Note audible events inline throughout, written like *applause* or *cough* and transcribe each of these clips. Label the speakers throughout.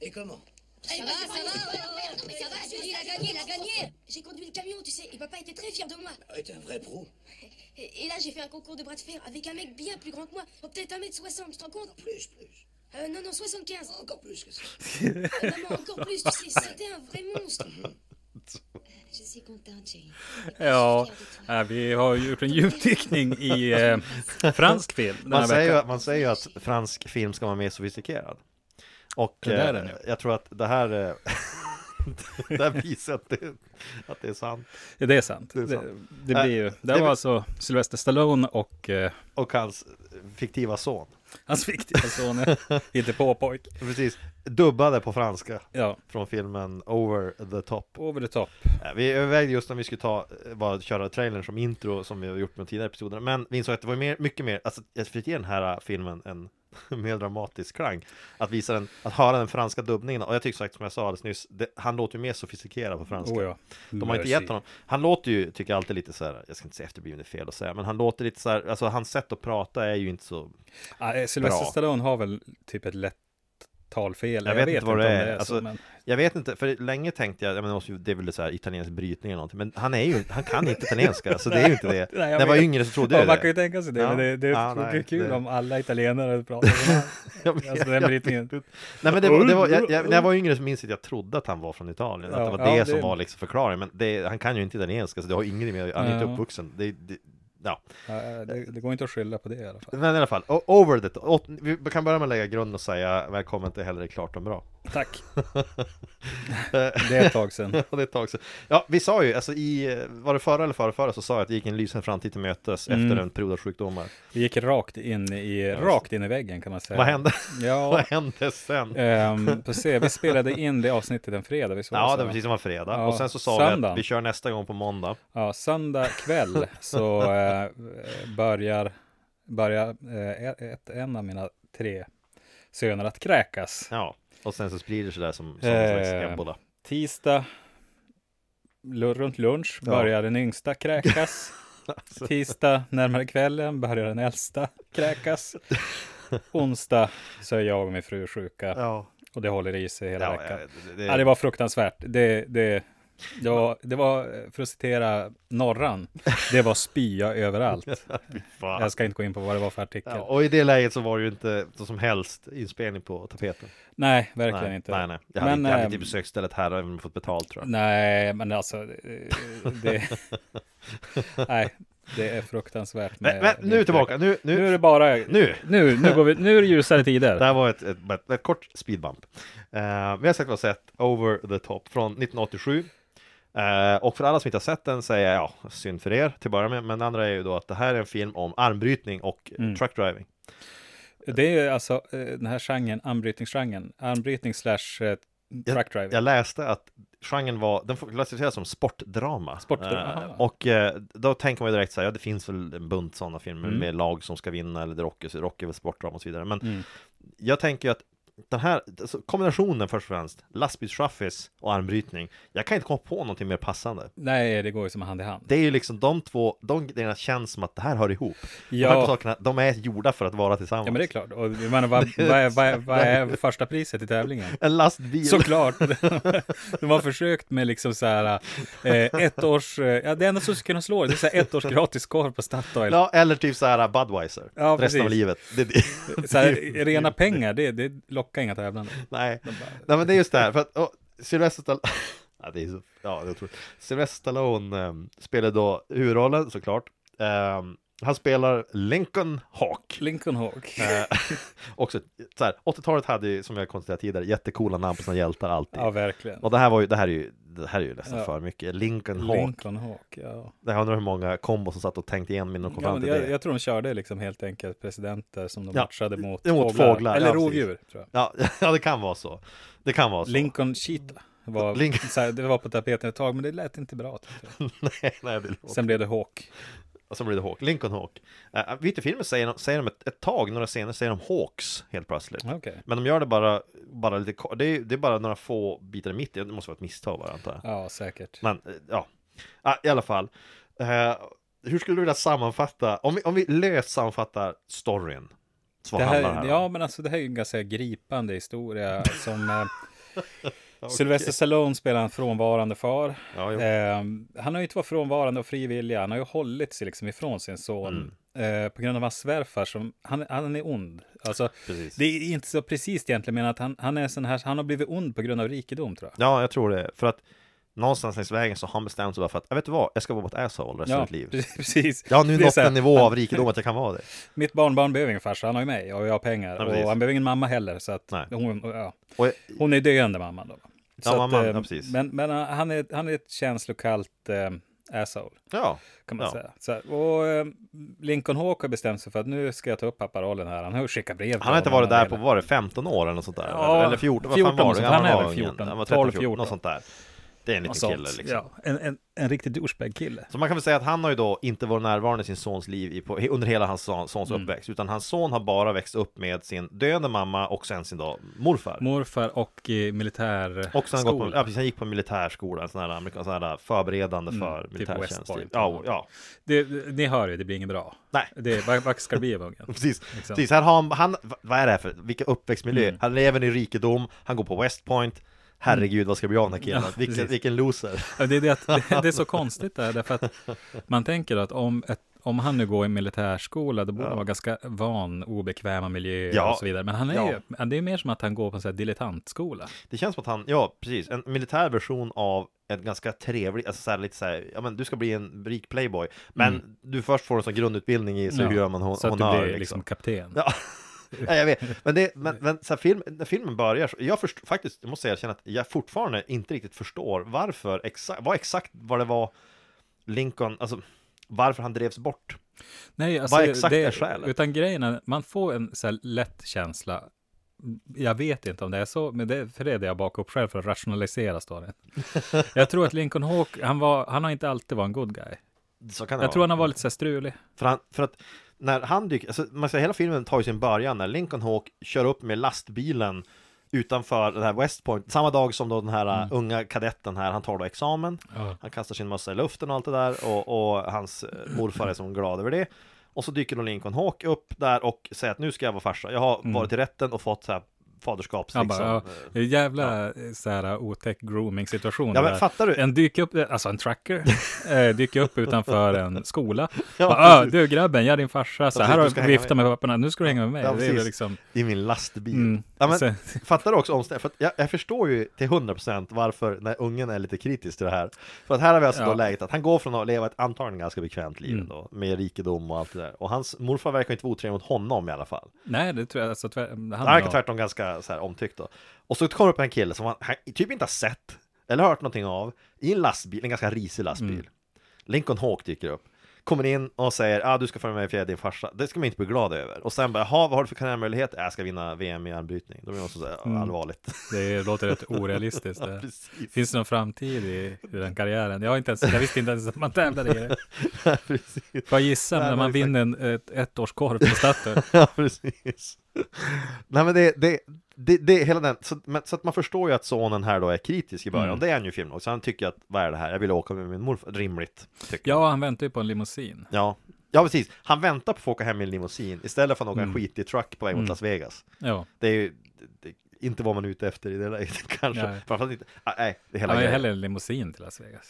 Speaker 1: Et comment
Speaker 2: Ça va, Ah, ça va, oh, mais ça va, Julie, il a gagné, il a gagné J'ai conduit le camion, tu sais, et papa était très fier de moi.
Speaker 1: Ah, T'es un vrai pro.
Speaker 2: Et, et là, j'ai fait un concours de bras de fer avec un mec bien plus grand que moi, Oh, peut-être 1m60, tu te rends compte
Speaker 1: Plus, plus.
Speaker 2: Euh, Non, non, 75.
Speaker 1: Encore plus que ça.
Speaker 2: Euh, maman, encore plus, tu sais, c'était un vrai monstre.
Speaker 3: Je suis contente, chérie.
Speaker 4: Ja, eh, vi har ju gjort en djupdykning i eh, fransk film den
Speaker 5: Man
Speaker 4: här
Speaker 5: säger, ju,
Speaker 4: veckan.
Speaker 5: man säger ju att fransk film ska vara mer sofistikerad. Och
Speaker 4: Det där är
Speaker 5: eh,
Speaker 4: det.
Speaker 5: jag tror att det här, eh, *laughs* det här visar att det, att det är sant.
Speaker 4: Det är sant.
Speaker 5: Det är
Speaker 4: Det,
Speaker 5: sant.
Speaker 4: det,
Speaker 5: Eh,
Speaker 4: blir ju,
Speaker 5: det-
Speaker 4: det var alltså Sylvester Stallone och eh,
Speaker 5: Och hans fiktiva son.
Speaker 4: hans viktiga
Speaker 5: *laughs*
Speaker 4: son, inte påpojk.
Speaker 5: Precis, dubbade på franska
Speaker 4: Ja,
Speaker 5: från filmen Over the Top.
Speaker 4: over the top.
Speaker 5: Eh, Vi övervägde just om vi skulle ta, eh, bara köra trailern som intro som vi har gjort med tidigare episoderna. Men vi insåg att det var mer, mycket mer, alltså jag fick ge den här eh, filmen en *laughs* mer dramatisk klang. Att visa den, att höra den franska dubbningen. Och jag tycker sagt som jag sa alldeles nyss, det, han låter ju mer sofistikerad på franska.
Speaker 4: Oh, ja.
Speaker 5: De har inte
Speaker 4: Mercy.
Speaker 5: gett honom. Han låter ju, tycker jag alltid lite så här, jag ska inte säga efterbliven, det är fel att säga, men han låter lite så här, alltså hans sätt att prata är ju inte så,
Speaker 4: Ja, eh, Sylvester
Speaker 5: Bra.
Speaker 4: Stallone har väl typ ett lätt talfel. Jag,
Speaker 5: vet inte vad
Speaker 4: om
Speaker 5: det är. Alltså,
Speaker 4: så, men,
Speaker 5: jag vet inte, för länge tänkte jag, jag menar, måste ju- det är väl så här italiensk brytning eller någonting, men han är ju, han kan inte italienska, så det är ju inte det.
Speaker 4: *laughs* Nej, jag
Speaker 5: När jag var
Speaker 4: vet.
Speaker 5: yngre så trodde
Speaker 4: ja,
Speaker 5: jag
Speaker 4: man kan ju
Speaker 5: det.
Speaker 4: tänka sig det,
Speaker 5: Ja.
Speaker 4: men det, det
Speaker 5: Ja,
Speaker 4: vore
Speaker 5: nej,
Speaker 4: kul
Speaker 5: det-
Speaker 4: om alla italienare
Speaker 5: *laughs*
Speaker 4: pratade om det.
Speaker 5: Jag vet-
Speaker 4: Alltså, den
Speaker 5: jag
Speaker 4: brytningen.
Speaker 5: vet inte. Nej men det var, det var jag, jag, när jag var yngre så minns jag att jag trodde att han var från Italien, att
Speaker 4: Ja,
Speaker 5: det var
Speaker 4: ja,
Speaker 5: det
Speaker 4: det-
Speaker 5: som var liksom förklaringen, men det, han kan ju inte italienska, så det har ingenting med, han är inte
Speaker 4: Ja.
Speaker 5: uppvuxen. Det, det, ja.
Speaker 4: Ja, det, det går inte att skylla på det i alla fall.
Speaker 5: Men i alla fall, o- over the top. Åt- Vi kan börja med att lägga grunden och säga välkommen till Hellre klart än bra. *laughs*
Speaker 4: Tack. det är ett tag sedan.
Speaker 5: Ja, det är ett tag sedan. Ja, vi sa ju, alltså i, eh, var det förra eller förra, förra så sa jag att vi gick en lysande framtid till mötes
Speaker 4: Mm.
Speaker 5: efter en period av sjukdomar.
Speaker 4: Vi gick rakt in i, rakt in i väggen kan man säga.
Speaker 5: Vad hände? *laughs* Vad
Speaker 4: Ja,
Speaker 5: hände sen?
Speaker 4: ehm, får se, vi spelade in det avsnittet en fredag. Vi såg alltså.
Speaker 5: Ja,
Speaker 4: så.
Speaker 5: det var precis som var fredag.
Speaker 4: Ja,
Speaker 5: och sen så sa vi
Speaker 4: söndagen.
Speaker 5: att vi kör nästa gång på måndag.
Speaker 4: Ja, söndag kväll så eh, börjar, börjar eh, ett, en av mina tre söner att kräkas.
Speaker 5: Ja, och sen så sprider det sig där som, som en
Speaker 4: Eh.
Speaker 5: slags ebola.
Speaker 4: Tisdag lu- runt lunch
Speaker 5: Ja. Alltså.
Speaker 4: börjar den yngsta
Speaker 5: *laughs*
Speaker 4: kräkas. Tisdag närmare kvällen börjar den äldsta kräkas. Onsdag så är jag och min fru sjuka
Speaker 5: Ja,
Speaker 4: och det håller i sig hela
Speaker 5: ja,
Speaker 4: veckan.
Speaker 5: det,
Speaker 4: Ja, det var fruktansvärt. Det, det, det, var, det var, för att citera Norran, det var spya
Speaker 5: *laughs*
Speaker 4: överallt.
Speaker 5: fan.
Speaker 4: Jag ska inte gå in på vad det var för artikel.
Speaker 5: Ja, och i det läget så var det ju inte någon som helst inspelning på tapeten.
Speaker 4: Nej, verkligen
Speaker 5: nej,
Speaker 4: inte.
Speaker 5: Nej, nej. Jag hade,
Speaker 4: Men,
Speaker 5: inte, jag hade
Speaker 4: ehm,
Speaker 5: inte besökt stället här och även fått betalt tror jag.
Speaker 4: Nej, men alltså, eh, det,
Speaker 5: *laughs*
Speaker 4: nej, det är fruktansvärt.
Speaker 5: Men,
Speaker 4: med-
Speaker 5: men nu
Speaker 4: med-
Speaker 5: tillbaka, nu, nu,
Speaker 4: Nu är det bara, nu,
Speaker 5: nu.
Speaker 4: nu, går vi, nu är det ljusare
Speaker 5: Det
Speaker 4: tider.
Speaker 5: här var ett, ett, ett, ett kort speedbump. Eh, vi har sagt vad sett Over the Top från 1987. Eh, och för alla som inte har sett den säger jag, ja, synd för er till att börja med. Men det andra är ju då att det här är en film om armbrytning och mm.
Speaker 4: Mm.
Speaker 5: truck driving.
Speaker 4: Det är alltså eh, den här genren, armbrytningsgenren, armbrytning slash eh, truck driving.
Speaker 5: Jag läste att genren var, den får klassificeras som sportdrama.
Speaker 4: Sportdrama,
Speaker 5: Eh,
Speaker 4: aha.
Speaker 5: och eh, då tänker man ju direkt så här, ja det finns väl en bunt sådana filmer
Speaker 4: Mm.
Speaker 5: med lag som ska vinna eller rock, rock är väl sportdrama och så vidare. Men
Speaker 4: Mm.
Speaker 5: jag tänker ju att den här alltså, kombinationen först och främst, lastbilschaffis och armbrytning, jag kan inte komma på någonting mer passande.
Speaker 4: Nej, det går ju som hand i hand.
Speaker 5: Det är ju liksom de två, de grejerna känns som att det här hör ihop. De här
Speaker 4: Ja.
Speaker 5: två sakerna, de är gjorda för att vara tillsammans.
Speaker 4: Ja men det är klart, och jag menar,
Speaker 5: *laughs*
Speaker 4: vad, vad, är, vad, är, vad är första priset i tävlingen?
Speaker 5: En lastbil!
Speaker 4: Såklart! *laughs* De har försökt med liksom så här, eh, ett års, eh, ja det enda som skulle kunna slå det, det är så här ett års gratis korv på Statoil.
Speaker 5: Ja, eller typ så här Budweiser,
Speaker 4: Ja,
Speaker 5: resten av
Speaker 4: precis.
Speaker 5: livet. Det, *laughs* det,
Speaker 4: Så här, rena pengar, det, det lockar inga tävlande.
Speaker 5: nej. nej, men det är just det här, för att och, Sylvester Stallone *laughs* Ja, det är så, ja, det är otroligt. Sylvester Stallone eh, spelar då huvudrollen såklart. Eh, han spelar Lincoln Hawk.
Speaker 4: Lincoln Hawk.
Speaker 5: Eh, också, så här, 80-talet hade ju, som jag konstaterat tidigare, jättecoola namn på sina hjältar alltid.
Speaker 4: Ja, verkligen.
Speaker 5: och det här var ju, det här är ju, det här är ju nästan
Speaker 4: Ja.
Speaker 5: för mycket. Lincoln Hawk.
Speaker 4: Lincoln Hawk, ja.
Speaker 5: Jag undrar hur många kombos som satt och tänkte igen innan de kom
Speaker 4: ja
Speaker 5: fram
Speaker 4: men
Speaker 5: till
Speaker 4: jag,
Speaker 5: det.
Speaker 4: jag tror de körde liksom helt enkelt presidenter som de
Speaker 5: Ja,
Speaker 4: matchade mot,
Speaker 5: mot fåglar,
Speaker 4: Eller
Speaker 5: ja, precis.
Speaker 4: rovdjur, tror jag.
Speaker 5: Ja, *laughs* ja, det kan vara så. Det kan vara så.
Speaker 4: Lincoln Cheetah. Var,
Speaker 5: Lincoln-
Speaker 4: så här, det var på tapeten ett tag, men det lät inte bra. tyckte jag.
Speaker 5: *laughs* nej, nej, det låter.
Speaker 4: Sen blev det Hawk.
Speaker 5: Och så blir det Hawk. Lincoln Hawk. Uh, vet du, filmen säger, säger de ett, ett tag, några scener säger de Hawks helt plötsligt.
Speaker 4: Okej.
Speaker 5: Men de gör det bara, bara lite kort. Det är, det är bara några få bitar i mitten. Det måste vara ett misstag bara, antar jag.
Speaker 4: Ja, säkert.
Speaker 5: Men eh, ja, ah, i alla fall. Eh, hur skulle du vilja sammanfatta, om vi, om vi löst sammanfattar storyn? Så vad
Speaker 4: Det
Speaker 5: handlar det
Speaker 4: här,
Speaker 5: här om? *laughs*
Speaker 4: ja, men alltså det här är ju en ganska gripande historia som eh, Sylvester Stallone spelar en frånvarande far.
Speaker 5: Ja, jo.
Speaker 4: Eh, han har ju inte varit frånvarande och frivillig. Han har ju hållit sig liksom ifrån sin son.
Speaker 5: Mm.
Speaker 4: Eh, på grund av hans svärfar som, han, han är ond. Alltså,
Speaker 5: Precis.
Speaker 4: det är inte så precis egentligen, men att han, han är sån här, han har blivit ond på grund av rikedom tror jag.
Speaker 5: Ja, jag tror det. För att någonstans längs vägen så har han bestämt sig bara för att, jag vet du vad, jag ska vara ett asshole resten av mitt liv.
Speaker 4: *laughs* precis.
Speaker 5: Jag har nu
Speaker 4: Det är
Speaker 5: nått
Speaker 4: så här,
Speaker 5: en nivå
Speaker 4: han-
Speaker 5: av rikedom att jag kan vara det.
Speaker 4: Mitt barnbarn behöver ingen farsa, han har ju mig och jag har pengar.
Speaker 5: Ja, precis.
Speaker 4: och han behöver ingen mamma heller, så att
Speaker 5: Nej.
Speaker 4: hon, ja.
Speaker 5: Och jag,
Speaker 4: hon är döende mamman då. Så
Speaker 5: mamman,
Speaker 4: eh,
Speaker 5: ja, precis.
Speaker 4: Men, men eh, han, är, han är ett känslokallt eh, asshole,
Speaker 5: ja,
Speaker 4: kan man
Speaker 5: Ja.
Speaker 4: säga. Så, här, och eh, Lincoln Hawk har bestämt sig för att nu ska jag ta upp papparollen här. Han har ju skickat brev till
Speaker 5: han har inte
Speaker 4: honom
Speaker 5: varit där
Speaker 4: hela-
Speaker 5: på, vad var det, 15 år eller något sånt där?
Speaker 4: Ja,
Speaker 5: eller, eller 14, vad
Speaker 4: 14,
Speaker 5: fan var det?
Speaker 4: så
Speaker 5: Hur
Speaker 4: han
Speaker 5: gammal
Speaker 4: är
Speaker 5: var
Speaker 4: väl
Speaker 5: ungen?
Speaker 4: 14,
Speaker 5: Han var 13, 14,
Speaker 4: 14.
Speaker 5: något sånt där. Det är en
Speaker 4: Något
Speaker 5: liten
Speaker 4: sånt.
Speaker 5: kille liksom.
Speaker 4: Ja, en, en, en riktig douchebag-kille.
Speaker 5: Så man kan väl säga att han har ju då inte varit närvarande i sin sons liv i, på, under hela hans son, sons
Speaker 4: Mm.
Speaker 5: uppväxt, utan hans son har bara växt upp med sin döende mamma och sen sin då morfar.
Speaker 4: Morfar och eh, militär
Speaker 5: Och sen han, gått på,
Speaker 4: skola.
Speaker 5: ja, precis, han gick på militärskola, en sån här, amerikan- sån här förberedande för
Speaker 4: typ West
Speaker 5: militärtjänst.
Speaker 4: Point.
Speaker 5: typ. ja, ja,
Speaker 4: det, Ni hör ju, det blir inget bra.
Speaker 5: nej.
Speaker 4: Det är, vad, vad ska det bli av ungen?
Speaker 5: *laughs* Precis,
Speaker 4: Exakt.
Speaker 5: precis. Här har han, han, vad är det här för, vilken uppväxtmiljö?
Speaker 4: Mm.
Speaker 5: Han lever i rikedom, han går på West Point, herregud vad ska det bli av den här killen?
Speaker 4: Mm. Ja,
Speaker 5: vilken,
Speaker 4: precis.
Speaker 5: vilken loser!
Speaker 4: Ja, Det är, det, att, *laughs* det, det är så konstigt där, därför att man tänker att om, ett, om han nu går i militärskola, då borde han vara ganska van obekväma miljöer
Speaker 5: Ja.
Speaker 4: och så vidare. Men han är
Speaker 5: Ja.
Speaker 4: ju, det är mer som att han går på en sån här dilettantskola.
Speaker 5: Det känns som att han, ja precis, en militär version av en ganska trevlig, alltså så här, lite så här, ja men du ska bli en rik playboy, men du först får en sån grundutbildning i så
Speaker 4: Mm. Ja,
Speaker 5: hur gör man hon,
Speaker 4: så att du
Speaker 5: honör,
Speaker 4: blir liksom kapten. *laughs*
Speaker 5: Ja. Nej, jag vet. Men, det, men, men så här, film, när filmen börjar, så- jag först, faktiskt, jag måste erkänna att jag fortfarande inte riktigt förstår varför, exakt, vad exakt vad det var Lincoln, alltså varför han drevs bort.
Speaker 4: Nej, alltså,
Speaker 5: Vad exakt
Speaker 4: det,
Speaker 5: är skälet?
Speaker 4: Utan grejen är, man får en så här lätt känsla, jag vet inte om det är så, men det, för det är det jag bakar upp själv för att rationalisera
Speaker 5: *laughs*
Speaker 4: storyn. jag tror att Lincoln Hawk, han, var, han har inte alltid varit en good guy.
Speaker 5: Så kan det
Speaker 4: Jag tror
Speaker 5: vara.
Speaker 4: han har varit lite så här strulig.
Speaker 5: För, han, för att när han dyker, alltså, man säger hela filmen tar ju sin början när Lincoln Hawk kör upp med lastbilen utanför den här West Point, samma dag som då den här uh, unga kadetten här, han tar då examen,
Speaker 4: Mm. Ja.
Speaker 5: han kastar sin mössa i luften och allt det där och, och hans eh, morfar är som glad över det. Och så dyker då Lincoln Hawk upp där och säger att nu ska jag vara farsa, jag har varit i rätten och fått så här faderskaps...
Speaker 4: Han
Speaker 5: liksom,
Speaker 4: bara,
Speaker 5: eh,
Speaker 4: Mm. ja, jävla eh, så här otäck grooming-situation.
Speaker 5: Ja, men
Speaker 4: där.
Speaker 5: fattar du?
Speaker 4: En dyker upp, alltså en
Speaker 5: *laughs*
Speaker 4: tracker, eh, dyker upp utanför en skola.
Speaker 5: Ja,
Speaker 4: bara, "Ah,
Speaker 5: precis.
Speaker 4: du grabben, jag är din farsa, så
Speaker 5: Ja,
Speaker 4: här
Speaker 5: precis,
Speaker 4: har
Speaker 5: du ska
Speaker 4: du
Speaker 5: hänga
Speaker 4: viftat med papperna, nu ska du hänga med mig.
Speaker 5: Ja,
Speaker 4: det är
Speaker 5: precis.
Speaker 4: väl liksom,
Speaker 5: I min lastbil.
Speaker 4: Mm.
Speaker 5: Ja, men,
Speaker 4: Sen-
Speaker 5: fattar du också omständigheterna? För att jag, jag förstår ju till 100% varför när ungen är lite kritisk till det här. För att här har vi alltså då
Speaker 4: Ja. Mm.
Speaker 5: läget att han går från att leva ett antagligen ganska bekvämt liv då, med rikedom och allt det där. Och hans morfar verkar inte vara otrevlig mot honom i alla fall.
Speaker 4: nej, det tror jag, alltså, tvär, han
Speaker 5: Han verkar
Speaker 4: har-
Speaker 5: tvärtom ganska så här, omtyckt då. Och så kommer det upp en kille som han, han typ inte har sett eller hört någonting av i en lastbil, en ganska risig lastbil.
Speaker 4: Mm.
Speaker 5: Lincoln Hawk dyker upp. Kommer in och säger ah, du ska följa med för jag är din farsa. Det ska man inte bli glad över. Och sen bara, jaha, vad har du för karriärmöjlighet? "Äh, Jag ska vinna VM i armbrytning. Då blir man så här, "Ja,
Speaker 4: Mm. *laughs*
Speaker 5: allvarligt.
Speaker 4: det låter rätt orealistiskt.
Speaker 5: Ja,
Speaker 4: Det.
Speaker 5: precis. *laughs*
Speaker 4: Finns det någon framtid i, i den karriären? Jag, har inte ens, jag visste inte ens att man tävlade i det.
Speaker 5: precis.
Speaker 4: Får jag gissa
Speaker 5: Nej,
Speaker 4: när
Speaker 5: men
Speaker 4: man
Speaker 5: exakt.
Speaker 4: vinner en, ett, ett års korv på Statoil?
Speaker 5: Ja, precis. Nej, men det, det, det, det hela den, så, men, så att man förstår ju att sonen här då är kritisk i början.
Speaker 4: Mm.
Speaker 5: Det är han ju i filmen också. Han tycker att, vad är det här? Jag vill åka med min morfar. Rimligt, tycker
Speaker 4: Ja, han väntar ju på en limousin.
Speaker 5: Ja, ja precis. Han väntar på att få åka hem i en limousin istället för att åka en
Speaker 4: Mm.
Speaker 5: skitig truck på väg mot Las Vegas.
Speaker 4: Ja.
Speaker 5: Det är ju det, det- inte vad man är ute efter i det läget *laughs* kanske.
Speaker 4: Nej.
Speaker 5: Framförallt inte, ah, nej, det är hela
Speaker 4: Han har ju
Speaker 5: grejen.
Speaker 4: hellre en limousin till Las Vegas.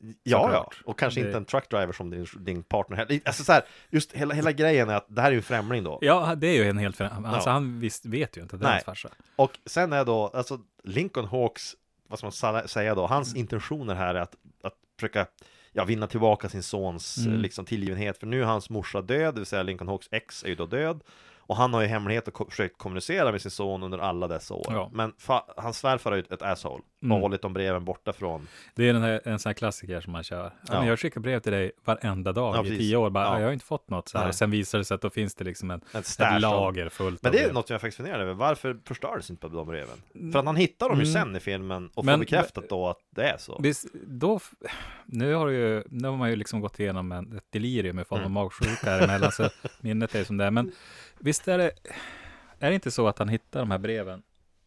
Speaker 5: ja, ja,
Speaker 4: såklart.
Speaker 5: och kanske
Speaker 4: Det-
Speaker 5: inte en truckdriver som din, din partner heller. Alltså så här, just hela, hela grejen är att det här är ju en främling då.
Speaker 4: Ja, det är ju en helt förändring. Alltså
Speaker 5: Ja.
Speaker 4: han visst, vet ju inte att det
Speaker 5: Nej.
Speaker 4: är hans farsa.
Speaker 5: Och sen är då, alltså Lincoln Hawks, vad ska man sa- säga då, hans
Speaker 4: Mm.
Speaker 5: intentioner här är att, att försöka ja, vinna tillbaka sin sons
Speaker 4: Mm.
Speaker 5: eh, liksom, tillgivenhet, för nu är hans morsa död, det vill säga Lincoln Hawks ex är ju då död, och han har ju i hemlighet och ko- försökt kommunicera med sin son under alla dessa år.
Speaker 4: Ja.
Speaker 5: Men fa- hans svärfar är ju ett asshole, och har
Speaker 4: Mm.
Speaker 5: hållit de breven borta från,
Speaker 4: Det är den här, en sån här klassiker som man kör. Ja.
Speaker 5: Ja.
Speaker 4: Men jag skickar brev till dig varenda dag
Speaker 5: Ja,
Speaker 4: i
Speaker 5: precis.
Speaker 4: tio år. Bara,
Speaker 5: Ja.
Speaker 4: "Ah, Jag har inte fått något så här.
Speaker 5: Nej.
Speaker 4: Sen visar det sig att då finns det liksom en,
Speaker 5: Ett
Speaker 4: ett,
Speaker 5: stash av-
Speaker 4: lager fullt
Speaker 5: men
Speaker 4: av
Speaker 5: det är
Speaker 4: brev.
Speaker 5: något jag faktiskt funderar över, varför förstördes inte de breven? För att han hittar dem ju sen i filmen och får
Speaker 4: Mm. Men-
Speaker 5: bekräftat då att det är så.
Speaker 4: Visst, då, f- nu har, du ju, nu har man ju liksom gått igenom en, ett delirium i form av magsjuka här emellan, *laughs* så minnet är som det är. Men visst är det, är det inte så att han hittar de här breven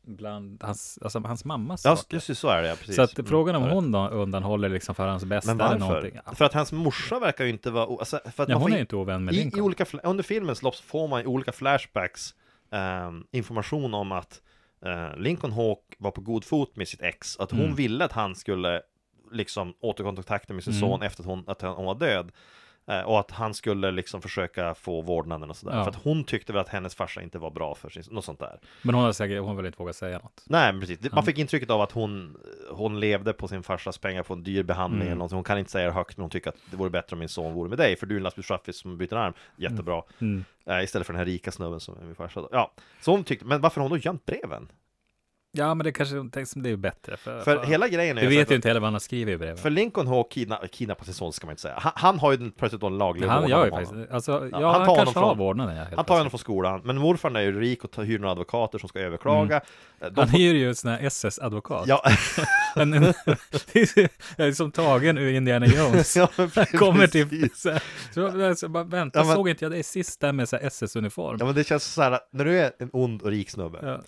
Speaker 4: bland hans, alltså hans mammas
Speaker 5: Ja,
Speaker 4: saker?
Speaker 5: just det, så är det ja, precis.
Speaker 4: Så att
Speaker 5: Mm,
Speaker 4: frågan om
Speaker 5: så är det.
Speaker 4: hon då undanhåller liksom för hans bästa
Speaker 5: Men
Speaker 4: eller
Speaker 5: varför?
Speaker 4: någonting. Ja,
Speaker 5: För att hans morsa verkar ju inte vara... o- Alltså, för att
Speaker 4: Ja, hon
Speaker 5: man får
Speaker 4: är ju inte ovän med
Speaker 5: i, i
Speaker 4: Lincoln.
Speaker 5: olika, fla- Under filmens lopp så får man i olika flashbacks ehm, information om att eh, Lincoln Hawk var på god fot med sitt ex, att hon
Speaker 4: Mm.
Speaker 5: ville att han skulle liksom återkontakta med sin
Speaker 4: Mm.
Speaker 5: son efter att hon, att hon var död. Eh, Och att han skulle liksom försöka få vårdnaden och sådär.
Speaker 4: Ja.
Speaker 5: För att hon tyckte väl att hennes farsa inte var bra för sin, något sånt där.
Speaker 4: Men hon har säkert, hon vill inte våga säga något.
Speaker 5: Nej, men precis. Det- Man
Speaker 4: Ja.
Speaker 5: fick intrycket av att hon, hon levde på sin farsas pengar på en dyr behandling
Speaker 4: Mm.
Speaker 5: eller någonting. Hon kan inte säga det högt, men hon tycker att det vore bättre om min son vore med dig, för du är en lastbilschaffis som byter arm. Jättebra.
Speaker 4: Mm.
Speaker 5: Eh, istället för den här rika snubben som är min farsa. då. Ja, så hon tyckte, men varför har hon då gömt breven?
Speaker 4: Ja, men det kanske hon tänker som det är bättre. För,
Speaker 5: För hela grejen är
Speaker 4: Du
Speaker 5: så
Speaker 4: vet
Speaker 5: här-
Speaker 4: ju inte heller vad han har skrivit i brevet.
Speaker 5: För Lincoln Hawk kidna- kidnappar sin son ska man inte säga. Han, han har ju den- plötsligt då en laglig
Speaker 4: han
Speaker 5: vårdnad
Speaker 4: gör ju
Speaker 5: om honom.
Speaker 4: faktiskt, alltså, ja,
Speaker 5: han
Speaker 4: han,
Speaker 5: tar honom
Speaker 4: kanske har
Speaker 5: från-
Speaker 4: vårdnaden. Ja, helt
Speaker 5: Han tar
Speaker 4: plötsligt.
Speaker 5: honom från skolan, men morfarna är ju rik och tar, hyr några advokater som ska överklaga. Eh, De
Speaker 4: Mm. han *laughs*
Speaker 5: får,
Speaker 4: hyr ju en sån här SS-advokat.
Speaker 5: ja, *laughs*
Speaker 4: En- en- *laughs* det är så- jag är som tagen ur Indiana Jones.
Speaker 5: *laughs* ja, men
Speaker 4: Han kommer till...
Speaker 5: precis.
Speaker 4: Så här, så, alltså, bara, vänta,
Speaker 5: Ja, men-
Speaker 4: såg inte jag dig sist där med så här SS-uniform?
Speaker 5: ja, men det känns så här, när du är en ond och rik snubbe,
Speaker 4: Ja.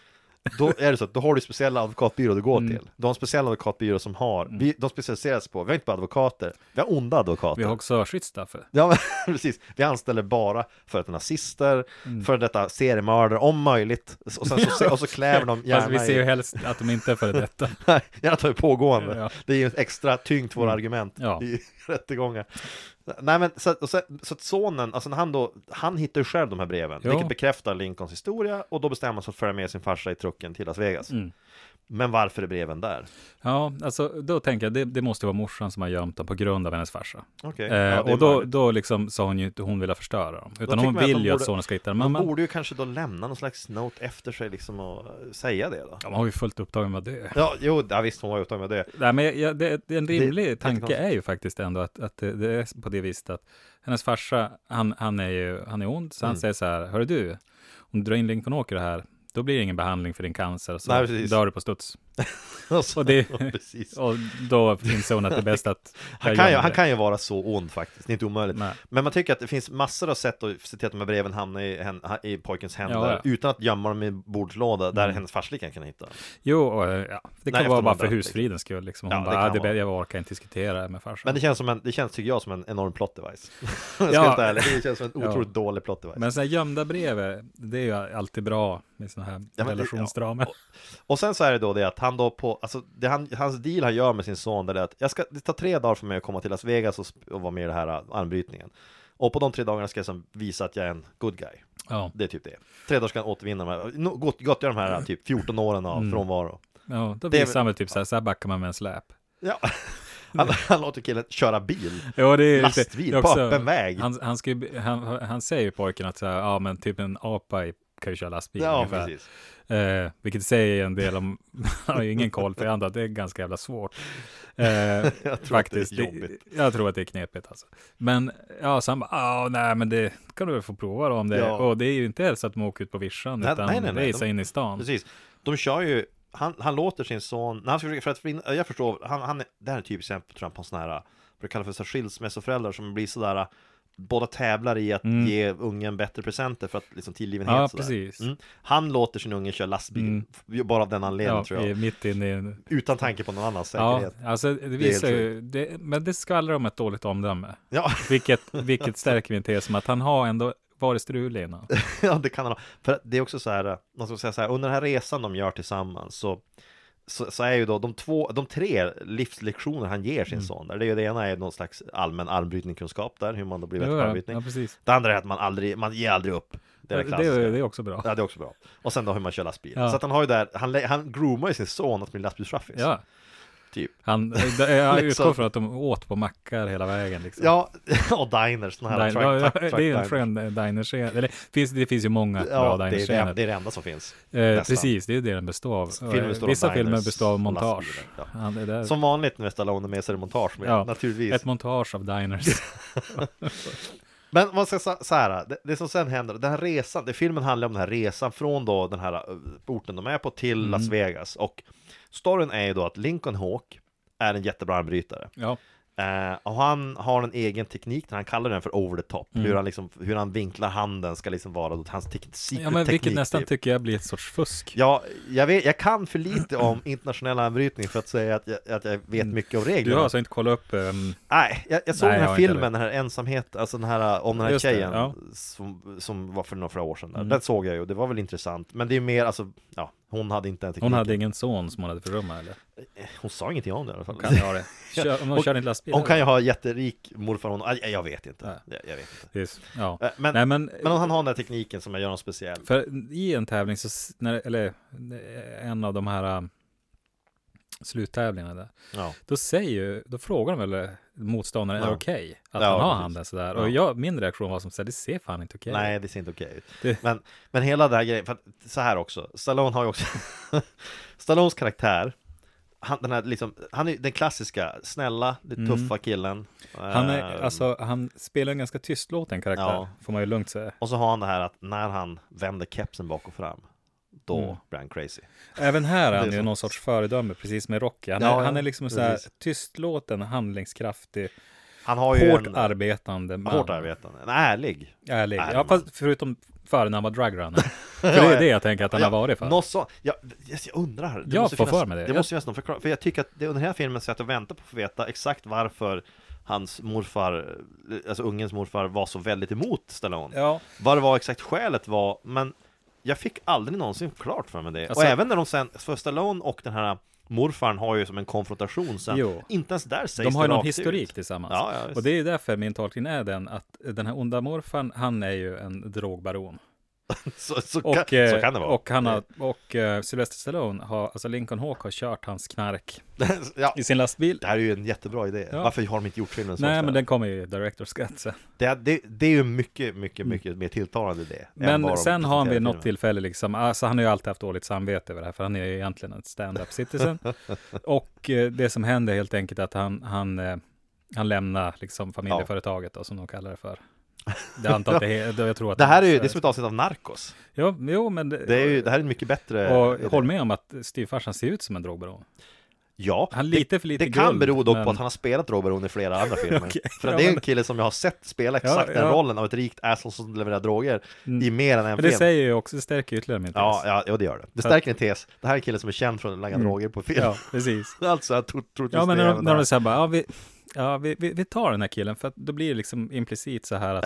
Speaker 5: då är det så att då har du speciella advokatbyrå du går
Speaker 4: Mm.
Speaker 5: till. Du har en speciell advokatbyrå som har, vi, de specialiseras på, vi har inte bara advokater, vi har onda advokater.
Speaker 4: Vi har också skyddsstaffer.
Speaker 5: Ja, men, *laughs* precis. Vi anställer bara för att nazister,
Speaker 4: Mm.
Speaker 5: för detta seriemördare, om möjligt. Och, sen så, och så klär de
Speaker 4: *laughs*
Speaker 5: gärna
Speaker 4: Fast vi ser
Speaker 5: i-
Speaker 4: ju helst att de inte är före
Speaker 5: *laughs*
Speaker 4: detta.
Speaker 5: Nej, gärna tar det pågående.
Speaker 4: Ja. Mm.
Speaker 5: Det är ju ett extra tyngd till våra argument
Speaker 4: Ja.
Speaker 5: i *laughs* rättegångar. Nej men så, att- och så, så att sonen, alltså när han då, han hittar ju själv de här breven,
Speaker 4: Ja.
Speaker 5: vilket bekräftar Lincolns historia och då bestämmer han sig för att följa med sin farsa i trucken till Las Vegas.
Speaker 4: Mm.
Speaker 5: Men varför är breven där?
Speaker 4: Ja, alltså då tänker jag, det, det måste vara morsan som har gömt dem på grund av hennes farsa.
Speaker 5: Okej,
Speaker 4: Eh,
Speaker 5: ja, det är
Speaker 4: och då,
Speaker 5: möjligt.
Speaker 4: då liksom sa hon ju inte hon ville förstöra dem, utan
Speaker 5: tycker
Speaker 4: hon
Speaker 5: man att de
Speaker 4: vill ju att
Speaker 5: borde-
Speaker 4: sonen ska hitta dem.
Speaker 5: Man
Speaker 4: Men man,
Speaker 5: borde ju kanske då lämna någon slags note efter sig liksom och eh, säga det då.
Speaker 4: ja, man har ju fullt upptagen med att dö.
Speaker 5: Ja, jo, ja, visst, hon var ute med det.
Speaker 4: Nej, men jag, det, det, en rimlig
Speaker 5: det är
Speaker 4: tanke
Speaker 5: konstigt.
Speaker 4: är ju faktiskt ändå att, att det, det är på det viset att hennes farsa, han, han är ju han är ond, så han
Speaker 5: Mm.
Speaker 4: säger så här, hörru du, om du drar in Lincoln Åker här, då blir det ingen behandling för din cancer, så
Speaker 5: Nej, precis.
Speaker 4: dör du på studs.
Speaker 5: Och så-
Speaker 4: Och
Speaker 5: *laughs*
Speaker 4: det-
Speaker 5: precis.
Speaker 4: Och då inser hon att det är bäst
Speaker 5: *laughs*
Speaker 4: att
Speaker 5: Han
Speaker 4: jag
Speaker 5: kan, ju,
Speaker 4: gömmer
Speaker 5: han
Speaker 4: det.
Speaker 5: kan ju vara så ond faktiskt, det är inte omöjligt.
Speaker 4: Nej.
Speaker 5: Men man tycker att det finns massor av sätt att se till att de här breven hamnar i, hen- i pojkens händer
Speaker 4: Ja, ja.
Speaker 5: utan att gömma dem i en bordslåda där
Speaker 4: Mm.
Speaker 5: hennes farslika kan hitta dem.
Speaker 4: Jo, och, eh, ja, det kan
Speaker 5: efter
Speaker 4: vara
Speaker 5: de
Speaker 4: bara
Speaker 5: dött,
Speaker 4: för
Speaker 5: liksom.
Speaker 4: husfridens skull. Liksom. Hon
Speaker 5: Ja, det
Speaker 4: bara,
Speaker 5: kan
Speaker 4: ah, det är
Speaker 5: vara.
Speaker 4: bä- jag orkar inte diskutera det med farsan.
Speaker 5: Men
Speaker 4: Men,
Speaker 5: det känns, som en, det känns, tycker jag, som en enorm plot device. *laughs* Jag ska
Speaker 4: Ja.
Speaker 5: inte vara ärlig, det känns som en
Speaker 4: Ja.
Speaker 5: otroligt dålig plot device.
Speaker 4: sådana här gömda brev, det är ju alltid bra med sådana här
Speaker 5: Ja, men det-
Speaker 4: relationsdramer.
Speaker 5: Och sen så är det då det att han då på, alltså det han, hans deal han gör med sin son det är att jag ska, det tar tre dagar för mig att komma till Las Vegas och, sp- och vara med i den här äh, armbrytningen. Och på de tre dagarna ska jag som visa att jag är en good guy.
Speaker 4: Ja,
Speaker 5: Det är typ det. Tre dagar ska han återvinna de här, no- gott- gottgöra de här
Speaker 4: Mm.
Speaker 5: äh, typ 14 åren av frånvaro.
Speaker 4: ja, då
Speaker 5: Det är
Speaker 4: visar han
Speaker 5: väl-
Speaker 4: väl typ så här, så här backar man med en släp.
Speaker 5: Ja. *laughs* Han, han låter killen köra bil.
Speaker 4: Ja, det är
Speaker 5: Lastbil
Speaker 4: det är
Speaker 5: på öppen väg.
Speaker 4: Han, han, ska, ju bli- han, han säger ju pojken att så här, ja, men typ en apa i- kan ju köra lastbil.
Speaker 5: Ja,
Speaker 4: ungefär.
Speaker 5: precis.
Speaker 4: Eh, vilket säger en del om, *laughs* han har ju ingen koll, för jag antar att det är ganska jävla
Speaker 5: *laughs*
Speaker 4: svårt. Eh,
Speaker 5: tror att det är
Speaker 4: faktiskt.
Speaker 5: jobbigt.
Speaker 4: jag tror att det är knepigt alltså. Men ja, så han bara, "Ah, nej men det kan du väl få prova då om det
Speaker 5: Ja.
Speaker 4: Och det är ju inte ens att de åker ut på vischan,
Speaker 5: Nej,
Speaker 4: utan
Speaker 5: nej, nej, nej.
Speaker 4: det är så
Speaker 5: De-
Speaker 4: in i stan.
Speaker 5: Precis. De kör ju, han, han låter sin son, när han ska försöka, för att, få in- jag förstår, han, han är, det här är ett typiskt exempel tror jag på en sån här, vad det kallas för så här skilsmässoföräldrar som blir sådär, båda tävlar i att
Speaker 4: Mm.
Speaker 5: ge ungen bättre presenter för att liksom tillgivenhet
Speaker 4: Ja,
Speaker 5: sådär.
Speaker 4: precis.
Speaker 5: Mm. Han låter sin unge köra lastbil,
Speaker 4: Mm.
Speaker 5: f- bara av den anledningen
Speaker 4: Ja,
Speaker 5: tror jag.
Speaker 4: i- mitt inne i en...
Speaker 5: Utan tanke på någon annans
Speaker 4: Ja,
Speaker 5: säkerhet.
Speaker 4: alltså det
Speaker 5: helt
Speaker 4: visar ju, det, men det skvallrar om ett dåligt omdöme.
Speaker 5: Ja.
Speaker 4: Vilket, vilket stärker min tes om att han har ändå varit strulig innan.
Speaker 5: *laughs* Ja, det kan han ha. För att det är också så här, eh, man ska säga så här, under den här resan de gör tillsammans så, så, så är ju då de två, de tre livslektioner han ger
Speaker 4: Mm.
Speaker 5: sin son där, det är ju det ena är någon slags allmän armbrytningkunskap där, hur man då blir bättre
Speaker 4: Jo,
Speaker 5: på
Speaker 4: ja,
Speaker 5: armbrytning.
Speaker 4: ja, precis.
Speaker 5: Det andra är att man aldrig, man ger aldrig upp. Det är det
Speaker 4: det, det,
Speaker 5: klassiska.
Speaker 4: är också bra.
Speaker 5: Ja, det är också bra. Och sen då hur man kör lastbil.
Speaker 4: Ja.
Speaker 5: Så att han har ju där, han, lä- han groomar ju sin son att bli lastbilschaffis.
Speaker 4: Ja.
Speaker 5: Typ.
Speaker 4: Han,
Speaker 5: *laughs*
Speaker 4: jag utgår
Speaker 5: Liksom.
Speaker 4: från att de åt på mackar hela vägen. Liksom.
Speaker 5: Ja, *laughs* och diners, sådana här
Speaker 4: Din-
Speaker 5: truck,
Speaker 4: ja, ja,
Speaker 5: truck, truck,
Speaker 4: det är en
Speaker 5: diners.
Speaker 4: skön dinerscen. Eller finns, det finns ju många
Speaker 5: Ja,
Speaker 4: bra
Speaker 5: det är, det,
Speaker 4: dinerscener.
Speaker 5: det är det enda som finns.
Speaker 4: eh,
Speaker 5: nästan.
Speaker 4: precis, det är det den består av. Eh,
Speaker 5: Filmen består av
Speaker 4: Vissa filmer
Speaker 5: diners
Speaker 4: består av
Speaker 5: och
Speaker 4: montage.
Speaker 5: lastbilar, ja.
Speaker 4: Han är där.
Speaker 5: Som vanligt när Stallone är med sig är det montage med,
Speaker 4: Ja.
Speaker 5: naturligtvis.
Speaker 4: Ett montage av diners.
Speaker 5: Men man ska sa- så här, det, det som sen händer, den här resan, det, filmen handlar om den här resan från då den här eh, orten de är på till
Speaker 4: Mm.
Speaker 5: Las Vegas och storyn är ju då att Lincoln Hawk är en jättebra armbrytare.
Speaker 4: *laughs* ja.
Speaker 5: Eh, Eh, och han har en egen teknik, han kallar den för over the top. Hur, han liksom, hur han vinklar handen ska liksom vara då, hans tek- secret
Speaker 4: Mm. Ja, men vilket
Speaker 5: teknik,
Speaker 4: nästan
Speaker 5: typ.
Speaker 4: tycker jag blir ett sorts fusk.
Speaker 5: Ja, jag, vet, jag kan för lite om internationell anbrytning för att säga att jag, att jag vet mycket om
Speaker 4: Du har
Speaker 5: reglerna.
Speaker 4: alltså inte kollat upp... ehm,
Speaker 5: Nej, jag, jag såg
Speaker 4: Nej,
Speaker 5: den
Speaker 4: jag
Speaker 5: här
Speaker 4: har inte
Speaker 5: filmen, den här ensamhet, alltså den här om den här
Speaker 4: Just det,
Speaker 5: tjejen
Speaker 4: ja.
Speaker 5: som, som var för några år sedan där.
Speaker 4: Mm.
Speaker 5: Den såg jag ju, det var väl intressant. Men det är ju mer, alltså, ja, hon hade inte den tekniken.
Speaker 4: hon hade ingen son som hon hade förrummat eller?
Speaker 5: Hon sa ingenting om det i alla fall.
Speaker 4: Kan jag ha det? *laughs* Kör, om hon
Speaker 5: Hon-
Speaker 4: körde inte lastbil?
Speaker 5: Hon kan
Speaker 4: eller?
Speaker 5: ju ha jätterik morfar, hon, aj, jag vet inte.
Speaker 4: Nej.
Speaker 5: Jag, jag vet inte.
Speaker 4: Precis, Ja.
Speaker 5: Eh, Men,
Speaker 4: Nej
Speaker 5: men,
Speaker 4: men,
Speaker 5: om han har den där tekniken som jag gör något speciell.
Speaker 4: för i en tävling så, s- när, eller eh, en av de här eh, sluttävlingarna där,
Speaker 5: Ja.
Speaker 4: då säger ju, då frågar de väl eh, motståndaren, är
Speaker 5: Ja.
Speaker 4: det okej att
Speaker 5: Ja,
Speaker 4: han har
Speaker 5: precis.
Speaker 4: handen sådär?
Speaker 5: Ja.
Speaker 4: Och jag, min reaktion var som såhär, det ser fan inte okej
Speaker 5: Nej, det ser inte okej ut.
Speaker 4: Det-
Speaker 5: Men, men hela den här grejen, för att, så här också, Stallone har ju också, *laughs* Stallones karaktär, han, den här liksom, han är ju den klassiska, snälla, det
Speaker 4: Mm.
Speaker 5: tuffa killen.
Speaker 4: Han, är,
Speaker 5: Ehm,
Speaker 4: alltså, han spelar en ganska tystlåten karaktär,
Speaker 5: Ja.
Speaker 4: får man ju lugnt säga.
Speaker 5: Och så har han det här att när han vänder kepsen bak och fram, då
Speaker 4: Mm.
Speaker 5: blir han crazy.
Speaker 4: Även här är
Speaker 5: Det
Speaker 4: han
Speaker 5: är
Speaker 4: ju
Speaker 5: så.
Speaker 4: någon sorts föredöme, precis med Rocky. Han,
Speaker 5: Ja,
Speaker 4: är,
Speaker 5: ja,
Speaker 4: han är liksom en sån här
Speaker 5: precis.
Speaker 4: tystlåten, handlingskraftig,
Speaker 5: Han har ju
Speaker 4: hårt
Speaker 5: en,
Speaker 4: arbetande man.
Speaker 5: hårt arbetande, en ärlig.
Speaker 4: Ärlig.
Speaker 5: Ärlig
Speaker 4: Ja, fast förutom före när han var
Speaker 5: *laughs*
Speaker 4: dragrunner. För det är det jag tänker att han
Speaker 5: Ja,
Speaker 4: har varit för.
Speaker 5: Något sånt. Jag, yes, jag undrar.
Speaker 4: Jag
Speaker 5: måste
Speaker 4: får
Speaker 5: finnas,
Speaker 4: för mig det.
Speaker 5: Det
Speaker 4: Jag-
Speaker 5: måste finnas någon förklaring. För jag tycker att det är under den här filmen så att jag väntar på att få veta exakt varför hans morfar, alltså ungens morfar, var så väldigt emot Stallone.
Speaker 4: Ja,
Speaker 5: Vad det var exakt skälet var, men jag fick aldrig någonsin klart för mig det.
Speaker 4: Alltså-
Speaker 5: och även när de sen, för Stallone och den här morfarn har ju som en konfrontation sen.
Speaker 4: Jo.
Speaker 5: Inte ens där sägs
Speaker 4: de har ju
Speaker 5: det
Speaker 4: någon
Speaker 5: rakt
Speaker 4: historik
Speaker 5: Ut.
Speaker 4: tillsammans.
Speaker 5: Ja, ja, visst.
Speaker 4: Och det är ju därför min tolkning är den att den här onda morfan, han är ju en drogbaron.
Speaker 5: så, så,
Speaker 4: Och,
Speaker 5: kan,
Speaker 4: eh,
Speaker 5: så kan det vara.
Speaker 4: och, han har, och eh, Sylvester Stallone, har, alltså Lincoln Hawk har kört hans knark
Speaker 5: *laughs* ja,
Speaker 4: i sin lastbil.
Speaker 5: det här är ju en jättebra idé.
Speaker 4: Ja.
Speaker 5: Varför har de inte gjort filmen så?
Speaker 4: Nej,
Speaker 5: istället?
Speaker 4: men den kommer ju i Director's Cut sen.
Speaker 5: Det, det, det är ju mycket, mycket, mycket mer tilltalande det. än vad
Speaker 4: Mm. Men
Speaker 5: de
Speaker 4: sen har han vid
Speaker 5: presenterar
Speaker 4: något
Speaker 5: filmen.
Speaker 4: tillfälle liksom, alltså han har ju alltid haft dåligt samvete över det här, för han är ju egentligen en stand-up
Speaker 5: *laughs*
Speaker 4: citizen. och eh, det som händer är helt enkelt att han, han, eh, han lämnar liksom familjeföretaget då, som de kallar det för. Det antar
Speaker 5: *laughs*
Speaker 4: att det är, jag tror att
Speaker 5: Det här är ju, det är som ett avsnitt av Narcos.
Speaker 4: Ja, jo, men det,
Speaker 5: Det, är ju, det här är en mycket bättre... idé.
Speaker 4: och håll med om att styvfarsan ser ut som en drogbaron.
Speaker 5: Ja,
Speaker 4: Han
Speaker 5: det-
Speaker 4: lite för lite
Speaker 5: Det kan
Speaker 4: guld,
Speaker 5: bero dock
Speaker 4: men-
Speaker 5: på att han har spelat Robert i
Speaker 4: *laughs*
Speaker 5: flera andra filmer.
Speaker 4: Okej,
Speaker 5: För att
Speaker 4: ja,
Speaker 5: det är en
Speaker 4: men-
Speaker 5: kille som jag har sett spela exakt
Speaker 4: Ja,
Speaker 5: den
Speaker 4: ja. Mm.
Speaker 5: rollen av ett rikt asshole som levererar droger i mer än en
Speaker 4: Men det
Speaker 5: film.
Speaker 4: säger ju också, det stärker ytterligare min tes.
Speaker 5: Ja, ja, ja, det gör det. Det stärker en tes. Det här är en kille som är känd för att lägga droger på film.
Speaker 4: Mm. ja, precis.
Speaker 5: *laughs* Alltså, jag tror, tror
Speaker 4: Ja, men
Speaker 5: det
Speaker 4: när
Speaker 5: är
Speaker 4: de,
Speaker 5: den
Speaker 4: när
Speaker 5: här-
Speaker 4: de säger bara, ja, vi, ja vi, vi, vi tar den här killen, för att då blir det liksom implicit så här att,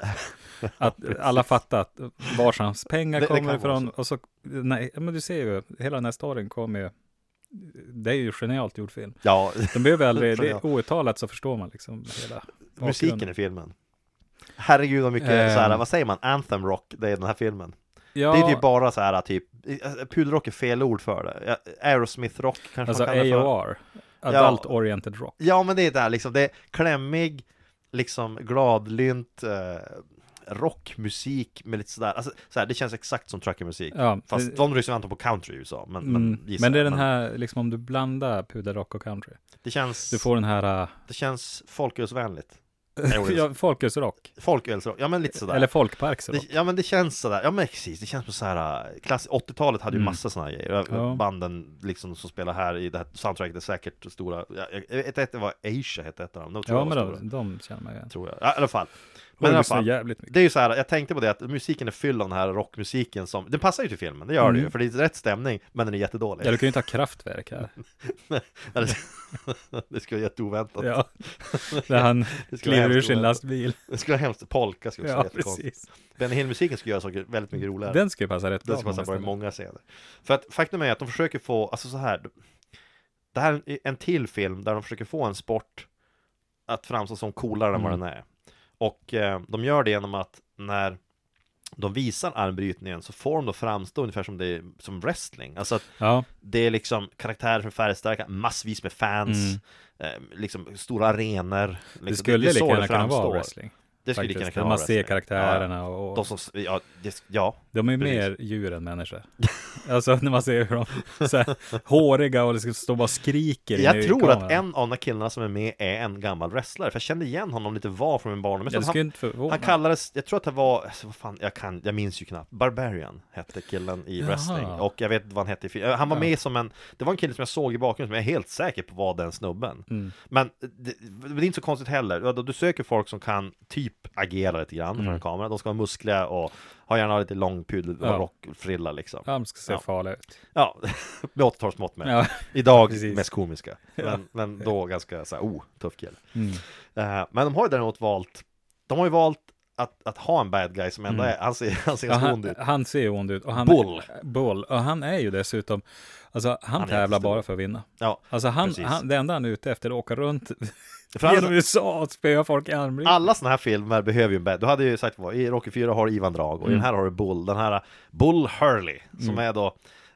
Speaker 5: *laughs*
Speaker 4: att alla fattar att vars hans pengar
Speaker 5: Det- det
Speaker 4: kommer
Speaker 5: kan vara
Speaker 4: ifrån. Och så, nej, men du ser ju, hela den här storyn kommer ju, det är ju genialt gjord film.
Speaker 5: Ja,
Speaker 4: De behöver aldrig, det
Speaker 5: Genialt.
Speaker 4: är outtalat så förstår man liksom hela
Speaker 5: musiken i filmen. Herregud vad mycket,
Speaker 4: Ehm.
Speaker 5: så här, vad säger man, anthem rock, det är den här filmen.
Speaker 4: Ja,
Speaker 5: Det är ju bara så här typ, pudelrock är fel ord för det. Ja, Aerosmith-rock kanske
Speaker 4: alltså
Speaker 5: man kallar det för.
Speaker 4: AOR, Adult Oriented Rock.
Speaker 5: Ja, men det är det här liksom, det är klämmig, liksom gladlynt eh, rockmusik med lite sådär, alltså så här, det känns exakt som truckermusik.
Speaker 4: Ja,
Speaker 5: Fast
Speaker 4: det-
Speaker 5: de ryser antar på country i USA, men,
Speaker 4: Mm,
Speaker 5: men, gissar
Speaker 4: men det är
Speaker 5: jag.
Speaker 4: den här, liksom om du blandar puderrock och country,
Speaker 5: det känns,
Speaker 4: du får den här,
Speaker 5: det känns
Speaker 4: *laughs*
Speaker 5: folkölsvänligt.
Speaker 4: uh, ja, folkölsrock,
Speaker 5: Folkölsrock, ja men lite sådär.
Speaker 4: eller folkparksrock.
Speaker 5: Det, ja men det känns sådär, ja men precis, det känns på såhär äh, klass, 80-talet hade ju
Speaker 4: Mm.
Speaker 5: massa såna här grejer
Speaker 4: Ja.
Speaker 5: Banden liksom som spelar här i det här soundtracket är säkert stora ja, jag- jag vet inte vad Asia hette ett av dem, de tror
Speaker 4: Ja,
Speaker 5: jag
Speaker 4: men
Speaker 5: var stora,
Speaker 4: de, de känner man ju igen.
Speaker 5: tror jag, ja, i alla fall
Speaker 4: Men
Speaker 5: Men i alla
Speaker 4: lyssnar
Speaker 5: fall,
Speaker 4: jävligt mycket.
Speaker 5: det är ju så här, jag tänkte på det att musiken är fylld av den här rockmusiken som, den passar ju till filmen, det gör det ju,
Speaker 4: Mm.
Speaker 5: för det är rätt stämning, men den är jättedålig
Speaker 4: Ja, du kan ju inte ha kraftverk
Speaker 5: *laughs*
Speaker 4: här.
Speaker 5: Det skulle vara jätteoväntat
Speaker 4: Ja. När han
Speaker 5: Det skulle vara
Speaker 4: kliver ur
Speaker 5: hemskt
Speaker 4: sin
Speaker 5: oväntat.
Speaker 4: lastbil.
Speaker 5: Det skulle vara hemskt, polka skulle också
Speaker 4: Ja,
Speaker 5: vara jättekonstigt
Speaker 4: precis.
Speaker 5: Benny Hill-musiken skulle göra saker väldigt mycket roligare
Speaker 4: Den skulle passa rätt bra.
Speaker 5: Det ska passa
Speaker 4: på
Speaker 5: bra i
Speaker 4: många
Speaker 5: många scener. För att faktum är att de försöker få, alltså så här. Det här är en till film där de försöker få en sport att framstå som coolare än vad
Speaker 4: Mm.
Speaker 5: den är. Och eh, de gör det genom att när de visar armbrytningen så får de då framstå ungefär som, det, som wrestling. Alltså att
Speaker 4: ställen. Ja,
Speaker 5: det är liksom karaktärer som är färgstarka, massvis med fans, eh, liksom stora arenor. Liksom.
Speaker 4: Mm. det skulle
Speaker 5: är
Speaker 4: lika
Speaker 5: så
Speaker 4: gärna
Speaker 5: det
Speaker 4: kunna vara
Speaker 5: framstår.
Speaker 4: wrestling.
Speaker 5: Det skulle lika
Speaker 4: faktiskt.
Speaker 5: gärna kunna
Speaker 4: Där
Speaker 5: vara
Speaker 4: Man ser
Speaker 5: wrestling.
Speaker 4: karaktärerna och,
Speaker 5: Ja, de
Speaker 4: och
Speaker 5: som, ja, det, ja,
Speaker 4: de är
Speaker 5: precis.
Speaker 4: mer
Speaker 5: *laughs*
Speaker 4: djur än människor. Alltså när man ser hur de så här, håriga och liksom står och bara skriker inne
Speaker 5: Jag
Speaker 4: i
Speaker 5: tror att
Speaker 4: kameran.
Speaker 5: en av de här killarna som är med är en gammal wrestler, för jag kände igen honom lite var från min barndom.
Speaker 4: Ja,
Speaker 5: Jag
Speaker 4: det
Speaker 5: tror
Speaker 4: skulle
Speaker 5: han,
Speaker 4: inte förvåna.
Speaker 5: han kallades, jag tror att det var, alltså, vad fan, jag, kan, jag minns ju knappt, Barbarian hette killen i
Speaker 4: Jaha.
Speaker 5: wrestling, och jag vet vad han hette i film. Han var med som en, det var en kille som jag såg i bakgrunden, som jag är helt säker på var den snubben.
Speaker 4: Mm.
Speaker 5: Men det, det är inte så konstigt heller, du, du söker folk som kan typ agera lite grann från en kamera, de ska vara muskliga och ha gärna lite lång pudel och
Speaker 4: Mm. Ja.
Speaker 5: rockfrilla liksom.
Speaker 4: Ja, de ska se
Speaker 5: Ja.
Speaker 4: farliga ut.
Speaker 5: Ja, *laughs* med 80-talsmått med.
Speaker 4: Ja.
Speaker 5: Idag
Speaker 4: Precis.
Speaker 5: mest komiska, men, men då ganska så här, oh, tuff kille.
Speaker 4: Mm.
Speaker 5: Eh, men de har ju däremot valt, de har ju valt att, att ha en bad guy som ändå
Speaker 4: Mm.
Speaker 5: är, han ser, han ser
Speaker 4: Ja,
Speaker 5: ganska
Speaker 4: han,
Speaker 5: ond ut.
Speaker 4: han ser ju ond ut. Och han,
Speaker 5: Bull.
Speaker 4: Bull. Och han är ju dessutom, alltså han,
Speaker 5: är
Speaker 4: tävlar
Speaker 5: jättestor.
Speaker 4: bara för att vinna.
Speaker 5: Ja,
Speaker 4: Alltså han,
Speaker 5: precis.
Speaker 4: han, det enda han är ute efter är att åka runt *laughs*
Speaker 5: För alla-
Speaker 4: genom USA och spöa folk i armringen.
Speaker 5: Alla sådana här filmer behöver ju en bad. Du hade ju sagt vad, i Rocky 4 har du Ivan Drago,
Speaker 4: Mm.
Speaker 5: i den här har du Bull, den här uh, Bull Hurley, som är då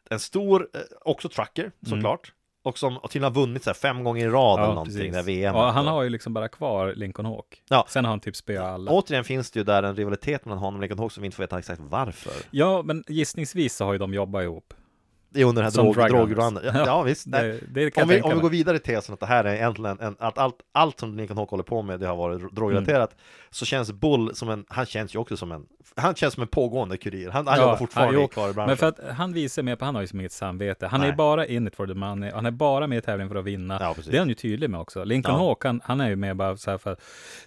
Speaker 5: en stor, eh, också
Speaker 4: Mm.
Speaker 5: trucker såklart, och som och tydligen har vunnit så här fem gånger i rad eller någonting,
Speaker 4: precis.
Speaker 5: det här VM.
Speaker 4: Ja, han har ju liksom bara kvar Lincoln Hawk.
Speaker 5: Ja.
Speaker 4: Sen har han typ spöat alla.
Speaker 5: Återigen finns det ju där en rivalitet mellan honom och Lincoln Hawk som vi inte får veta exakt varför.
Speaker 4: Ja, men gissningsvis så har ju de jobbat ihop.
Speaker 5: Det är under den här
Speaker 4: Som
Speaker 5: drog,
Speaker 4: drug
Speaker 5: drogrunnen.
Speaker 4: *laughs* runners.
Speaker 5: Ja, ja, visst.
Speaker 4: Det-
Speaker 5: Nej.
Speaker 4: det kan
Speaker 5: om,
Speaker 4: jag
Speaker 5: vi,
Speaker 4: tänka
Speaker 5: om vi
Speaker 4: mig.
Speaker 5: går vidare i tesen att det här är egentligen en, att allt, allt som Lincoln Hawk håller på med, det har varit drogrelaterat,
Speaker 4: Mm.
Speaker 5: så känns Bull som en, han känns ju också som en, han känns som en pågående kurir. Han, han jobbar fortfarande
Speaker 4: jo,
Speaker 5: kvar i branschen.
Speaker 4: Men för att han visar mer på, han har ju som inget samvete. Han är
Speaker 5: Nej.
Speaker 4: ju bara in it for the money, han är bara med i tävlingen för att vinna.
Speaker 5: Ja, precis.
Speaker 4: det är han ju tydlig med också. Lincoln
Speaker 5: Ja.
Speaker 4: Hawk, han, han är ju med bara så här för att,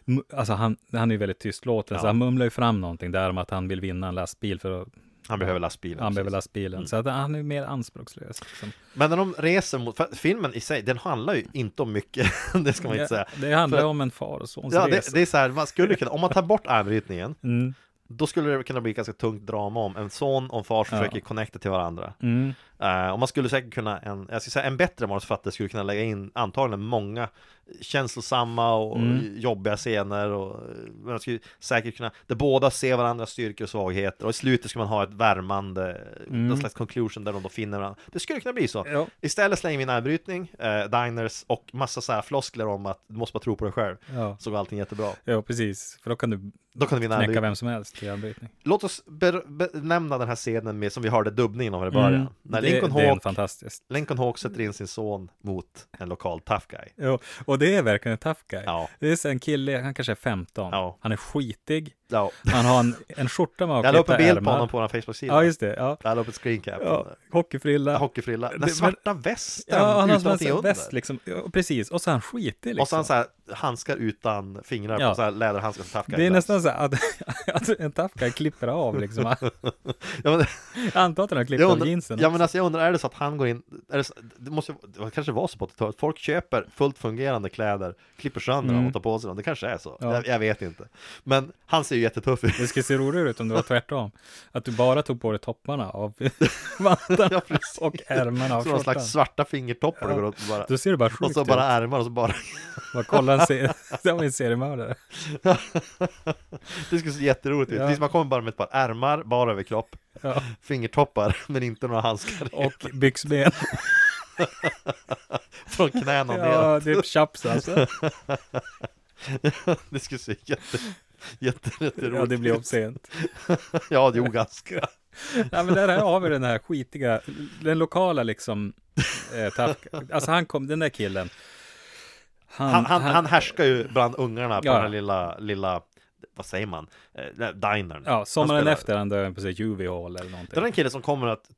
Speaker 4: m- alltså han, han är ju väldigt tystlåten, så han mumlar ju fram någonting där om att han vill vinna en lastbil för att
Speaker 5: Han behöver lastbilen.
Speaker 4: han behöver
Speaker 5: precis. Mm.
Speaker 4: lastbilen. Så att han är ju mer anspråkslös. Liksom.
Speaker 5: Men när de reser mot, för att filmen i sig, den handlar ju inte om mycket, *laughs* det ska man inte säga.
Speaker 4: det handlar
Speaker 5: För
Speaker 4: ju
Speaker 5: att-
Speaker 4: om en far och sons
Speaker 5: Ja, det,
Speaker 4: resa.
Speaker 5: det är så här, man skulle kunna, om man tar bort armbrytningen,
Speaker 4: *laughs* Mm.
Speaker 5: då skulle det kunna bli ganska tungt drama om en son och en far som
Speaker 4: Ja.
Speaker 5: försöker connecta till varandra.
Speaker 4: Mm.
Speaker 5: Eh, och man skulle säkert kunna, en, jag ska säga en bättre manusförfattare skulle kunna lägga in antagligen många känslosamma och
Speaker 4: Mm.
Speaker 5: jobbiga scener och eh, man skulle säkert kunna, där båda ser varandras styrkor och svagheter och i slutet ska man ha ett värmande, någon slags conclusion där de då finner varandra. Det skulle kunna bli så.
Speaker 4: Mm. Ja.
Speaker 5: Istället slänger vi in armbrytning, eh, diners och massa så här floskler om att du måste bara tro på dig själv,
Speaker 4: Ja.
Speaker 5: så går allting jättebra.
Speaker 4: ja, precis. För då kan du
Speaker 5: Då kan du vinna
Speaker 4: knäcka
Speaker 5: armbrytning.
Speaker 4: vem som helst i armbrytning.
Speaker 5: Låt oss ber- benämna den här scenen med, som vi hörde dubbningen av i början. När
Speaker 4: Mm. det,
Speaker 5: Lincoln
Speaker 4: det är en
Speaker 5: Hawk
Speaker 4: fantastiskt.
Speaker 5: Lincoln Hawk sätter in sin son mot en lokal tough guy.
Speaker 4: Jo, och det är verkligen en tough guy.
Speaker 5: Ja.
Speaker 4: Det är så en kille, han kanske är 15.
Speaker 5: Ja.
Speaker 4: Han är skitig.
Speaker 5: Ja.
Speaker 4: Han har en, en skjorta med
Speaker 5: Jag la upp en
Speaker 4: avklippta
Speaker 5: bild på
Speaker 4: ärmar.
Speaker 5: honom på vår Facebook-sida.
Speaker 4: Ja, just det. Ja.
Speaker 5: Jag la upp ett screencap.
Speaker 4: Ja,
Speaker 5: Ja.
Speaker 4: hockeyfrilla.
Speaker 5: Hockeyfrilla. Den
Speaker 4: men-
Speaker 5: svarta västen
Speaker 4: ja, han har
Speaker 5: utan
Speaker 4: som
Speaker 5: någonting
Speaker 4: en
Speaker 5: under.
Speaker 4: väst liksom. Ja, precis. Och så är han skitig liksom.
Speaker 5: Och så har han så här handskar utan fingrar
Speaker 4: Ja.
Speaker 5: på så här läderhandskar som tough guy.
Speaker 4: det är
Speaker 5: bär.
Speaker 4: nästan så här att, *laughs* att en tough guy klipper av liksom.
Speaker 5: Ja, men,
Speaker 4: Jag antar att han har klippt
Speaker 5: jag
Speaker 4: Typ av
Speaker 5: undrar,
Speaker 4: jeansen.
Speaker 5: ja, men alltså, jag undrar, är det så att han går in, är det, så, det, måste, ju- det kanske var så på 80-talet, folk köper fullt fungerande kläder, klipper sönder dem och tar på sig dem, det kanske är så,
Speaker 4: Mm. Ja.
Speaker 5: jag, jag vet inte. Men han ser ju jättetuff ut.
Speaker 4: Det skulle se roligare ut om det var tvärtom. Att du bara tog på dig topparna av *laughs* vantarna
Speaker 5: Ja, precis.
Speaker 4: och
Speaker 5: *laughs*
Speaker 4: ärmarna av
Speaker 5: Så någon
Speaker 4: skjortan.
Speaker 5: slags svarta fingertoppar och går runt och bara,
Speaker 4: Då ser du bara
Speaker 5: och
Speaker 4: sjukt
Speaker 5: så
Speaker 4: ut.
Speaker 5: bara ärmar och så bara *laughs*
Speaker 4: Bara kolla en *laughs* serie. Det var en seriemördare.
Speaker 5: Det skulle se jätteroligt ut.
Speaker 4: Ja.
Speaker 5: Visst, man kommer bara med ett par ärmar, bara överkropp,
Speaker 4: Ja.
Speaker 5: fingertoppar, *laughs* men inte några handskar
Speaker 4: Och byxben.
Speaker 5: *laughs*
Speaker 4: *laughs*
Speaker 5: från knäna
Speaker 4: Ja,
Speaker 5: neråt.
Speaker 4: typ chaps alltså.
Speaker 5: Det skulle se jätte, jätte, jätteroligt
Speaker 4: Ja, *laughs* det blir
Speaker 5: ut.
Speaker 4: obscent. *laughs*
Speaker 5: *laughs* Ja, det är ganska.
Speaker 4: Ja, men där har vi den här skitiga, den lokala liksom, eh, taff- alltså han kom, den där killen.
Speaker 5: Han, han, han härskar ju bland ungarna på
Speaker 4: Ja.
Speaker 5: den här lilla, lilla, vad säger man, Eh, dinern.
Speaker 4: ja, sommaren
Speaker 5: spelar-
Speaker 4: efter han dör på sig Juvie Hall eller någonting.
Speaker 5: Det är en kille som kommer att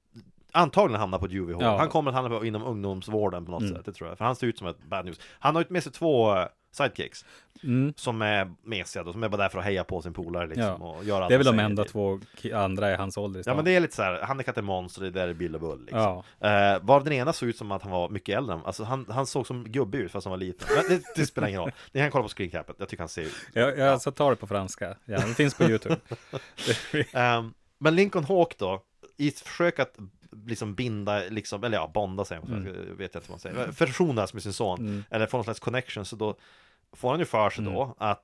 Speaker 5: antagligen hamna på ett UVH.
Speaker 4: Ja. Mm.
Speaker 5: Han kommer att hamna på, inom ungdomsvården på något sätt, det tror jag. För han ser ut som ett bad news. Han har ju med sig två eh, sidekicks.
Speaker 4: Mm.
Speaker 5: Som är mesiga då, som är bara där för att heja på sin polare liksom.
Speaker 4: Ja.
Speaker 5: Och göra allt
Speaker 4: det är väl
Speaker 5: han
Speaker 4: de
Speaker 5: säger
Speaker 4: enda
Speaker 5: till.
Speaker 4: två ki- andra i hans ålder i
Speaker 5: Ja
Speaker 4: stan.
Speaker 5: men det är lite så här, han är katten monster, det där är Bill och Bull liksom.
Speaker 4: Ja.
Speaker 5: Eh, var den ena såg ut som att han var mycket äldre, alltså han, han såg som gubbig ut fast han var liten. Men det, det spelar ingen roll, ni kan kolla på screencapet, jag tycker han ser ut.
Speaker 4: Jag, jag alltså tar det på franska. Ja, det finns på
Speaker 5: *laughs*
Speaker 4: YouTube.
Speaker 5: Ehm, men Lincoln Hawk då, i ett försök att liksom binda, liksom, eller ja, bonda säger man på svenska, vet jag inte vad man säger, försonas med sin son,
Speaker 4: Mm.
Speaker 5: eller få någon slags connection, så då får han ju för sig då att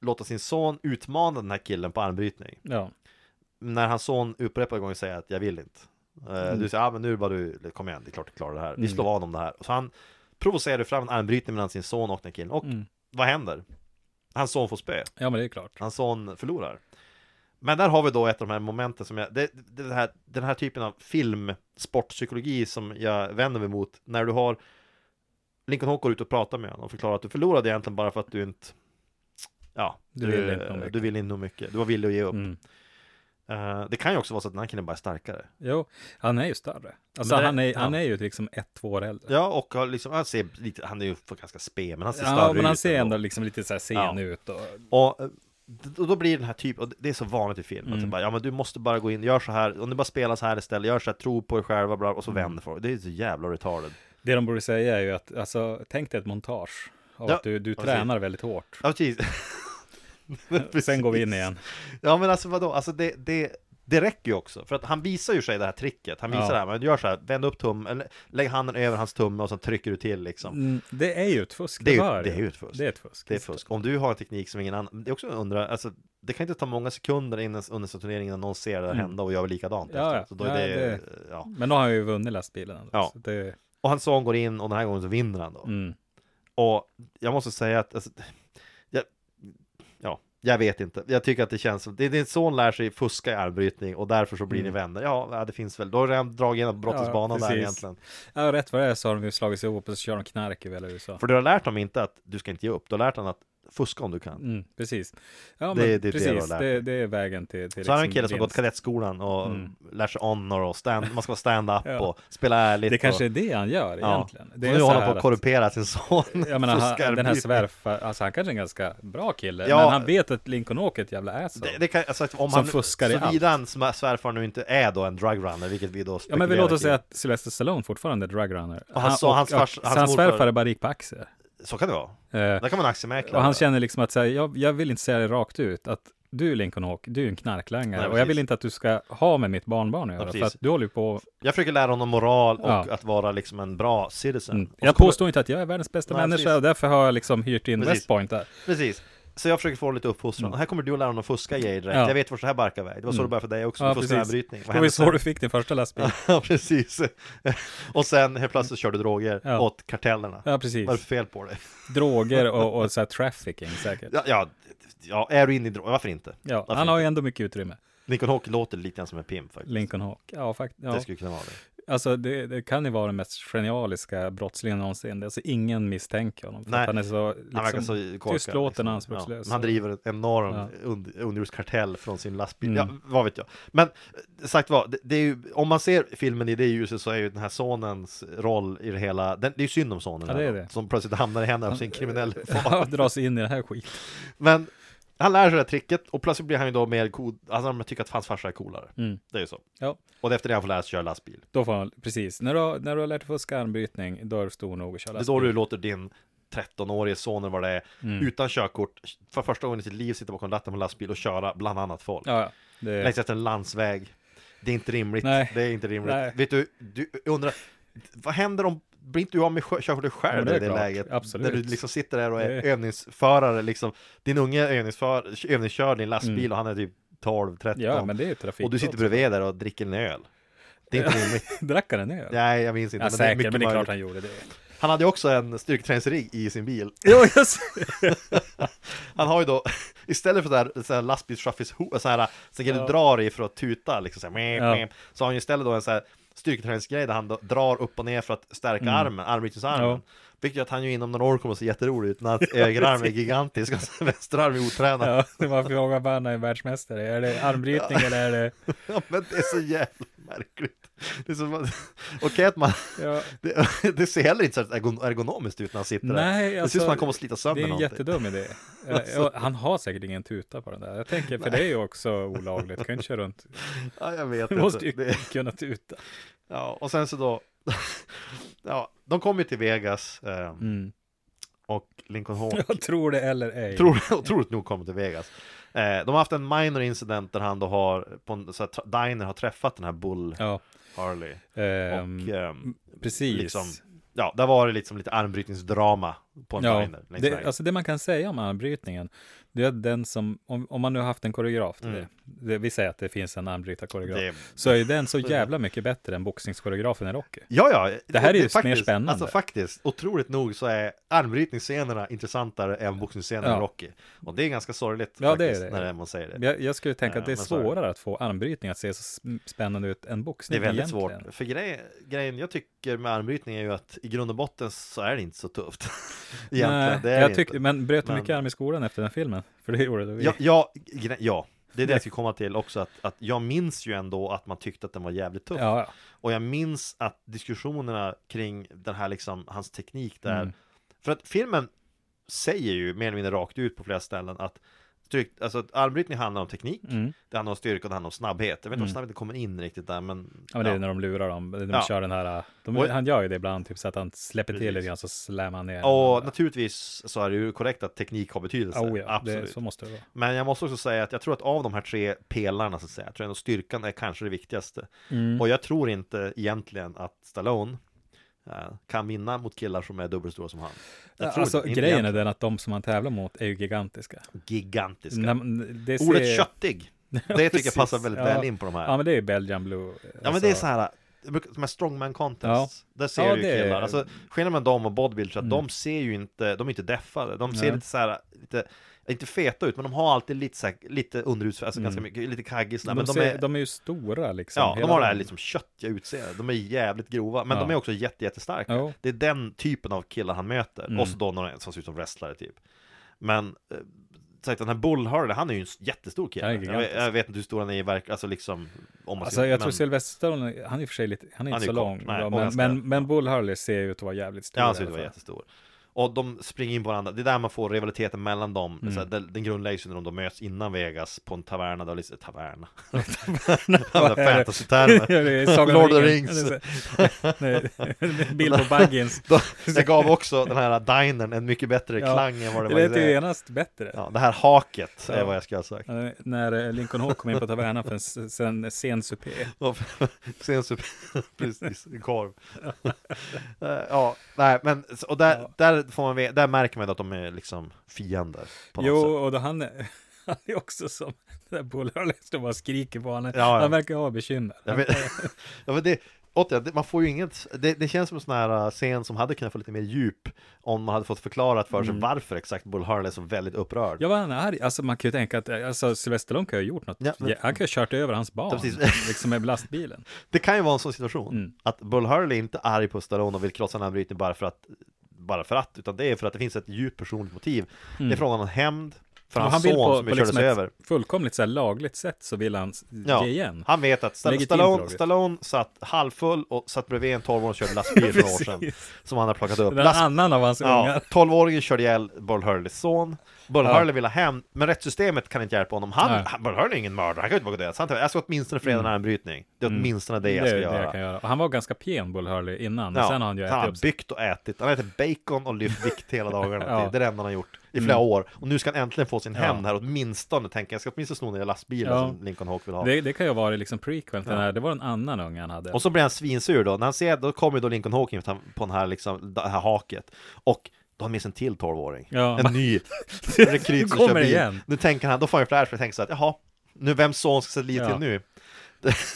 Speaker 5: låta sin son utmana den här killen på armbrytning.
Speaker 4: Ja.
Speaker 5: När hans son upprepade gånger säger att jag vill inte. Eh, Du säger, ja ah, men nu är bara du, kom igen, det är klart du klarar det här, vi slår vad om det här. Så han provocerar ju fram en armbrytning mellan sin son och den här killen, och vad händer? Hans son får spö.
Speaker 4: ja, men det är klart.
Speaker 5: Hans son förlorar. Men där har vi då ett av de här momenten som jag, det, det, det här, den här typen av film, sportpsykologi som jag vänder mig mot när du har Lincoln Hawk går ut och pratar med honom och förklarar att du förlorade egentligen bara för att du inte Ja,
Speaker 4: Du ville inte nog mycket.
Speaker 5: du ville inte nog mycket. Du var villig att ge upp.
Speaker 4: Mm.
Speaker 5: Eh, det kan ju också vara så att den här killen bara är starkare.
Speaker 4: Jo, han är ju större. Alltså
Speaker 5: Men det-
Speaker 4: han, är,
Speaker 5: ja.
Speaker 4: han är ju liksom ett, två år äldre.
Speaker 5: Ja, och har liksom, han, ser lite, han är ju för ganska spe, men han ser
Speaker 4: Ja,
Speaker 5: större
Speaker 4: men han
Speaker 5: ut
Speaker 4: ser
Speaker 5: ändå.
Speaker 4: ändå liksom lite så här sen
Speaker 5: Ja.
Speaker 4: ut och...
Speaker 5: Och, eh, d- och då blir den här typen, och det är så vanligt i film, att det
Speaker 4: Mm.
Speaker 5: bara, ja men du måste bara gå in, gör så här, om du bara spelar så här istället, gör så här, tro på dig själv, bla, och så
Speaker 4: Mm.
Speaker 5: vänder folk. Det är så jävla retarded.
Speaker 4: Det de borde säga är ju att, alltså, tänk dig ett montage av
Speaker 5: Ja,
Speaker 4: att du, du
Speaker 5: precis.
Speaker 4: tränar väldigt hårt.
Speaker 5: Ja, precis.
Speaker 4: *laughs* Sen går vi in
Speaker 5: Precis.
Speaker 4: igen.
Speaker 5: Ja, men alltså vadå, alltså det, det, det räcker ju också, för att han visar ju sig det här tricket, han visar
Speaker 4: Ja.
Speaker 5: det här, men gör så här, vänd upp tummen, eller lägg handen över hans tumme och så trycker du till liksom.
Speaker 4: Mm, det är ju ett fusk,
Speaker 5: Det är ju-
Speaker 4: var
Speaker 5: det är
Speaker 4: ju.
Speaker 5: ju ett fusk.
Speaker 4: Det är ett fusk.
Speaker 5: Det är fusk. Om du har en teknik som ingen annan, det är också en undra, alltså det kan inte ta många sekunder innan under turneringen innan någon ser det där
Speaker 4: Mm.
Speaker 5: hända och gör likadant
Speaker 4: Ja,
Speaker 5: efteråt.
Speaker 4: ja.
Speaker 5: Så då
Speaker 4: Ja,
Speaker 5: är det,
Speaker 4: det-
Speaker 5: ja.
Speaker 4: Men då har han ju vunnit lastbilen ändå.
Speaker 5: Ja.
Speaker 4: Så det,
Speaker 5: Och hans son går in och den här gången så vinner han då.
Speaker 4: mm.
Speaker 5: Och jag måste säga att, alltså, jag, ja, jag vet inte. Jag tycker att det känns som, det- din son lär sig fuska i armbrytning och därför så blir
Speaker 4: Mm.
Speaker 5: ni vänner. Ja, ja, det finns väl, då har du redan dragit igenom brottningsbanan där
Speaker 4: precis.
Speaker 5: egentligen.
Speaker 4: ja, rätt vad det är så har de ju slagit ihop och så kör de knark i hela USA.
Speaker 5: För du har lärt dem inte att du ska inte ge upp, du har lärt dem att fuska om du kan.
Speaker 4: Mm, precis. Ja,
Speaker 5: Det-
Speaker 4: men
Speaker 5: det är det jag
Speaker 4: precis.
Speaker 5: har lärt
Speaker 4: Det, det är vägen till, till liksom
Speaker 5: Så här är en kille
Speaker 4: vinst.
Speaker 5: som har gått kadettskolan och
Speaker 4: Mm.
Speaker 5: lär sig honor och stand, man ska vara stand-up
Speaker 4: Ja.
Speaker 5: och spela ärligt.
Speaker 4: Det kanske
Speaker 5: och,
Speaker 4: är det han gör egentligen. Det
Speaker 5: och
Speaker 4: är
Speaker 5: nu
Speaker 4: så
Speaker 5: håller
Speaker 4: här
Speaker 5: han på att
Speaker 4: att-
Speaker 5: korrumpera sin son.
Speaker 4: Jag menar, han, den här
Speaker 5: Fuskarbrytning.
Speaker 4: svärfar, alltså han kanske är en ganska bra kille,
Speaker 5: Ja.
Speaker 4: men han vet att Lincoln Åker är ett jävla asshole.
Speaker 5: Det, det kan, alltså, om
Speaker 4: Som
Speaker 5: han,
Speaker 4: fuskar i
Speaker 5: Såvida han sma- svärfar nu inte är då en drugrunner, vilket vi då
Speaker 4: Ja men vi
Speaker 5: spekulerar
Speaker 4: låter
Speaker 5: kring.
Speaker 4: säga att Sylvester Stallone fortfarande är drugrunner.
Speaker 5: Och han sa- hans fars-
Speaker 4: så
Speaker 5: hans
Speaker 4: hans,
Speaker 5: morfar-
Speaker 4: svärfar är bara rik på aktier.
Speaker 5: Så kan det vara.
Speaker 4: Eh,
Speaker 5: Där kan man aktiemäklare.
Speaker 4: och han känner liksom att så här, jag, jag vill inte säga det rakt ut, att du Lincoln Hawk, du är en knarklangare
Speaker 5: Nej,
Speaker 4: och jag
Speaker 5: precis.
Speaker 4: vill inte att du ska ha med mitt barnbarn att göra, för
Speaker 5: precis.
Speaker 4: att du håller ju på...
Speaker 5: Jag försöker lära honom moral och
Speaker 4: Ja.
Speaker 5: att vara liksom en bra citizen.
Speaker 4: Mm.
Speaker 5: Och så
Speaker 4: Jag
Speaker 5: kommer-
Speaker 4: påstår inte att jag är världens bästa
Speaker 5: Nej,
Speaker 4: människa
Speaker 5: precis.
Speaker 4: och därför har jag liksom hyrt in
Speaker 5: Precis.
Speaker 4: West Point där.
Speaker 5: Precis. Så jag försöker få honom lite uppfostran. Och Här kommer du att lära honom att fuska grejer direkt.
Speaker 4: Mm. Ja. Mm.
Speaker 5: Jag vet vart det här barkar iväg. Det var så det började för dig också.
Speaker 4: Ja,
Speaker 5: du fuskade
Speaker 4: precis.
Speaker 5: brytning.
Speaker 4: Det var ju så du fick din första lastbil.
Speaker 5: *laughs* Ja, precis. *laughs* och sen helt plötsligt kör du droger
Speaker 4: Ja.
Speaker 5: åt kartellerna.
Speaker 4: Ja,
Speaker 5: Vad är det
Speaker 4: precis.
Speaker 5: för fel på dig?
Speaker 4: Droger och, och så här trafficking säkert.
Speaker 5: Ja, ja, ja är du inne i droger? Varför inte?
Speaker 4: Ja,
Speaker 5: Varför
Speaker 4: han har ju ändå mycket utrymme.
Speaker 5: Lincoln Hawk låter lite grann som en pimp faktiskt.
Speaker 4: Lincoln Hawk. Ja, faktiskt.
Speaker 5: Det
Speaker 4: Ja.
Speaker 5: skulle kunna vara det.
Speaker 4: Alltså, det, det kan ju vara den mest genialiska brottslingen någonsin. Det är Alltså, ingen misstänker honom. För
Speaker 5: Nej.
Speaker 4: att han är så,
Speaker 5: Han verkar
Speaker 4: liksom,
Speaker 5: så korkad.
Speaker 4: tystlåten
Speaker 5: liksom.
Speaker 4: och anspråkslös.
Speaker 5: Ja, Han driver en enorm
Speaker 4: Ja.
Speaker 5: und- underjordskartell från sin lastbil.
Speaker 4: Mm.
Speaker 5: Ja, vad vet jag. Men eh, sagt vad, det, det är ju, om man ser filmen i det ljuset så är ju den här sonens roll i det hela, den, det är ju synd om sonen.
Speaker 4: Ja,
Speaker 5: här
Speaker 4: det är
Speaker 5: då,
Speaker 4: det.
Speaker 5: Som plötsligt hamnar i händerna på
Speaker 4: *laughs*
Speaker 5: sin kriminell
Speaker 4: *laughs* Ja,
Speaker 5: far.
Speaker 4: dras in i den här skiten.
Speaker 5: Men han lär sig det här tricket och plötsligt blir han ju då mer cool, alltså han tycker att hans farsa är coolare.
Speaker 4: Mm.
Speaker 5: Det är ju så.
Speaker 4: Ja,
Speaker 5: Och det är efter det han får lära sig köra lastbil.
Speaker 4: då får han, precis. När du, har- när du har lärt dig fuska armbrytning, då är du stor nog att köra
Speaker 5: Det är då
Speaker 4: lastbil.
Speaker 5: du låter din 13-årige son eller vad det är,
Speaker 4: Mm.
Speaker 5: utan körkort, för första gången i sitt liv sitta bakom ratten på en lastbil och köra bland annat folk.
Speaker 4: Ja, ja. Det,
Speaker 5: Längs efter en landsväg. Det är inte rimligt.
Speaker 4: Nej.
Speaker 5: Det är inte rimligt.
Speaker 4: Nej.
Speaker 5: Vet du, du jag undrar, vad händer om, blir inte du av med sjö- körkortet
Speaker 4: Ja,
Speaker 5: själv
Speaker 4: men det
Speaker 5: i
Speaker 4: är
Speaker 5: det
Speaker 4: klart.
Speaker 5: läget?
Speaker 4: Absolut.
Speaker 5: När du liksom sitter där och är
Speaker 4: Det-
Speaker 5: övningsförare, liksom. Din unge är övningsför, övningskör din lastbil och han är typ 12, 13.
Speaker 4: Mm. ja, men det är ju trafik.
Speaker 5: och du sitter bredvid där och dricker en öl.
Speaker 4: *laughs*
Speaker 5: Det är inte rimligt.
Speaker 4: Drack han en öl? Ja,
Speaker 5: Nej, jag minns inte. men det är
Speaker 4: säkert,
Speaker 5: mycket
Speaker 4: men det är klart
Speaker 5: möjligt.
Speaker 4: han gjorde det. *laughs*
Speaker 5: Han hade ju också en styrketräningsrigg i sin bil.
Speaker 4: Jo, just
Speaker 5: Han har ju då, *laughs* istället för sådär, sådär lastbilschaffis så här, så kan
Speaker 4: Ja.
Speaker 5: du dra dig för att tuta liksom så, här, meh,
Speaker 4: Ja.
Speaker 5: meh. så har han ju istället då en sån här styrketräningsgrej där han då drar upp och ner för att stärka armen, armbrytningsarmen.
Speaker 4: Mm. Ja.
Speaker 5: Vilket gör att han ju inom några år kommer att se jätterolig ut
Speaker 4: *laughs*
Speaker 5: när hans högerarm är gigantisk och hans *laughs* vänsterarm är otränad. Ja. *laughs*
Speaker 4: Ja, det var fråga vad han är världsmästare. Är det armbrytning eller är det...
Speaker 5: men det är så jävla märkligt. Det är som att- *laughs* Okej att man,
Speaker 4: Ja.
Speaker 5: det, *laughs* det ser heller inte så ergon- ergonomiskt ut när han sitter där.
Speaker 4: Nej,
Speaker 5: det ser
Speaker 4: alltså,
Speaker 5: ut som att han kommer att slita sönder
Speaker 4: Det är en
Speaker 5: någonting. Alltså-
Speaker 4: jättedum
Speaker 5: *laughs*
Speaker 4: idé. Eh, och Han har säkert ingen tuta på den där. Jag tänker, för det är ju också olagligt. Du kan ju inte köra
Speaker 5: *laughs*
Speaker 4: runt.
Speaker 5: Ja, jag vet
Speaker 4: Du måste ju
Speaker 5: inte. Det-
Speaker 4: kunna tuta.
Speaker 5: Ja, och sen så då, *laughs* ja, de kom ju till Vegas eh,
Speaker 4: Mm.
Speaker 5: och
Speaker 4: *laughs*
Speaker 5: Lincoln Hawk,
Speaker 4: Jag tror det eller ej.
Speaker 5: tror, otroligt nog kom till Vegas. Eh, de har haft en minor incident där han då har, på en så här, tra- diner har träffat den här Bull
Speaker 4: Ja,
Speaker 5: Harley.
Speaker 4: ehm,
Speaker 5: och ehm,
Speaker 4: precis.
Speaker 5: liksom, ja, där var det liksom lite liksom armbrytningsdrama på en
Speaker 4: Ja,
Speaker 5: line där, längs
Speaker 4: det,
Speaker 5: vägen.
Speaker 4: alltså det man kan säga om armbrytningen, det är att den som, om, om man nu har haft en koreograf till
Speaker 5: Mm.
Speaker 4: det, det, vi säger att det finns en armbrytarkoreograf,
Speaker 5: *laughs* Det- Eh,
Speaker 4: så är den så jävla mycket bättre än boxningskoreografen i Rocky.
Speaker 5: Ja, ja.
Speaker 4: Det här är ju mer
Speaker 5: faktiskt,
Speaker 4: spännande.
Speaker 5: Alltså faktiskt, otroligt nog så är armbrytningsscenerna intressantare än boxningsscenerna i
Speaker 4: Ja.
Speaker 5: Rocky. Och det är ganska sorgligt
Speaker 4: Ja, det är
Speaker 5: faktiskt,
Speaker 4: det.
Speaker 5: när man säger det.
Speaker 4: Jag, jag skulle tänka att det är
Speaker 5: Eh, men så är det.
Speaker 4: svårare att få armbrytning att se så sm- spännande ut än
Speaker 5: Det är
Speaker 4: boxning
Speaker 5: väldigt
Speaker 4: egentligen.
Speaker 5: svårt. För grej, grejen jag tycker med armbrytning är ju att i grund och botten så är det inte så tufft. *laughs* Egentligen,
Speaker 4: Nej,
Speaker 5: det är
Speaker 4: jag
Speaker 5: det
Speaker 4: tyckte,
Speaker 5: inte.
Speaker 4: men bröt du
Speaker 5: Men-
Speaker 4: mycket arm i skolan efter den filmen? För det gjorde du.
Speaker 5: Ja, ja, gre- ja, det
Speaker 4: *laughs*
Speaker 5: är det jag ska komma till också. Att, att jag minns ju ändå att man tyckte att den var jävligt tuff.
Speaker 4: ja, ja.
Speaker 5: Och jag minns att diskussionerna kring den här liksom, hans teknik där.
Speaker 4: Mm.
Speaker 5: För att filmen säger ju mer eller mindre rakt ut på flera ställen att Stryk, alltså att armbrytning handlar om teknik,
Speaker 4: Mm.
Speaker 5: det handlar om styrka och det handlar om snabbhet. Jag vet inte om
Speaker 4: Mm.
Speaker 5: snabbheten kommer in riktigt där, men...
Speaker 4: ja, men det är
Speaker 5: ja.
Speaker 4: när de lurar dem. De
Speaker 5: Ja.
Speaker 4: kör den här, äh, de,
Speaker 5: Och-
Speaker 4: han gör ju det ibland, typ så att han släpper till
Speaker 5: Precis.
Speaker 4: lite grann så slammar han ner.
Speaker 5: Och naturligtvis så är det ju korrekt att teknik har betydelse.
Speaker 4: Eh, oh, ja, det,
Speaker 5: absolut.
Speaker 4: så måste det vara.
Speaker 5: Men jag måste också säga att jag tror att av de här tre pelarna så att säga, jag tror ändå styrkan är kanske det viktigaste.
Speaker 4: Mm.
Speaker 5: Och jag tror inte egentligen att Stallone eh, kan vinna mot killar som är dubbelt stora som han. Jag tror
Speaker 4: Alltså
Speaker 5: inte
Speaker 4: grejen är
Speaker 5: egentligen.
Speaker 4: den att de som han tävlar mot är ju gigantiska.
Speaker 5: Gigantiska.
Speaker 4: När- det ser- *laughs*
Speaker 5: Ordet köttig, det tycker jag
Speaker 4: precis.
Speaker 5: passar väldigt
Speaker 4: Ja.
Speaker 5: väl in på de här.
Speaker 4: Ja men det är Belgian Blue. alltså.
Speaker 5: Ja men det är så här, jag brukar- de här strongman contests, där ser
Speaker 4: Ja,
Speaker 5: du
Speaker 4: det
Speaker 5: ju
Speaker 4: är-
Speaker 5: killar, alltså skillnaden med dem och bodybuilders är att
Speaker 4: Mm.
Speaker 5: de ser ju inte, de är inte deffade, de ser
Speaker 4: Nej.
Speaker 5: lite så här, lite, inte feta ut, men de har alltid lite så här, lite underhudsfärg, alltså
Speaker 4: Mm.
Speaker 5: ganska mycket, lite kaggig
Speaker 4: De,
Speaker 5: sådär, men de,
Speaker 4: ser,
Speaker 5: är,
Speaker 4: de är ju stora liksom.
Speaker 5: ja, de
Speaker 4: hela
Speaker 5: har det här
Speaker 4: dagen.
Speaker 5: liksom köttiga utseendet, de är jävligt grova, men
Speaker 4: Ja.
Speaker 5: de är också jätte, jättestarka.
Speaker 4: Jo.
Speaker 5: Det är den typen av killar han möter,
Speaker 4: Mm.
Speaker 5: och så då någon som ser ut som wrestlare typ. Men eh, sagt, den här Bullharder, han är ju en s- jättestor
Speaker 4: Han
Speaker 5: kille.
Speaker 4: är
Speaker 5: Jag,
Speaker 4: gigantisk.
Speaker 5: vet- jag vet inte hur stor han är i verkligheten, alltså liksom, om man
Speaker 4: Alltså
Speaker 5: ser-
Speaker 4: jag tror
Speaker 5: men-
Speaker 4: Sylvester Stallone, han är i och för sig lite, han är inte
Speaker 5: Han är
Speaker 4: så
Speaker 5: ju kort.
Speaker 4: lång.
Speaker 5: Nej,
Speaker 4: då,
Speaker 5: och
Speaker 4: men,
Speaker 5: ganska-
Speaker 4: men, men Bull Hurley ser ju ut att vara jävligt stor.
Speaker 5: Ja, han
Speaker 4: i
Speaker 5: ser ut
Speaker 4: alla
Speaker 5: att vara
Speaker 4: fall.
Speaker 5: jättestor. Och de springer in på varandra, det är där man får rivaliteten mellan dem.
Speaker 4: Mm.
Speaker 5: Så här, den, den grundläggs ju när de då möts innan Vegas på en taverna, där
Speaker 4: *laughs*
Speaker 5: liksom, taverna, *laughs*
Speaker 4: Vad är det?
Speaker 5: fantasy-termer.
Speaker 4: *laughs* Ja, det är Sagan om
Speaker 5: Lord of the
Speaker 4: ringen. *laughs*
Speaker 5: Rings.
Speaker 4: Nej, Bilbo Baggins.
Speaker 5: *laughs* Då- Jag gav också den här dinern en mycket bättre
Speaker 4: Ja,
Speaker 5: klang än vad
Speaker 4: Det
Speaker 5: det var
Speaker 4: lät ju
Speaker 5: i det.
Speaker 4: genast bättre.
Speaker 5: Ja, det här haket är
Speaker 4: Ja.
Speaker 5: vad jag ska ha sagt.
Speaker 4: Eh, När eh, Lincoln Hawk kom in på tavernan för en s- sen sen supé.
Speaker 5: Och *laughs* Sen så, precis, en korv. *laughs* Eh, ja, nej, men så- och där,
Speaker 4: Ja.
Speaker 5: där får man ve- där märker man att de är liksom fiender. På något
Speaker 4: Jo,
Speaker 5: sätt.
Speaker 4: och då han, *laughs* han är också som den där Bull Hurley som bara skriker på honom.
Speaker 5: Ja, ja.
Speaker 4: Han verkar ha bekymmer.
Speaker 5: Jag vet, *laughs* ja, men det, återigen, det, man får ju inget, det, det känns som en sån här äh, scen som hade kunnat få lite mer djup om man hade fått förklarat för sig
Speaker 4: Mm.
Speaker 5: varför exakt Bull Hurley är så väldigt upprörd.
Speaker 4: Jag var han arg. Alltså man kan ju tänka att eh, alltså, Sylvester Stallone kan ju ha gjort något.
Speaker 5: Ja, men-
Speaker 4: Ja, Han kan ju ha kört över hans barn,
Speaker 5: Ja, precis.
Speaker 4: *laughs* liksom
Speaker 5: *laughs*
Speaker 4: med lastbilen.
Speaker 5: Det kan ju vara en sån situation,
Speaker 4: Mm.
Speaker 5: att Bull Hurley inte är arg på Stallone och vill krossa en armbrytning bara för att, bara för att, utan det är för att det finns ett djupt personligt motiv. Det är frågan om hämnd för
Speaker 4: Mm. Och
Speaker 5: hans
Speaker 4: vill
Speaker 5: son som ju kördes
Speaker 4: liksom
Speaker 5: över.
Speaker 4: ett fullkomligt så här, lagligt sätt så vill han s- ge igen.
Speaker 5: Han vet att Stall
Speaker 4: Legitimt
Speaker 5: Stallone,
Speaker 4: lagligt.
Speaker 5: Stallone satt halvfull och satt bredvid en 12-åring och körde lastbil för
Speaker 4: *laughs*
Speaker 5: några år sedan.
Speaker 4: Precis.
Speaker 5: Som han har plockat upp.
Speaker 4: Den där
Speaker 5: Lastbil-
Speaker 4: annan av hans
Speaker 5: Ja,
Speaker 4: ungar.
Speaker 5: 12-åringen körde ihjäl Bull Hurleys son. Bull
Speaker 4: Ja.
Speaker 5: Hurley vill ha hem, men rättssystemet kan inte hjälpa honom. Han,
Speaker 4: Nej. Mm.
Speaker 5: han, Bull Hurley är ingen mördare, han kan ju inte bara gå död. Så han tänkte, Jag ska åtminstone freda en armbrytning. Det är åtminstone det
Speaker 4: Det
Speaker 5: jag
Speaker 4: är
Speaker 5: ska
Speaker 4: det
Speaker 5: göra.
Speaker 4: jag kan göra. Och han var ganska pjän Bull Hurley innan, men
Speaker 5: Ja,
Speaker 4: sen har han ju ätit
Speaker 5: han
Speaker 4: upp sig.
Speaker 5: byggt och ätit. Han har ätit bacon och lyft vikt
Speaker 4: *laughs*
Speaker 5: hela dagarna.
Speaker 4: Ja. Mm.
Speaker 5: Det- Det är det enda han har gjort i flera år. Och nu ska han äntligen få sin
Speaker 4: Ja.
Speaker 5: hämnd här åtminstone. Tänker jag, jag ska åtminstone sno den där lastbilen
Speaker 4: Ja.
Speaker 5: som Lincoln Hawk vill ha.
Speaker 4: Det, det kan ju vara liksom prequel till den här. Det var en annan unge han hade.
Speaker 5: Och så blir han svinsur då, när han ser, då kommer ju då Lincoln Hawking på den här, liksom, det här haket Och då har han med sig en till 12-åring
Speaker 4: Ja. *laughs*
Speaker 5: En ny rekryt som kör
Speaker 4: Kommer
Speaker 5: bil
Speaker 4: igen.
Speaker 5: Nu tänker han, då får han ju flash för tänker så att jaha nu vems son ska sätta liv
Speaker 4: Ja.
Speaker 5: till nu?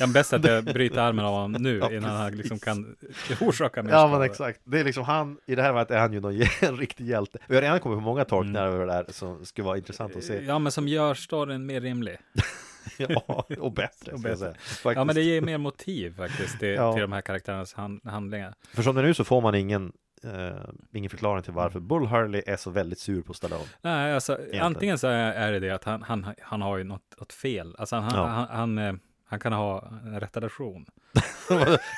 Speaker 4: Jag bäst att
Speaker 5: *laughs*
Speaker 4: jag bryter armen av honom nu
Speaker 5: Ja,
Speaker 4: innan han liksom
Speaker 5: precis.
Speaker 4: kan *laughs* orsaka mer
Speaker 5: Ja
Speaker 4: skada.
Speaker 5: men exakt, det är liksom han, i det här fallet är han ju någon, *laughs* en riktig hjälte Vi har redan kommit på många
Speaker 4: Mm.
Speaker 5: tolkningar över det här som skulle vara intressant att se
Speaker 4: Ja, men som gör storyn mer rimlig.
Speaker 5: *laughs* Ja, och bättre,
Speaker 4: Och
Speaker 5: ska
Speaker 4: bättre.
Speaker 5: jag säga. Faktiskt.
Speaker 4: Ja, men det ger mer motiv faktiskt till,
Speaker 5: *laughs* Ja.
Speaker 4: till de här karaktärernas han, handlingar.
Speaker 5: För som det är nu så får man ingen, eh, ingen förklaring till varför Bull Hurley är så väldigt sur på Stallone *laughs*
Speaker 4: Nej, alltså antingen så är är det det att han, han, han har ju något, något fel. Alltså han,
Speaker 5: Ja.
Speaker 4: han, han, eh, han kan ha en retardation.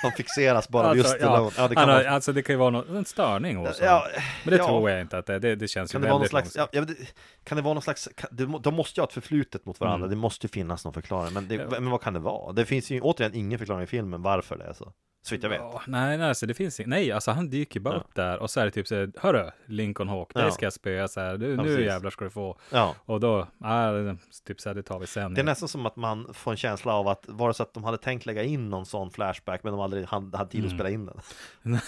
Speaker 5: Han fixeras bara vid
Speaker 4: alltså,
Speaker 5: just Stallone ja, det kan
Speaker 4: han har,
Speaker 5: vara
Speaker 4: alltså det kan ju vara något, en störning hos
Speaker 5: Ja,
Speaker 4: honom. Men det
Speaker 5: ja.
Speaker 4: tror jag inte att det, det, det känns
Speaker 5: Kan
Speaker 4: ju
Speaker 5: det, vara någon
Speaker 4: väldigt
Speaker 5: slags, ja,
Speaker 4: långsamt.
Speaker 5: ja, men det, kan det vara någon slags, kan, det, må- de måste ju ha ett förflutet mot varandra, det måste ju finnas någon förklaring, men, det,
Speaker 4: Mm. Ja.
Speaker 5: men vad kan det vara? Det finns ju återigen ingen förklaring i filmen varför det är så. så vitt jag vet.
Speaker 4: Ja, nej, nej, alltså det finns inget. Nej, alltså han dyker bara
Speaker 5: Ja.
Speaker 4: upp där och så är det typ så här, hörru, Lincoln Hawk, det
Speaker 5: Ja.
Speaker 4: ska jag spöa så här, du,
Speaker 5: Ja,
Speaker 4: nu
Speaker 5: precis.
Speaker 4: jävlar ska du få.
Speaker 5: Ja.
Speaker 4: Och då, nej, typ så här, det tar vi sen.
Speaker 5: Det är nästan som att man får en känsla av att var det så att de hade tänkt lägga in någon sån flashback men de aldrig hade, hade tid att
Speaker 4: Mm.
Speaker 5: spela in den.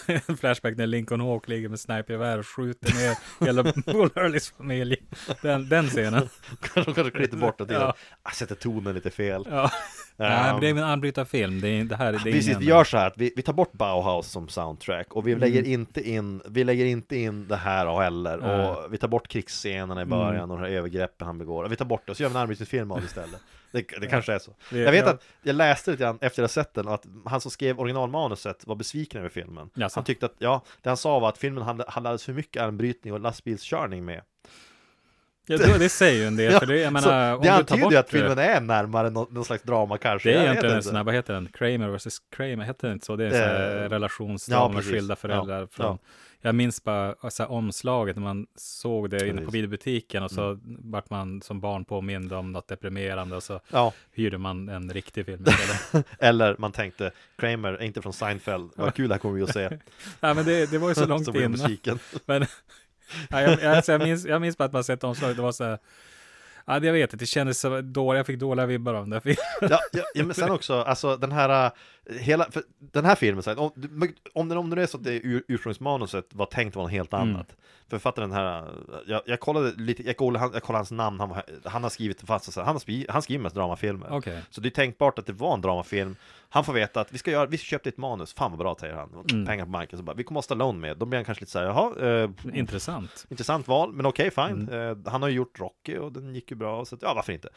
Speaker 5: *laughs*
Speaker 4: en *laughs* flashback när Lincoln Hawk ligger med snipergevär och skjuter ner hela *laughs* Bull Hurleys familj. Den, den scenen.
Speaker 5: de kanske klippte bort det.
Speaker 4: Ja.
Speaker 5: Ja. Jag "Ah, sätter tonen lite fel.
Speaker 4: Ja. Nej, men det
Speaker 5: Ehm,
Speaker 4: är en anbrytarfilm. Det, är, det här det är
Speaker 5: Precis,
Speaker 4: ingen- Mm.
Speaker 5: vi gör så här att vi, vi tar bort Bauhaus som soundtrack och vi lägger inte in, vi lägger inte in det här heller och vi tar bort krigsscenerna i början
Speaker 4: Mm.
Speaker 5: och de här övergreppen han begår och vi tar bort det och så gör vi en armbrytningsfilm av det istället. Det, det kanske är så.
Speaker 4: Det-
Speaker 5: jag vet
Speaker 4: ja.
Speaker 5: att jag läste lite grann efter jag sett den och att han som skrev originalmanuset var besviken över filmen.
Speaker 4: Jaså?
Speaker 5: Han tyckte att, ja, det han sa var att filmen hade, hade alldeles för mycket armbrytning och lastbilskörning med.
Speaker 4: Ja, det, det säger ju en del. För det, jag menar,
Speaker 5: *laughs* så det
Speaker 4: om du tar
Speaker 5: antyder
Speaker 4: bort eh,
Speaker 5: ju att filmen är närmare någon, någon slags drama kanske.
Speaker 4: Det
Speaker 5: Jag
Speaker 4: är
Speaker 5: vet
Speaker 4: egentligen en
Speaker 5: inte.
Speaker 4: sån här, vad heter den? Kramer vs. Kramer, heter den inte så? Det är en
Speaker 5: Eh,
Speaker 4: sån här relationsdrama
Speaker 5: ja,
Speaker 4: med
Speaker 5: precis.
Speaker 4: skilda föräldrar.
Speaker 5: Ja,
Speaker 4: Från,
Speaker 5: ja.
Speaker 4: Jag minns bara så här, omslaget när man såg det inne på
Speaker 5: Precis. Mm.
Speaker 4: videobutiken och så vart man som barn påmind om något deprimerande och så
Speaker 5: Ja.
Speaker 4: hyrde man en riktig film istället.
Speaker 5: *laughs* Eller man tänkte Kramer är inte från Seinfeld, vad kul det här kommer vi att se.
Speaker 4: Nej, men det, det var ju *laughs* så långt
Speaker 5: Så blev jag
Speaker 4: innan.
Speaker 5: besviken.
Speaker 4: *laughs* Men, ja, jag, jag, alltså jag, minns, jag minns bara att man sett omslaget, det var så här, ja, det- jag vet inte, det kändes så dåligt, jag fick dåliga vibbar av den där filmen.
Speaker 5: Ja, ja, ja, men sen också, alltså den här, eh, hela, för den här filmen, så här, om, men om, det, om det är så att det ur, ursprungsmanuset var tänkt vara något helt
Speaker 4: Mm.
Speaker 5: annat. För fattar den här, eh, jag, jag kollade lite, jag kollade, han- jag kollade hans namn, han, var- han har skrivit fast, så här, han, har skrivit, han skriver mest dramafilmer.
Speaker 4: Okej.
Speaker 5: Så det är tänkbart att det var en dramafilm. Han får veta att vi ska göra, vi köpte ett manus, fan vad bra säger han, Och
Speaker 4: Mm.
Speaker 5: pengar på banken, så bara, vi kommer ha Stallone med, då blir han kanske lite så här, jaha, eh,
Speaker 4: *laughs* Intressant.
Speaker 5: Intressant val, men okej, fine.
Speaker 4: Mm.
Speaker 5: Eh, han har ju gjort Rocky och den gick ju bra, så att, ja, varför inte?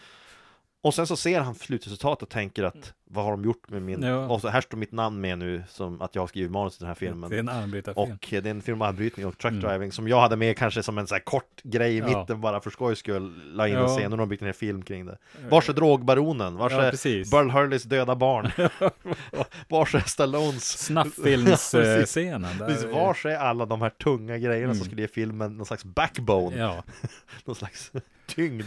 Speaker 5: Och sen så ser han slutresultatet och tänker att vad har de gjort med min...
Speaker 4: Ja.
Speaker 5: Och så här står mitt namn med nu, som att jag har skrivit manus till den här filmen.
Speaker 4: Det är en armbrytarfilm.
Speaker 5: och eh, det är en film om avbrytning och truck driving som jag hade med kanske som en så här kort grej i
Speaker 4: Ja.
Speaker 5: mitten bara för skojs skull. La in
Speaker 4: Ja. Eh.
Speaker 5: en scen och de har byggt en hel film kring det. Vars är drogbaronen? Vars
Speaker 4: Ja,
Speaker 5: är
Speaker 4: precis.
Speaker 5: Burl Hurleys döda barn?
Speaker 4: *laughs*
Speaker 5: *laughs* Vars är Stallones? *laughs* Ja, precis.
Speaker 4: Snafffilmsscenen. där Mm.
Speaker 5: Precis,
Speaker 4: är-
Speaker 5: vars är alla de här tunga grejerna som skulle ge filmen någon slags backbone,
Speaker 4: Ja,
Speaker 5: någon slags *laughs* tyngd?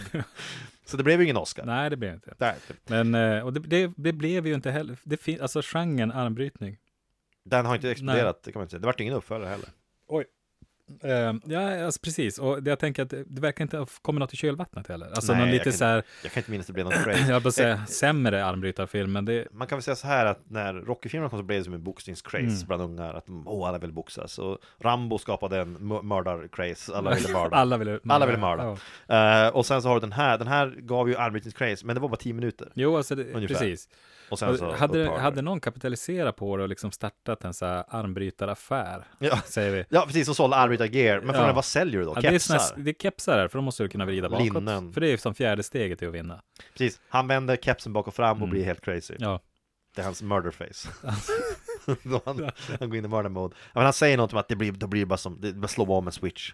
Speaker 5: Så det blev ju ingen Oscar.
Speaker 4: nej det blev inte.
Speaker 5: Där, typ.
Speaker 4: Men, eh, och det, det, det blev ju inte heller, det fin, alltså genren armbrytning.
Speaker 5: Den har inte exploderat, det kan man inte säga. Det vart ingen uppföljare heller.
Speaker 4: Eh, ja, alltså precis. Och det, jag tänker att det det verkar inte ha kommit något i kölvattnet heller. Alltså
Speaker 5: Nej,
Speaker 4: någon
Speaker 5: jag
Speaker 4: lite
Speaker 5: kan Eh,
Speaker 4: så här,
Speaker 5: Jag kan inte minnas att det blev någon
Speaker 4: *laughs*
Speaker 5: craze.
Speaker 4: jag höll på att
Speaker 5: *laughs*
Speaker 4: säga, sämre armbrytarfilm, men det,
Speaker 5: Man kan väl säga så här att när Rocky-filmerna kom så blev det som en boxningscraze
Speaker 4: Mm.
Speaker 5: bland ungar. Att de, åh, alla vill boxas. Och Rambo skapade en mö- mördar-craze. Alla
Speaker 4: *laughs*
Speaker 5: ville mörda.
Speaker 4: alla ville mörda.
Speaker 5: Alla ville mörda.
Speaker 4: Ja.
Speaker 5: Eh, och sen så har du den här. Den här gav ju armbrytnings-craze, men det var bara 10 minuter.
Speaker 4: Jo, alltså det,
Speaker 5: Ungefär.
Speaker 4: precis.
Speaker 5: Och sen så
Speaker 4: hade, det-
Speaker 5: upphörde
Speaker 4: hade
Speaker 5: det.
Speaker 4: någon kapitaliserat på det och liksom startat en så här armbrytaraffär,
Speaker 5: Ja.
Speaker 4: säger vi.
Speaker 5: Ja, precis, som sålde armbrytar-gear. Men
Speaker 4: Ja.
Speaker 5: frågan är vad säljer du då?
Speaker 4: Ja, det, är
Speaker 5: Kepsar?
Speaker 4: såna, här- det är kepsar här, för de måste du kunna vrida bakåt.
Speaker 5: Linnen.
Speaker 4: För det är ju som fjärde steget i att vinna.
Speaker 5: Precis, han vänder kepsen bak och fram och
Speaker 4: Mm.
Speaker 5: blir helt crazy.
Speaker 4: Ja.
Speaker 5: Det är hans murder face.
Speaker 4: *laughs*
Speaker 5: *laughs* Då han, han går in i murder mode. Ja, men han säger något om att det blir, då blir det bara som, det bara slår om en switch.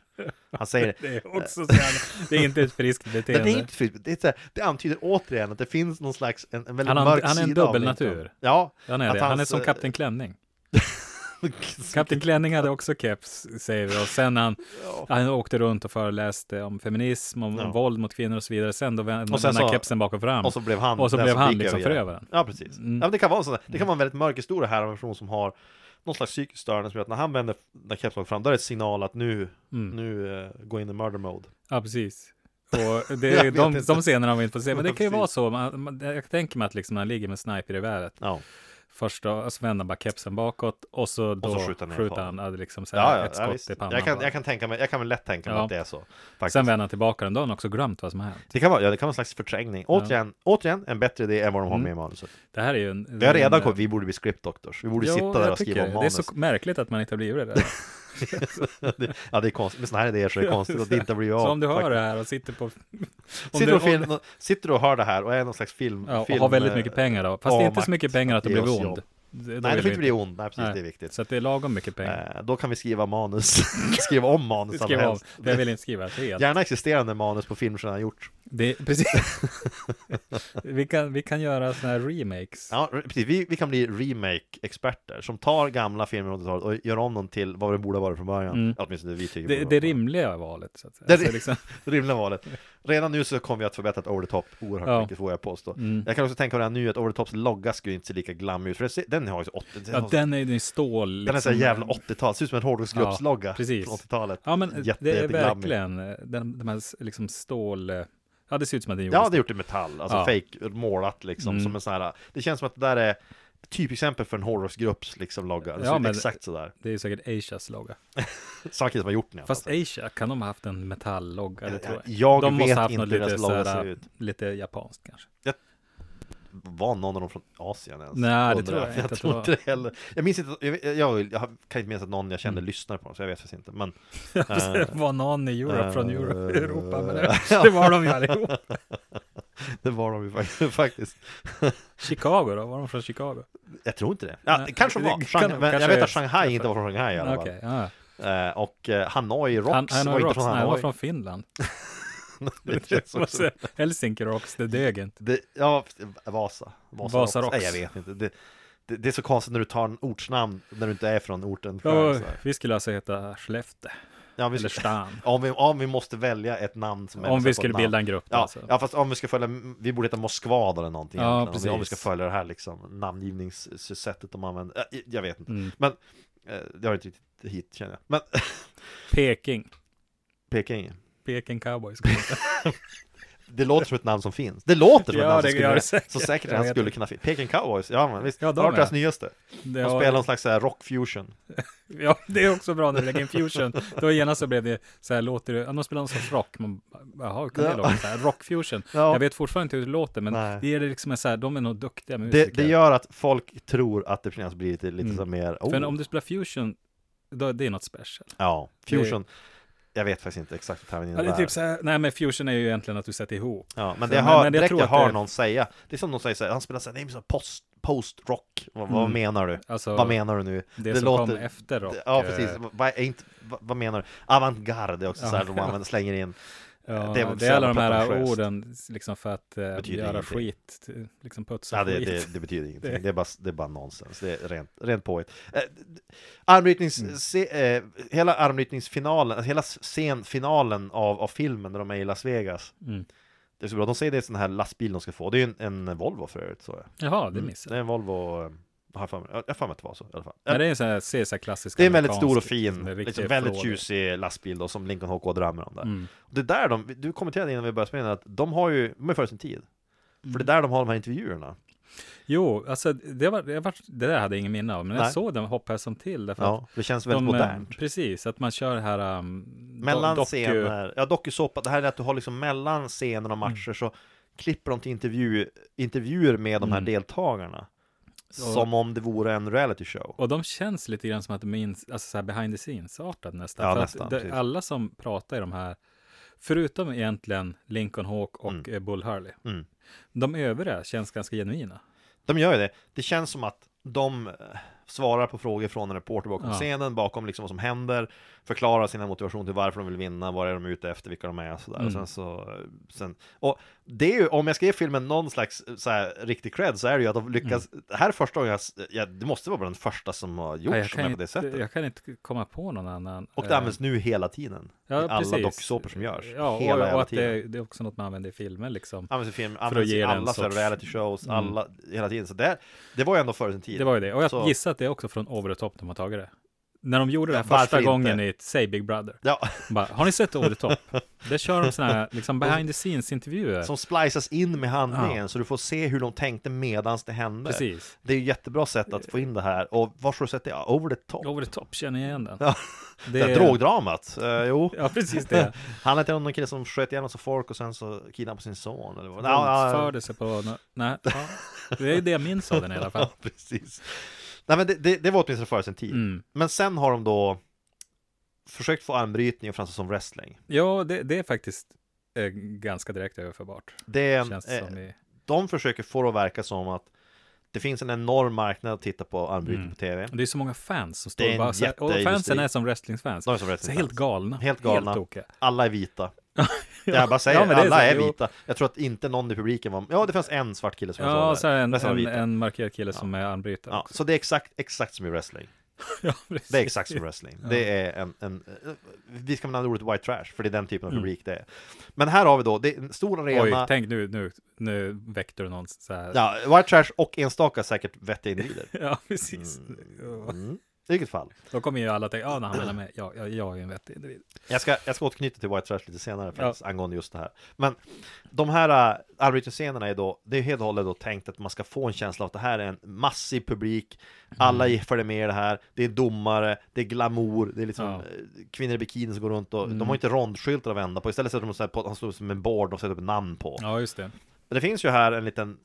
Speaker 5: Han säger det.
Speaker 4: *laughs* Det är också så här, det är inte ett
Speaker 5: *laughs*
Speaker 4: friskt
Speaker 5: Det,
Speaker 4: beteende.
Speaker 5: är inte, fri- det, är så här, det antyder återigen att det finns någon slags, en, en väldigt
Speaker 4: Han har-
Speaker 5: mörk
Speaker 4: han är en
Speaker 5: sida av
Speaker 4: dubbelnatur.
Speaker 5: Lincoln. Ja,
Speaker 4: Han är,
Speaker 5: att
Speaker 4: det. han är
Speaker 5: hans,
Speaker 4: som
Speaker 5: eh, *laughs*
Speaker 4: Kapten Klänning. Kapten Klänning hade också keps, säger vi. Och sen han, han åkte runt och föreläste om feminism, om,
Speaker 5: Ja.
Speaker 4: om våld mot kvinnor och så vidare. Sen då vände
Speaker 5: Och sen
Speaker 4: han
Speaker 5: så-
Speaker 4: kepsen bak och fram.
Speaker 5: Och så blev han,
Speaker 4: Och så
Speaker 5: den
Speaker 4: blev
Speaker 5: som
Speaker 4: han
Speaker 5: fick
Speaker 4: liksom
Speaker 5: övergrepp.
Speaker 4: förövaren.
Speaker 5: Ja, precis.
Speaker 4: Mm.
Speaker 5: Ja, men det, kan vara en sån där, det kan vara en väldigt mörk historia här av en person som har någon slags psykisk störning som gör att när han vänder när kepsen fram, då är det ett signal att nu,
Speaker 4: Mm.
Speaker 5: nu eh, gå in i murder mode.
Speaker 4: Ja,
Speaker 5: *laughs*
Speaker 4: precis. Och det,
Speaker 5: Jag
Speaker 4: är
Speaker 5: vet
Speaker 4: de,
Speaker 5: inte.
Speaker 4: de scenerna har vi inte fått se, men det kan ju
Speaker 5: *laughs* Precis.
Speaker 4: vara så. Man, man, jag tänker mig att liksom när han ligger med sniper i vädret,
Speaker 5: Ja.
Speaker 4: först då, och så vänder han bara kepsen bakåt och så, då
Speaker 5: så skjuter han ner folk.
Speaker 4: han, ja, det är liksom så här,
Speaker 5: Ja, ja,
Speaker 4: ett
Speaker 5: ja,
Speaker 4: skott
Speaker 5: visst.
Speaker 4: i pannan.
Speaker 5: jag, kan,
Speaker 4: bara.
Speaker 5: jag, kan tänka mig, jag kan väl lätt tänka mig
Speaker 4: Ja.
Speaker 5: att det är så. Faktiskt.
Speaker 4: Sen vänder han tillbaka den dagen också glömt vad som har hänt.
Speaker 5: det, kan vara, ja, det kan vara en slags förträngning. Återigen, återigen en bättre idé än vad de har med
Speaker 4: Mm.
Speaker 5: i manuset.
Speaker 4: Det här är ju en...
Speaker 5: Vi har redan
Speaker 4: en-
Speaker 5: kommit, vi borde bli script doctors. Vi borde
Speaker 4: Jo,
Speaker 5: sitta där
Speaker 4: Mm. jag
Speaker 5: och skriva
Speaker 4: tycker
Speaker 5: om
Speaker 4: Det är
Speaker 5: manus.
Speaker 4: så märkligt att man inte har blivit det. Där.
Speaker 5: *laughs* Det- ja, det är konstigt. Med sådana här idéer så är det konstigt att det inte blir av.
Speaker 4: Så om du hör
Speaker 5: faktiskt.
Speaker 4: det här och sitter på... om
Speaker 5: sitter,
Speaker 4: du-
Speaker 5: du, och film, sitter du och hör det här och är någon slags film...
Speaker 4: ja, och
Speaker 5: film
Speaker 4: har väldigt mycket pengar då. Fast det är inte
Speaker 5: avmakt
Speaker 4: så mycket pengar att du
Speaker 5: att ge
Speaker 4: blir
Speaker 5: oss jobb.
Speaker 4: ond. då
Speaker 5: Nej,
Speaker 4: vill
Speaker 5: det får
Speaker 4: vi
Speaker 5: inte bli ond. Nej, precis,
Speaker 4: Nej.
Speaker 5: det är viktigt.
Speaker 4: Så att det är lagom mycket pengar.
Speaker 5: Eh, då kan vi skriva manus, *laughs* skriva om manus
Speaker 4: Skriv
Speaker 5: allra
Speaker 4: av.
Speaker 5: helst. *laughs*
Speaker 4: Jag vill inte skriva fel.
Speaker 5: Gärna existerande manus på filmer som redan gjorts.
Speaker 4: Det, precis. *laughs* vi, kan, vi kan göra såna här remakes.
Speaker 5: Ja, re- precis. Vi, vi kan bli remake-experter som tar gamla filmer från 80-talet och gör om dem till vad det borde ha varit från början.
Speaker 4: Mm.
Speaker 5: Ja, Åtminstone vi tycker
Speaker 4: Det, det
Speaker 5: borde vara från
Speaker 4: rimliga valet. Så att säga.
Speaker 5: Det är
Speaker 4: Alltså,
Speaker 5: rim-
Speaker 4: liksom,
Speaker 5: början. *laughs* Rimliga valet. Redan nu så kommer vi att förbättra ett over the top oerhört
Speaker 4: Ja.
Speaker 5: mycket, får jag påstå.
Speaker 4: mm.
Speaker 5: Jag kan också tänka mig redan nu att over the tops logga skulle inte se lika glammig ut, för det ser, den har ju så 80 den,
Speaker 4: Ja,
Speaker 5: har så-
Speaker 4: den är ju den är stål. Liksom.
Speaker 5: den är så här jävla 80-tal, ser ut som en hårdrocksgruppslogga
Speaker 4: Ja, precis.
Speaker 5: från 80-talet.
Speaker 4: Ja, men
Speaker 5: Jätte-
Speaker 4: det är
Speaker 5: jätteglammig.
Speaker 4: verkligen eh, den, de här s- liksom stål... eh, Ja, det ser ut som att den
Speaker 5: Ja,
Speaker 4: gjordes.
Speaker 5: det är gjort i metall, alltså
Speaker 4: Ja.
Speaker 5: fake målat liksom,
Speaker 4: Mm.
Speaker 5: som en sån här, det känns som att det där är typexempel för en hårdrocksgrupps liksom logga, det
Speaker 4: Ja,
Speaker 5: ser ut
Speaker 4: men-
Speaker 5: exakt sådär.
Speaker 4: Det är ju säkert Asias logga.
Speaker 5: Saker som har gjort den i alla
Speaker 4: Fast
Speaker 5: fall.
Speaker 4: Asia, kan de ha haft en metalllogga? Det tror jag.
Speaker 5: Jag
Speaker 4: de
Speaker 5: vet
Speaker 4: måste ha haft
Speaker 5: inte
Speaker 4: något
Speaker 5: hur deras
Speaker 4: lite,
Speaker 5: logga
Speaker 4: såhär,
Speaker 5: ser ut.
Speaker 4: lite japanskt kanske. *laughs*
Speaker 5: var någon av dem från Asien ens?
Speaker 4: Nej, det
Speaker 5: Undrar
Speaker 4: tror jag inte
Speaker 5: Jag
Speaker 4: att
Speaker 5: tror
Speaker 4: det
Speaker 5: inte det heller. Jag minns inte, jag, jag, jag kan inte minnas att någon jag kände
Speaker 4: Mm.
Speaker 5: lyssnade på dem, så jag vet faktiskt inte. Men *laughs*
Speaker 4: det var någon i Europe från
Speaker 5: Eh,
Speaker 4: Euro- Europa, men
Speaker 5: *laughs*
Speaker 4: det, det var de ju allihop.
Speaker 5: det var de ju fakt- faktiskt. *laughs*
Speaker 4: Chicago då? Var de från Chicago?
Speaker 5: Jag tror inte det. Ja,
Speaker 4: Nej,
Speaker 5: det kanske de
Speaker 4: det
Speaker 5: var.
Speaker 4: kan
Speaker 5: Shang,
Speaker 4: de,
Speaker 5: men jag
Speaker 4: kanske
Speaker 5: vet
Speaker 4: är-
Speaker 5: att Shanghai inte var från Shanghai i alla
Speaker 4: Okej,
Speaker 5: fall.
Speaker 4: ja.
Speaker 5: Eh, och eh, Hanoi Rocks
Speaker 4: Han, han
Speaker 5: var
Speaker 4: var
Speaker 5: inte
Speaker 4: Rocks,
Speaker 5: från
Speaker 4: nej, han var
Speaker 5: Hanoi.
Speaker 4: från Finland.
Speaker 5: *laughs* Det känns
Speaker 4: Vad
Speaker 5: också-
Speaker 4: säger- Helsinki Rocks, det dög inte.
Speaker 5: det, ja, Vasa. Vasa,
Speaker 4: Vasa
Speaker 5: Rocks. Nej, jag
Speaker 4: Rocks.
Speaker 5: vet inte. Det, det, det är så konstigt när du tar en ortsnamn när du inte är från orten.
Speaker 4: Ja,
Speaker 5: själv, så här.
Speaker 4: vi skulle alltså heta Skellefteå,
Speaker 5: Ja, vi
Speaker 4: eller
Speaker 5: ska- *laughs*
Speaker 4: Stan.
Speaker 5: Om vi, om vi måste välja ett namn som är
Speaker 4: Om
Speaker 5: baserat på
Speaker 4: vi
Speaker 5: ett
Speaker 4: skulle
Speaker 5: namn.
Speaker 4: bilda en grupp.
Speaker 5: Ja,
Speaker 4: alltså.
Speaker 5: ja, fast om vi ska följa, vi borde heta Moskva då eller någonting
Speaker 4: Ja,
Speaker 5: egentligen, om vi- Om vi ska
Speaker 4: precis.
Speaker 5: följa det här liksom namngivningssättet de använder Äh, Jag vet inte,
Speaker 4: Mm.
Speaker 5: men eh, Det har inte riktigt hit känner jag Men *laughs*
Speaker 4: Peking.
Speaker 5: Peking
Speaker 4: Peking Cowboys. skulle
Speaker 5: *laughs*
Speaker 4: jag säga.
Speaker 5: Det låter som ett namn som
Speaker 4: *laughs*
Speaker 5: finns Det låter som ett
Speaker 4: Ja,
Speaker 5: namn
Speaker 4: det
Speaker 5: som skulle
Speaker 4: gör det
Speaker 5: Så
Speaker 4: säkert.
Speaker 5: säkert
Speaker 4: Jag
Speaker 5: han
Speaker 4: vet
Speaker 5: skulle
Speaker 4: inte.
Speaker 5: kunna finnas Peking Cowboys, ja men visst
Speaker 4: Ja,
Speaker 5: ja,
Speaker 4: de
Speaker 5: Det har varit
Speaker 4: är.
Speaker 5: deras nyaste
Speaker 4: Det
Speaker 5: De
Speaker 4: har-
Speaker 5: spelar någon slags så här rock fusion
Speaker 4: *laughs* Ja, det är också bra när du lägger in fusion. Då genast så blev det så här, låter det, ja, de spelar någon sorts rock, man bara, jaha, hur kan det
Speaker 5: Ja.
Speaker 4: låta så här? Rock fusion.
Speaker 5: ja,
Speaker 4: Jag vet fortfarande inte hur det låter, men
Speaker 5: Nej.
Speaker 4: det är det liksom en så här, de är nog duktiga musiker.
Speaker 5: det, det gör att folk tror att det finns blir lite, lite
Speaker 4: Mm.
Speaker 5: så mer
Speaker 4: För
Speaker 5: oh,
Speaker 4: om du spelar fusion, då, det är något special.
Speaker 5: Ja,
Speaker 4: det-
Speaker 5: fusion Jag vet faktiskt inte exakt vad termen
Speaker 4: Ja,
Speaker 5: innebär
Speaker 4: det är typ så här, nej men fusion är ju egentligen att du sätter ihop.
Speaker 5: Ja, men
Speaker 4: Så,
Speaker 5: det jag
Speaker 4: men-
Speaker 5: hör,
Speaker 4: men jag
Speaker 5: direkt
Speaker 4: tror
Speaker 5: jag
Speaker 4: att det-
Speaker 5: hör någon säga Det är som någon säger så här, han spelar såhär, det är som post, post-rock vad, vad
Speaker 4: Mm.
Speaker 5: menar du?
Speaker 4: Alltså,
Speaker 5: Vad menar du nu?
Speaker 4: det,
Speaker 5: det
Speaker 4: som
Speaker 5: låter-
Speaker 4: kom efter rock.
Speaker 5: ja
Speaker 4: eh,
Speaker 5: precis, vad, är inte, vad, vad menar du? Avantgarde är också
Speaker 4: Ja.
Speaker 5: såhär, de använder, slänger
Speaker 4: *laughs*
Speaker 5: in
Speaker 4: Ja,
Speaker 5: Det
Speaker 4: det
Speaker 5: är
Speaker 4: är,
Speaker 5: väl
Speaker 4: alla de här
Speaker 5: pretentiöst.
Speaker 4: orden liksom för att eh,
Speaker 5: Betyder
Speaker 4: göra
Speaker 5: ingenting.
Speaker 4: skit, t- liksom putsa
Speaker 5: ja, det,
Speaker 4: skit.
Speaker 5: det, det betyder ingenting,
Speaker 4: Det-
Speaker 5: det är bara, det är bara nonsens, det är rent, rent påhitt eh, d- Armbrytnings,
Speaker 4: Mm.
Speaker 5: se, eh, hela armbrytningsfinalen, alltså hela scenfinalen av, av filmen när de är i Las Vegas
Speaker 4: Mm.
Speaker 5: Det är så bra, de säger det är en sån här lastbil de ska få, det är ju en, en Volvo för övrigt så
Speaker 4: *laughs*
Speaker 5: jag
Speaker 4: Jaha, det
Speaker 5: Mm.
Speaker 4: missade
Speaker 5: Det är en Volvo, eh, har jag för mig, jag har för mig att det var så i alla fall
Speaker 4: jag. Men det är en sån här, ser så här klassisk
Speaker 5: Det är en väldigt
Speaker 4: amerikansk,
Speaker 5: stor och fin,
Speaker 4: liksom, en riktig
Speaker 5: liksom, väldigt
Speaker 4: flådig.
Speaker 5: tjusig lastbil då, som Lincoln HK drömmer om där.
Speaker 4: Mm.
Speaker 5: Det där de, du kommenterade innan vi började spela in att de har ju, de är före sin tid. För det är där de har de här
Speaker 4: Mm.
Speaker 5: intervjuerna.
Speaker 4: Jo, alltså det, var, det, var, det där hade jag ingen minne av, men
Speaker 5: Nej.
Speaker 4: jag såg den hoppade jag som till. Därför att
Speaker 5: Ja, det känns väldigt
Speaker 4: de, eh,
Speaker 5: modernt.
Speaker 4: Precis, att man kör det här um, do-
Speaker 5: Mellan eh,
Speaker 4: doku-
Speaker 5: scener, ja dokusåpa, det här är att du har liksom mellan scener och matcher
Speaker 4: Mm.
Speaker 5: så klipper de till intervju, intervjuer med de här
Speaker 4: Mm.
Speaker 5: deltagarna. Som om det vore en reality show.
Speaker 4: Och de känns lite grann som att de är in, alltså så här behind the scenes-artad nästan.
Speaker 5: Ja,
Speaker 4: För att
Speaker 5: nästan,
Speaker 4: det-
Speaker 5: precis.
Speaker 4: alla som pratar i de här, förutom egentligen Lincoln Hawk och
Speaker 5: Mm.
Speaker 4: eh, Bull Hurley,
Speaker 5: Mm.
Speaker 4: de övriga känns ganska genuina.
Speaker 5: De gör ju det. Det känns som att de eh, svarar på frågor från en reporter bakom
Speaker 4: Ja.
Speaker 5: scenen, bakom liksom vad som händer, förklarar sina motivation till varför de vill vinna, vad är de ute efter, vilka de är och sådär. Och
Speaker 4: Mm.
Speaker 5: sen så, eh, sen, och det är ju, om jag ska ge filmen någon slags eh, så här, riktig cred så är det ju att de lyckas, det här är första gången jag, s- ja, det måste vara bland den första som har
Speaker 4: Mm. Ja,
Speaker 5: gjorts som är på
Speaker 4: inte,
Speaker 5: det sättet.
Speaker 4: jag kan inte komma på någon annan.
Speaker 5: Och det
Speaker 4: eh,
Speaker 5: används nu hela tiden,
Speaker 4: ja,
Speaker 5: i alla
Speaker 4: precis.
Speaker 5: dokusåpor som görs.
Speaker 4: Ja,
Speaker 5: hela
Speaker 4: och,
Speaker 5: jävla
Speaker 4: och att
Speaker 5: tiden.
Speaker 4: det, det är också något man använder i filmer liksom.
Speaker 5: Används i film,
Speaker 4: att
Speaker 5: används i
Speaker 4: ge den
Speaker 5: alla sorts...
Speaker 4: sorts-
Speaker 5: reality shows,
Speaker 4: Mm.
Speaker 5: alla, hela tiden. Så det, här- det var ju ändå före sin tid.
Speaker 4: Det var ju det. Och jag
Speaker 5: Så-
Speaker 4: gissar att det är också från Over the Top de har tagit det. När de gjorde det här
Speaker 5: Ja, varför
Speaker 4: första
Speaker 5: inte?
Speaker 4: gången i Say Big Brother.
Speaker 5: Ja.
Speaker 4: Bara, har ni sett Over the
Speaker 5: *laughs*
Speaker 4: Top? Där kör de sådana här liksom behind the scenes intervjuer.
Speaker 5: Som splicas in med handlingen så du får se hur de tänkte medans det hände.
Speaker 4: Precis.
Speaker 5: Det är ju jättebra sätt att få in det här. Och var ska du sätta det? Ja, Over the top.
Speaker 4: Over the Top, känner jag igen den.
Speaker 5: Ja.
Speaker 4: *laughs* Det
Speaker 5: Det här drogdramat. Eh, jo,
Speaker 4: Ja, precis *laughs*
Speaker 5: *laughs*
Speaker 4: det.
Speaker 5: han hette någon kille som sköt ihjäl massa folk och sen så kidnappade sin son. Eller vad.
Speaker 4: Våldsförde sig på... nå- Nej, ja. det är det jag minns av den i alla fall.
Speaker 5: *laughs* Ja, precis. Nej, men det, det, det var åtminstone före sin tid.
Speaker 4: Mm.
Speaker 5: Men sen har de då försökt få armbrytning och framstå som wrestling.
Speaker 4: Ja, det, det är faktiskt eh, ganska direkt överförbart.
Speaker 5: Det, är-
Speaker 4: Känns det
Speaker 5: eh,
Speaker 4: som i...
Speaker 5: de försöker få det att verka som att det finns en enorm marknad att titta på armbrytning
Speaker 4: Mm.
Speaker 5: på tv.
Speaker 4: Det är så många fans som
Speaker 5: Det är
Speaker 4: står
Speaker 5: en
Speaker 4: bara så här, Och
Speaker 5: jätteindustri.
Speaker 4: fansen är som wrestlingsfans.
Speaker 5: De är som
Speaker 4: Så
Speaker 5: wrestling
Speaker 4: helt galna.
Speaker 5: Helt galna.
Speaker 4: Helt tokiga.
Speaker 5: Alla är vita. Jag bara säger,
Speaker 4: Ja, men det är
Speaker 5: alla
Speaker 4: så.
Speaker 5: är
Speaker 4: Jo.
Speaker 5: vita. Jag tror att inte någon i publiken var... Ja, det fanns en svart kille som jag
Speaker 4: Ja,
Speaker 5: såg
Speaker 4: och så är det en,
Speaker 5: Resten
Speaker 4: en,
Speaker 5: var vita.
Speaker 4: en markerad kille som är armbrytare.
Speaker 5: Ja,
Speaker 4: också. *laughs*
Speaker 5: så det är exakt, exakt som i wrestling.
Speaker 4: Ja, precis.
Speaker 5: Det är exakt
Speaker 4: *laughs*
Speaker 5: som wrestling. Det är en, en, eh, vi ska använda ordet white trash, för det är den typen av publik det är. Men här har vi då, det är en stor arena,
Speaker 4: Mm. Oj, tänk nu, nu, nu väckte du någon så här.
Speaker 5: ja, white trash och enstaka säkert vettiga individer.
Speaker 4: *laughs* Ja, precis. Ja.
Speaker 5: Mm. I vilket fall.
Speaker 4: Då kommer ju alla tänka, ja, när han mellan mig, ja, ja, jag är ju en vettig individ.
Speaker 5: Jag ska, jag ska återknyta till White Trash lite senare faktiskt, angående just det här. Men de här äh, armbrytarscenerna är då, det är helt och hållet då tänkt att man ska få en känsla av att det här är en massiv publik, alla mm. följer med i det här, det är domare, det är glamour, det är liksom
Speaker 4: Ja.
Speaker 5: eh, kvinnor i bikini som går runt och de har inte rondskyltar att vända på, istället sätter de så här på, de står som en board och sätter upp namn på.
Speaker 4: Ja, just det.
Speaker 5: Men det finns ju här en liten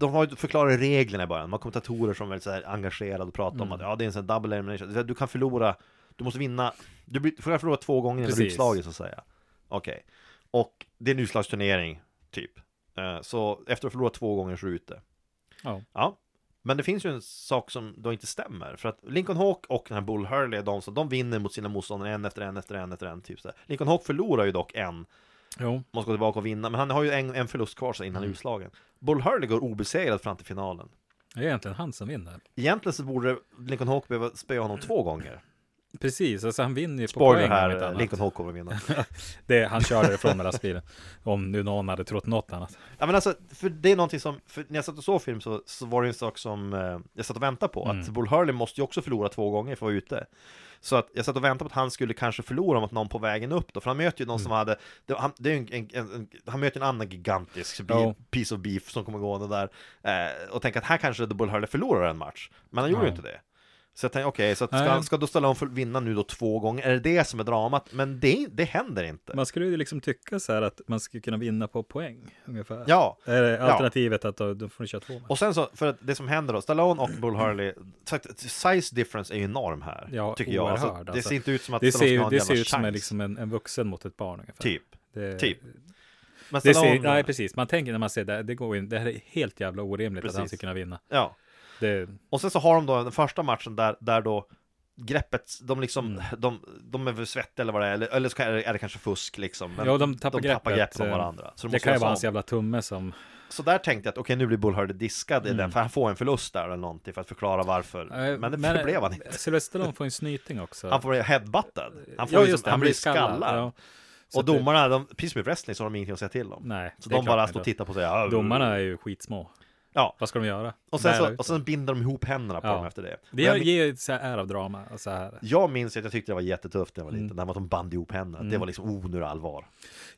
Speaker 5: de har ju förklarat reglerna i början, de har kommentatorer som är väldigt så här engagerade och pratar
Speaker 4: Mm.
Speaker 5: om att ja, det är en sån här double elimination, Det är så här, du kan förlora, du måste vinna, du blir- får förlora två gånger innan du blir
Speaker 4: Precis.
Speaker 5: utslagen så att säga. Okej, och det är en utslagsturnering, typ. Eh, Så efter att ha förlorat två gånger så är du ute.
Speaker 4: Ja.
Speaker 5: Ja, men det finns ju en sak som då inte stämmer, för att Lincoln Hawk och den här Bull Hurley är de som, de vinner mot sina motståndare en efter en efter en efter en, typ så här. Lincoln Hawk förlorar ju dock en
Speaker 4: Jo,
Speaker 5: måste gå tillbaka och vinna, men han har ju en, en förlust kvar så innan
Speaker 4: Mm.
Speaker 5: han är utslagen. Bull Hurley går obesegrad fram till finalen.
Speaker 4: det är egentligen han som vinner.
Speaker 5: Egentligen så borde Lincoln Hawk behöva spöa honom två gånger.
Speaker 4: Precis, alltså han vinner ju på
Speaker 5: Spoiler
Speaker 4: poäng. om inte
Speaker 5: här,
Speaker 4: annat.
Speaker 5: Lincoln Hawk kommer vinna.
Speaker 4: Det, han körde ifrån med lastbilen. Om nu någon hade trott något annat.
Speaker 5: Ja men alltså, för det är någonting som, för när jag satt och såg film så, så var det en sak som eh, jag satt och väntade på,
Speaker 4: Mm.
Speaker 5: att Bull Hurley måste ju också förlora två gånger för att vara ute. Så att jag satt och väntade på att han skulle kanske förlora mot någon på vägen upp då, för han möter ju
Speaker 4: Mm.
Speaker 5: någon som hade, det, han, det är ju en, en, en, han möter en annan gigantisk bi,
Speaker 4: Ja.
Speaker 5: piece of beef som kommer gående där, eh, och tänker att här kanske The Bull Hurley förlorar en match, men han gjorde ju
Speaker 4: Ja.
Speaker 5: inte det. Så jag tänkte, okej, så att ska,
Speaker 4: Nej.
Speaker 5: han- ska då ställa om för att vinna nu då två gånger? Är det det som är dramat? Men det, det händer inte.
Speaker 4: Man skulle ju liksom tycka så här att man skulle kunna vinna på poäng, ungefär.
Speaker 5: Ja,
Speaker 4: Är det alternativet att då, då får ni köra två matcher?
Speaker 5: Och sen så, för att det som händer då, Stallone och Bull Hurley, sagt, size difference är ju enorm här,
Speaker 4: Ja,
Speaker 5: tycker jag. Alltså,
Speaker 4: oerhörd,
Speaker 5: Det
Speaker 4: alltså.
Speaker 5: ser inte ut som att
Speaker 4: Det
Speaker 5: Stallone
Speaker 4: ser,
Speaker 5: ska
Speaker 4: ju-
Speaker 5: ha en
Speaker 4: det
Speaker 5: jävla
Speaker 4: ser ut
Speaker 5: chans.
Speaker 4: som en, liksom en, en vuxen mot ett barn ungefär.
Speaker 5: Typ,
Speaker 4: Det,
Speaker 5: typ. Men
Speaker 4: Det
Speaker 5: Stallone,
Speaker 4: ser, nej, precis. Man tänker när man ser det, här, det går in, det här är helt jävla orimligt att han
Speaker 5: Precis.
Speaker 4: ska kunna vinna.
Speaker 5: ja.
Speaker 4: Det,
Speaker 5: Och sen så har de då den första matchen där, där då greppet, de liksom,
Speaker 4: Mm.
Speaker 5: de, de är väl svettiga eller vad det är, eller, eller så är det, är det kanske fusk liksom. Men
Speaker 4: ja, de tappar greppet.
Speaker 5: tappar greppet om
Speaker 4: eh,
Speaker 5: varandra. Så de
Speaker 4: det
Speaker 5: måste
Speaker 4: kan ju
Speaker 5: göra
Speaker 4: vara hans
Speaker 5: så om.
Speaker 4: jävla tumme som...
Speaker 5: Så där tänkte jag att okej, nu blir Bull Hurley diskad i
Speaker 4: Mm.
Speaker 5: den, för han får en förlust där eller någonting för att förklara varför.
Speaker 4: Eh,
Speaker 5: men det blev han inte.
Speaker 4: Sylvester Stallone får en snyting också.
Speaker 5: Han får bli headbuttad. Han, får
Speaker 4: Ja,
Speaker 5: liksom,
Speaker 4: just det,
Speaker 5: han blir skallad.
Speaker 4: ja. Så
Speaker 5: Och
Speaker 4: att det-
Speaker 5: domarna, de, precis som i wrestling så har de ingenting att säga till om.
Speaker 4: Nej,
Speaker 5: så
Speaker 4: det är
Speaker 5: de bara
Speaker 4: klart
Speaker 5: står och
Speaker 4: inte.
Speaker 5: tittar på sig. Ja, mm,
Speaker 4: Domarna är ju skitsmå.
Speaker 5: Ja,
Speaker 4: Vad ska de göra?
Speaker 5: och sen,
Speaker 4: Bära
Speaker 5: så,
Speaker 4: ut
Speaker 5: och sen binder de ihop händerna på
Speaker 4: Ja.
Speaker 5: dem efter det.
Speaker 4: Det
Speaker 5: Och
Speaker 4: gör-
Speaker 5: jag, min-
Speaker 4: ger ju så här är av drama. och Så här.
Speaker 5: jag minns att jag tyckte det var jättetufft när jag var
Speaker 4: Mm.
Speaker 5: liten, det här med att de band ihop händerna. Det var liksom, oh, nu är det allvar.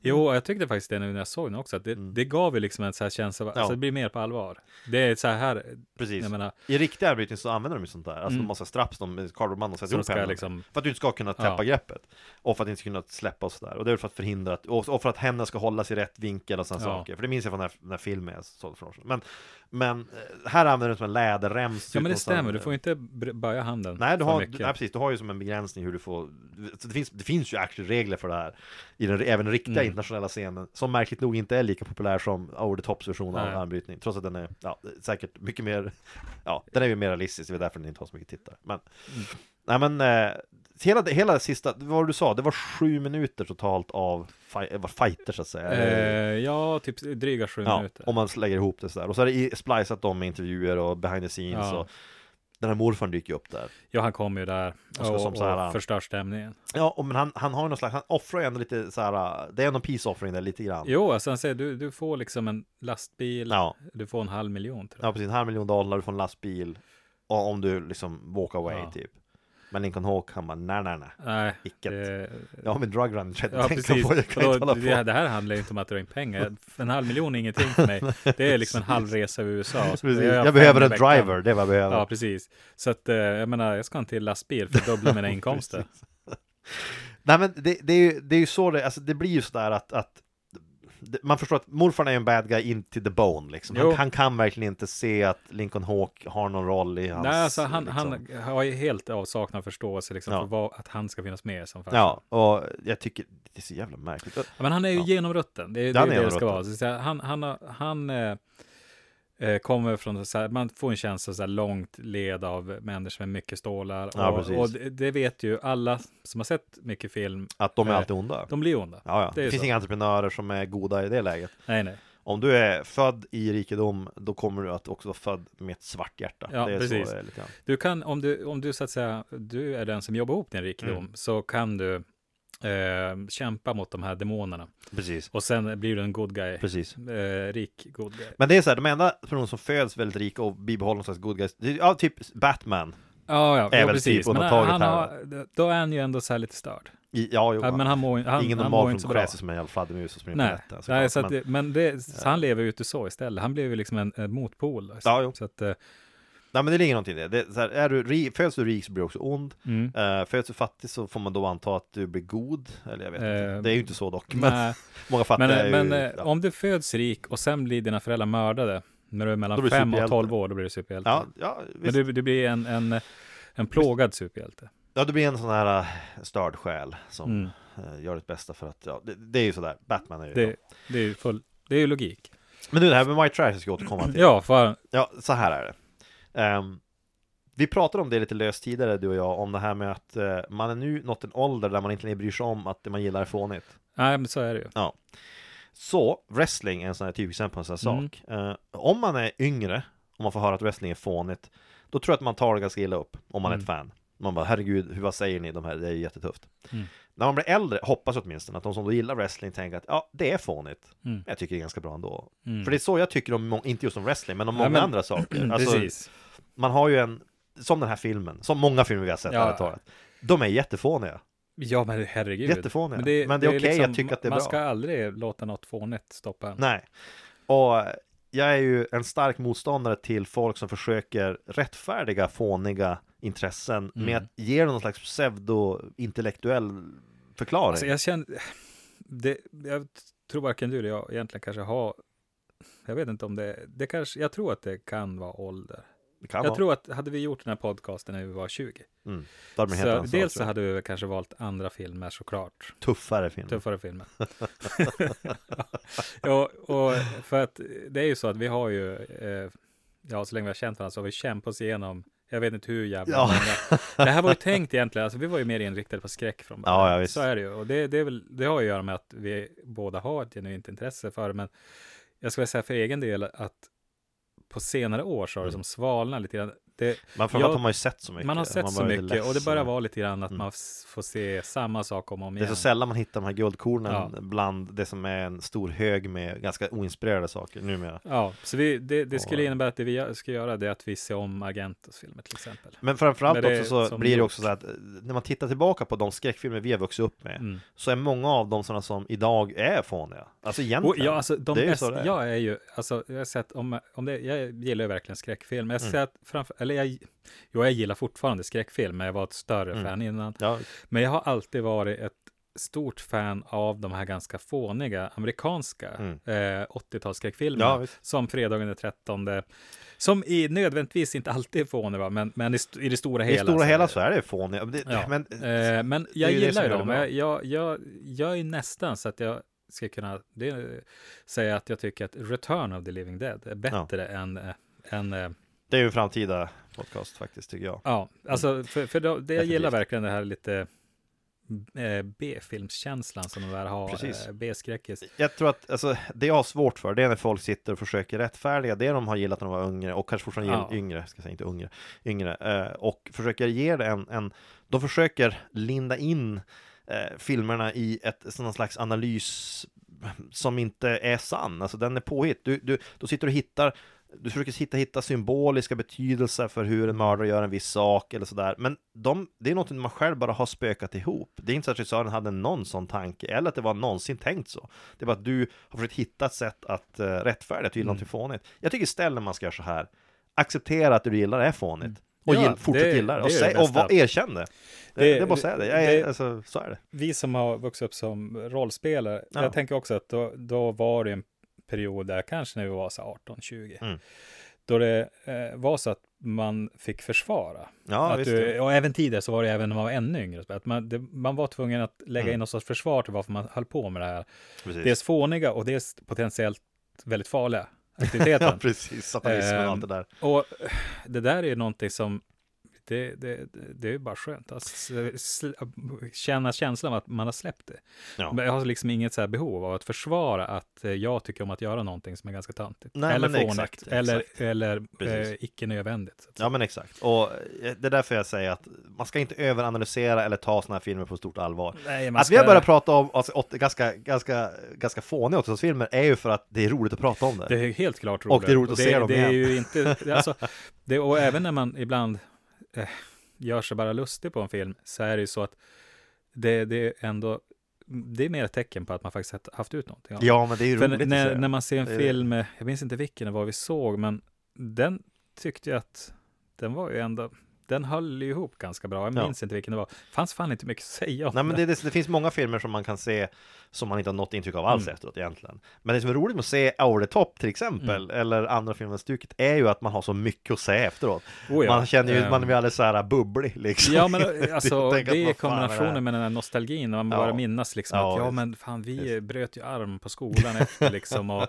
Speaker 4: Jo,
Speaker 5: Mm.
Speaker 4: och jag tyckte faktiskt det nu när jag såg den också. Att det, det gav ju liksom en så här känsla av att
Speaker 5: Ja.
Speaker 4: alltså, det blir mer på allvar. Det är så här,
Speaker 5: Precis. Typ
Speaker 4: jag menar, Mm.
Speaker 5: I riktig arbetning så använder de ju sånt där, alltså de har så här straps, de kardborreband och sätter
Speaker 4: Så de
Speaker 5: ihop
Speaker 4: ska
Speaker 5: händerna.
Speaker 4: liksom-
Speaker 5: För att du inte ska kunna
Speaker 4: Ja.
Speaker 5: täppa greppet. Och för att inte kunna släppa och sådär. Och det är väl för att förhindra, att, och och för att händerna ska hållas i rätt vinkel och sådana
Speaker 4: Ja.
Speaker 5: saker. För det minns jag från den här, den här filmen jag såg för några år sedan. Men, men eh, här använder de som en läderrems. typ
Speaker 4: ja men det
Speaker 5: utan sån-
Speaker 4: stämmer. Du får ju inte br- böja handen
Speaker 5: Nej, du
Speaker 4: för
Speaker 5: har,
Speaker 4: mycket.
Speaker 5: du, nej, precis, du har ju som en begränsning hur du får så det, finns, det finns ju actually regler för det här I den, även den
Speaker 4: Mm.
Speaker 5: riktiga internationella scenen Som märkligt nog inte är lika populär som over the tops version av
Speaker 4: Nej.
Speaker 5: armbrytning Trots att den är ja, säkert mycket mer Ja, den är ju mer realistisk Det är därför den inte har så mycket tittare Men,
Speaker 4: Mm.
Speaker 5: nej men eh, Hela, det- hela sista, vad var det du sa? Det var sju minuter totalt av fi- eh, vad, fighter så att säga
Speaker 4: Eh, ja, typ dryga sju
Speaker 5: Ja,
Speaker 4: minuter.
Speaker 5: om man lägger ihop det sådär Och så är det i- splicat dem med intervjuer och behind the scenes
Speaker 4: Ja.
Speaker 5: och Den här morfan dyker ju upp där
Speaker 4: Ja, han kommer ju där
Speaker 5: Och så-
Speaker 4: och,
Speaker 5: som så här-
Speaker 4: och förstör stämningen.
Speaker 5: Ja, och men han, han har ju någon slags, han offrar ju ändå lite så här, äh, det är ändå peace-offering där lite grann.
Speaker 4: Jo, alltså han säger du, du får liksom en lastbil,
Speaker 5: Ja.
Speaker 4: du får en halv miljon tror jag.
Speaker 5: Ja, precis, en halv miljon dollar, du får en lastbil, och om du liksom walk away
Speaker 4: Ja.
Speaker 5: typ. Men Lincoln Hawk, han bara, nej, nej, nej.
Speaker 4: Nej,
Speaker 5: Vilket-
Speaker 4: det,
Speaker 5: Jag har min drug run jag
Speaker 4: ja,
Speaker 5: tänker
Speaker 4: precis.
Speaker 5: på, jag kan inte
Speaker 4: Och
Speaker 5: hålla på. *laughs*
Speaker 4: det, det här handlar ju inte om att dra in pengar. En halv miljon är ingenting för mig. Det är liksom en halv resa i USA. Så
Speaker 5: Precis.
Speaker 4: det gör
Speaker 5: Jag
Speaker 4: fem
Speaker 5: behöver
Speaker 4: i
Speaker 5: en
Speaker 4: veckan.
Speaker 5: driver, det är vad jag behöver.
Speaker 4: Ja, precis. Så att eh, jag menar, jag ska ha en till lastbil för att dubbla
Speaker 5: *laughs*
Speaker 4: mina inkomster.
Speaker 5: Nej men det, det, är ju, det är ju så det, alltså det blir ju sådär att, att det, man förstår att morfar är ju en bad guy in till the bone liksom. Han,
Speaker 4: Jo.
Speaker 5: han kan verkligen inte se att Lincoln Hawk har någon roll i hans...
Speaker 4: Nej, alltså han,
Speaker 5: liksom-
Speaker 4: han har ju helt avsaknad förståelse liksom,
Speaker 5: Ja.
Speaker 4: för vad, att han ska finnas med som farsa.
Speaker 5: Ja, och jag tycker det är så jävla märkligt.
Speaker 4: Ja, Men han är ju
Speaker 5: Ja.
Speaker 4: genomrutten. Det är det,
Speaker 5: Han
Speaker 4: är
Speaker 5: är
Speaker 4: det det ska
Speaker 5: genomrutten.
Speaker 4: vara. Så, att säga, han, han, har- han, eh, eh, kommer från, så här, man får en känsla av så här långt led av människor med mycket stålar. Och,
Speaker 5: Ja, precis.
Speaker 4: och det, det vet ju alla som har sett mycket film,
Speaker 5: Att de är
Speaker 4: Eh,
Speaker 5: alltid onda.
Speaker 4: de blir onda.
Speaker 5: Ja, ja.
Speaker 4: det är
Speaker 5: Det,
Speaker 4: ju
Speaker 5: finns
Speaker 4: så.
Speaker 5: inga entreprenörer som är goda i det läget.
Speaker 4: Nej, nej.
Speaker 5: Om du är född i rikedom, då kommer du att också vara född med ett svart hjärta.
Speaker 4: Ja,
Speaker 5: det är
Speaker 4: precis.
Speaker 5: så det är lite grann.
Speaker 4: Du kan, om du, om du så att säga, du är den som jobbar ihop din rikedom,
Speaker 5: Mm.
Speaker 4: så kan du eh, kämpa mot de här demonerna.
Speaker 5: Precis.
Speaker 4: Och sen blir du en good guy,
Speaker 5: Precis.
Speaker 4: eh, rik good guy.
Speaker 5: Men det är så här, de enda personer som föds väldigt rika och bibehåller någon slags good guys, det är- ja typ Batman.
Speaker 4: Ja, ja,
Speaker 5: Är
Speaker 4: ja
Speaker 5: väl
Speaker 4: precis.
Speaker 5: typ
Speaker 4: Men han,
Speaker 5: undantaget
Speaker 4: han
Speaker 5: här,
Speaker 4: har, då är han ju ändå så här lite störd.
Speaker 5: I, ja, jo,
Speaker 4: Ja, men han mår ju- han,
Speaker 5: ingen
Speaker 4: han mår ju
Speaker 5: normal
Speaker 4: inte så
Speaker 5: som
Speaker 4: bra.
Speaker 5: klär sig som en jävla fladdermus och springer på
Speaker 4: Nej,
Speaker 5: nätterna, såklart.
Speaker 4: nej så att,
Speaker 5: men,
Speaker 4: det- men det, så han lever ju ute så istället. Han blev ju liksom en, en motpol. då.
Speaker 5: Ja, jo.
Speaker 4: så att, eh,
Speaker 5: nej, men det ligger någonting i det. det är så här, är du, ri- föds du rik så blir du också ond.
Speaker 4: mm,
Speaker 5: Uh, föds du fattig så får man då anta att du blir god. Eller jag vet
Speaker 4: Eh,
Speaker 5: inte. Det är ju inte så dock. Men
Speaker 4: nej.
Speaker 5: *laughs* många fattiga
Speaker 4: men
Speaker 5: är ju...
Speaker 4: men eh,
Speaker 5: ja.
Speaker 4: om du föds rik och sen blir dina föräldrar mördade när du är
Speaker 5: Då
Speaker 4: mellan
Speaker 5: blir du
Speaker 4: 5 och
Speaker 5: superhjälte.
Speaker 4: 12 år, då blir du superhjälte.
Speaker 5: ja, ja,
Speaker 4: men
Speaker 5: visst.
Speaker 4: du, du blir en, en, en plågad superhjälte.
Speaker 5: ja, du blir en sån här eh, störd själ som
Speaker 4: Mm.
Speaker 5: eh, gör ditt bästa för att, ja, det, det är ju sådär. Batman är ju
Speaker 4: Det, det är ju full, det är ju logik.
Speaker 5: Men du, det här med White Trash ska jag återkomma
Speaker 4: *laughs*
Speaker 5: till.
Speaker 4: Ja, för
Speaker 5: Ja, så här är det. Ehm, vi pratade om det lite löst tidigare, du och jag, om det här med att eh, man är nu nått en ålder där man inte bryr sig om att det man gillar är fånigt.
Speaker 4: nej, men så är det ju.
Speaker 5: Så, wrestling är en sån här typexempel på en sån här
Speaker 4: Mm.
Speaker 5: sak. Eh, om man är yngre, om man får höra att wrestling är fånigt, då tror jag att man tar det ganska illa upp, om man är ett fan. Man bara, herregud, hur, vad säger ni de här, det är ju jättetufft.
Speaker 4: Mm.
Speaker 5: När man blir äldre, hoppas jag åtminstone, att de som då gillar wrestling tänker att ja, det är fånigt.
Speaker 4: Mm.
Speaker 5: Men jag tycker det är ganska bra ändå.
Speaker 4: Mm.
Speaker 5: För det är så jag tycker om, må- inte just om wrestling, men om
Speaker 4: Ja,
Speaker 5: många
Speaker 4: men- *clears throat*
Speaker 5: andra saker. Alltså,
Speaker 4: Precis.
Speaker 5: man har ju en, som den här filmen, som många filmer vi har sett
Speaker 4: Ja.
Speaker 5: ja. talat. De är jättefåniga.
Speaker 4: Ja, men herregud.
Speaker 5: Jättefåniga. Men det, är okej, jag tycker att det
Speaker 4: liksom man
Speaker 5: är bra.
Speaker 4: Man ska aldrig låta något fånigt stoppa en.
Speaker 5: Nej. Och jag är ju en stark motståndare till folk som försöker rättfärdiga fåniga intressen
Speaker 4: Mm.
Speaker 5: med att ge dem någon slags pseudo-intellektuell förklaring.
Speaker 4: Alltså, jag känner, det, jag tror varken du eller jag egentligen kanske har, jag vet inte om det, det kanske, jag tror att det kan vara ålder.
Speaker 5: det kan
Speaker 4: Jag
Speaker 5: vara.
Speaker 4: tror att hade vi gjort den här podcasten när vi var 20,
Speaker 5: Mm. Då hade man helt
Speaker 4: så
Speaker 5: annan sak,
Speaker 4: dels så
Speaker 5: tror jag.
Speaker 4: hade vi väl kanske valt andra filmer såklart,
Speaker 5: Tuffare film.
Speaker 4: tuffare filmer. *laughs* ja, och för att det är ju så att vi har ju, eh, ja så länge vi har känt varandra så har vi kämpat oss igenom, jag vet inte hur jävla
Speaker 5: Ja.
Speaker 4: många. Det här var ju tänkt egentligen, alltså vi var ju mer inriktade på skräck från början.
Speaker 5: Ja, ja, visst.
Speaker 4: Så är det ju, och det, det, är väl, det har ju att göra med att vi båda har ett genuint intresse för det, men jag skulle säga för egen del att på senare år så har det som svalnat lite grann. Det,
Speaker 5: Man, framförallt
Speaker 4: Jag-
Speaker 5: har man ju sett så Mm. mycket.
Speaker 4: man har sett så
Speaker 5: börjar bli
Speaker 4: mycket och det
Speaker 5: ledsen.
Speaker 4: börjar vara lite grann att
Speaker 5: Mm.
Speaker 4: man f- får se samma sak om och om
Speaker 5: Det är
Speaker 4: igen.
Speaker 5: så sällan man hittar de här guldkornen
Speaker 4: Ja.
Speaker 5: bland det som är en stor hög med ganska oinspirerade saker numera.
Speaker 4: Ja, så vi, det, det skulle
Speaker 5: Och-
Speaker 4: innebära att det vi gör- ska göra det är att vi ser om Agentos filmer till exempel.
Speaker 5: Men framförallt
Speaker 4: Men det
Speaker 5: också så
Speaker 4: som
Speaker 5: blir det
Speaker 4: gjort.
Speaker 5: också så att eh, när man tittar tillbaka på de skräckfilmer vi har vuxit upp med
Speaker 4: Mm.
Speaker 5: så är många av dem sådana som idag är fåniga. Alltså
Speaker 4: Och
Speaker 5: egentligen.
Speaker 4: ja, alltså, de
Speaker 5: det är ju
Speaker 4: bästa,
Speaker 5: så det är.
Speaker 4: jag är ju, alltså, jag har sett om, om det, jag gillar ju verkligen skräckfilm. Jag,
Speaker 5: Mm.
Speaker 4: ser att framför, eller jag, jo, jag gillar fortfarande skräckfilm, men jag var ett större
Speaker 5: Mm.
Speaker 4: fan innan.
Speaker 5: Ja,
Speaker 4: Men jag har alltid varit ett stort fan av de här ganska fåniga amerikanska
Speaker 5: Mm.
Speaker 4: eh, 80-talsskräckfilmerna.
Speaker 5: Ja, visst.
Speaker 4: som Fredagen den 13. Som i, nödvändigtvis inte alltid är fånig, va? men, men i, st- i det stora
Speaker 5: I
Speaker 4: hela.
Speaker 5: stora
Speaker 4: så är
Speaker 5: hela
Speaker 4: det-
Speaker 5: så är det fåniga. Det,
Speaker 4: Ja.
Speaker 5: Men,
Speaker 4: Eh, men
Speaker 5: är
Speaker 4: jag
Speaker 5: ju det
Speaker 4: gillar
Speaker 5: som
Speaker 4: ju
Speaker 5: gör det
Speaker 4: dem.
Speaker 5: bra.
Speaker 4: Jag, jag, jag, jag är nästan så att jag ska kunna det, är- säga att jag tycker att Return of the Living Dead är bättre än, eh, än eh,
Speaker 5: det är ju en framtida podcast faktiskt tycker jag.
Speaker 4: ja, alltså för, för då, det jag
Speaker 5: Mm. Definitivt.
Speaker 4: gillar verkligen det här lite eh, B-filmskänslan som de där har,
Speaker 5: Precis.
Speaker 4: eh, B-skräckis.
Speaker 5: Jag tror att alltså, det jag har svårt för det är när folk sitter och försöker rättfärdiga det de har gillat när de var yngre och kanske fortfarande
Speaker 4: Ja.
Speaker 5: ja. yngre, ska jag säga inte yngre, yngre eh, och försöker ge det en, en de försöker linda in eh, filmerna i ett sån slags analys som inte är sann, alltså den är påhitt. Du, du, då sitter du och hittar du försöker hitta, hitta symboliska betydelser för hur en mördare gör en viss sak eller sådär. Men de, det är något man själv bara har spökat ihop. Det är inte så att regissören hade någon sån tanke eller att det var någonsin tänkt så. Det är bara att du har försökt hitta ett sätt att uh, rättfärdiga att du
Speaker 4: Mm.
Speaker 5: gillar någonting fånigt. Jag tycker istället man ska göra så här. Acceptera att det du gillar är fånigt. Och
Speaker 4: Mm. Ja,
Speaker 5: gill, fortsätt
Speaker 4: det-
Speaker 5: gilla det.
Speaker 4: det
Speaker 5: Och,
Speaker 4: är
Speaker 5: säg,
Speaker 4: det
Speaker 5: och
Speaker 4: bästa.
Speaker 5: va, erkänn det. Det,
Speaker 4: Det-
Speaker 5: det, är bara att säga det. Jag,
Speaker 4: det-
Speaker 5: är- alltså, så är det.
Speaker 4: Vi som har vuxit upp som rollspelare,
Speaker 5: Ja.
Speaker 4: jag tänker också att då, då var det en period där, kanske när vi var så 18-20,
Speaker 5: Mm.
Speaker 4: då det eh, var så att man fick försvara.
Speaker 5: Ja,
Speaker 4: att
Speaker 5: visst.
Speaker 4: du, och även tidigare så var det även när man var ännu yngre. Att man, det, man var tvungen att lägga in någon sorts försvar till varför man höll på med det här.
Speaker 5: Mm. Precis.
Speaker 4: Dels fåniga och dels potentiellt väldigt farliga
Speaker 5: *laughs* Ja,
Speaker 4: aktiviteten.
Speaker 5: precis. Satanismen
Speaker 4: Ehm,
Speaker 5: och allt det där.
Speaker 4: och det där är ju någonting som det, det, det är ju bara skönt. Alltså, s- sl- känna känslan av att man har släppt det.
Speaker 5: Ja.
Speaker 4: Men jag har liksom inget så här behov av att försvara att eh, jag tycker om att göra någonting som är ganska tantigt.
Speaker 5: Nej,
Speaker 4: eller
Speaker 5: men exakt,
Speaker 4: fånigt.
Speaker 5: exakt.
Speaker 4: Eller, eller eh,
Speaker 5: Precis.
Speaker 4: icke nödvändigt. Så att
Speaker 5: Ja men exakt, och eh, det är därför jag säger att man ska inte överanalysera eller ta sådana här filmer på stort allvar.
Speaker 4: Nej, man
Speaker 5: Att vi
Speaker 4: ska-
Speaker 5: har börjat prata om alltså, åt, ganska, ganska, ganska fåniga 80-talsfilmer är ju för att det är roligt att prata om det.
Speaker 4: Det är helt klart roligt.
Speaker 5: Och det är roligt att se dem
Speaker 4: det är
Speaker 5: igen.
Speaker 4: ju
Speaker 5: *laughs*
Speaker 4: inte, det är alltså, det, Och även när man ibland eh, gör sig bara lustig på en film så är det ju så att det, det är ändå, det är mer ett tecken på att man faktiskt haft ut någonting. av det.
Speaker 5: Ja men det är ju
Speaker 4: För
Speaker 5: roligt att
Speaker 4: när,
Speaker 5: se.
Speaker 4: när man ser en
Speaker 5: Det är-
Speaker 4: film, eh, jag minns inte vilken det var vi såg, men den tyckte jag att den var ju ändå, den höll ju ihop ganska bra. Jag
Speaker 5: Ja.
Speaker 4: minns inte vilken det var. fanns fan inte mycket att säga om
Speaker 5: Nej men
Speaker 4: den.
Speaker 5: det, det, det finns många filmer som man kan se som man inte har något intryck av alls
Speaker 4: Mm.
Speaker 5: efteråt egentligen. Men det som är roligt med att se Over the Top till
Speaker 4: Mm.
Speaker 5: exempel, eller andra filmer i stuket, är ju att man har så mycket att säga efteråt.
Speaker 4: Oh ja,
Speaker 5: Man känner ju, man
Speaker 4: ehm.
Speaker 5: blir alldeles så här bubblig liksom.
Speaker 4: Ja,
Speaker 5: *laughs*
Speaker 4: men alltså,
Speaker 5: Tänk att
Speaker 4: det är
Speaker 5: vad fan är det här?
Speaker 4: kombinationen med den här nostalgin. när Man
Speaker 5: Ja.
Speaker 4: bara minnas liksom
Speaker 5: Ja,
Speaker 4: att ja,
Speaker 5: visst.
Speaker 4: men fan, vi bröt ju arm på
Speaker 5: *laughs*
Speaker 4: skolan efter liksom och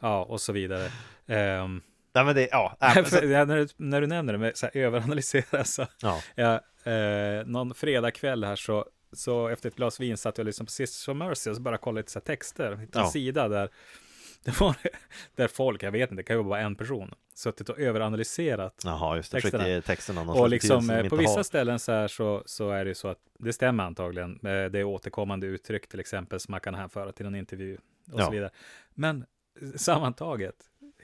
Speaker 4: ja, och så vidare. Ehm,
Speaker 5: *laughs* Nej men det, ja.
Speaker 4: *laughs*
Speaker 5: äh, men så-
Speaker 4: för, ja, när, du, när du nämner det med så här, överanalysera *laughs* så.
Speaker 5: ja.
Speaker 4: Ja, eh, någon fredagkväll här så, så efter ett glas vin satt jag och lyssnade på Sisters of Mercy och så bara kollade lite så här texter, hittade en
Speaker 5: Ja.
Speaker 4: sida där *laughs* det var där folk, jag vet inte, det kan ju vara en person, suttit och överanalyserat
Speaker 5: Jaha, just det. Jag
Speaker 4: Texterna.
Speaker 5: Försökte ge texten någon
Speaker 4: och
Speaker 5: slags
Speaker 4: liksom
Speaker 5: betydelse
Speaker 4: eh,
Speaker 5: som
Speaker 4: på
Speaker 5: inte
Speaker 4: vissa
Speaker 5: har.
Speaker 4: ställen så här så, så är det ju så att det stämmer antagligen. Eh, Det är återkommande uttryck till exempel som man kan hänföra till en intervju och
Speaker 5: Ja.
Speaker 4: så vidare. Men eh, sammantaget,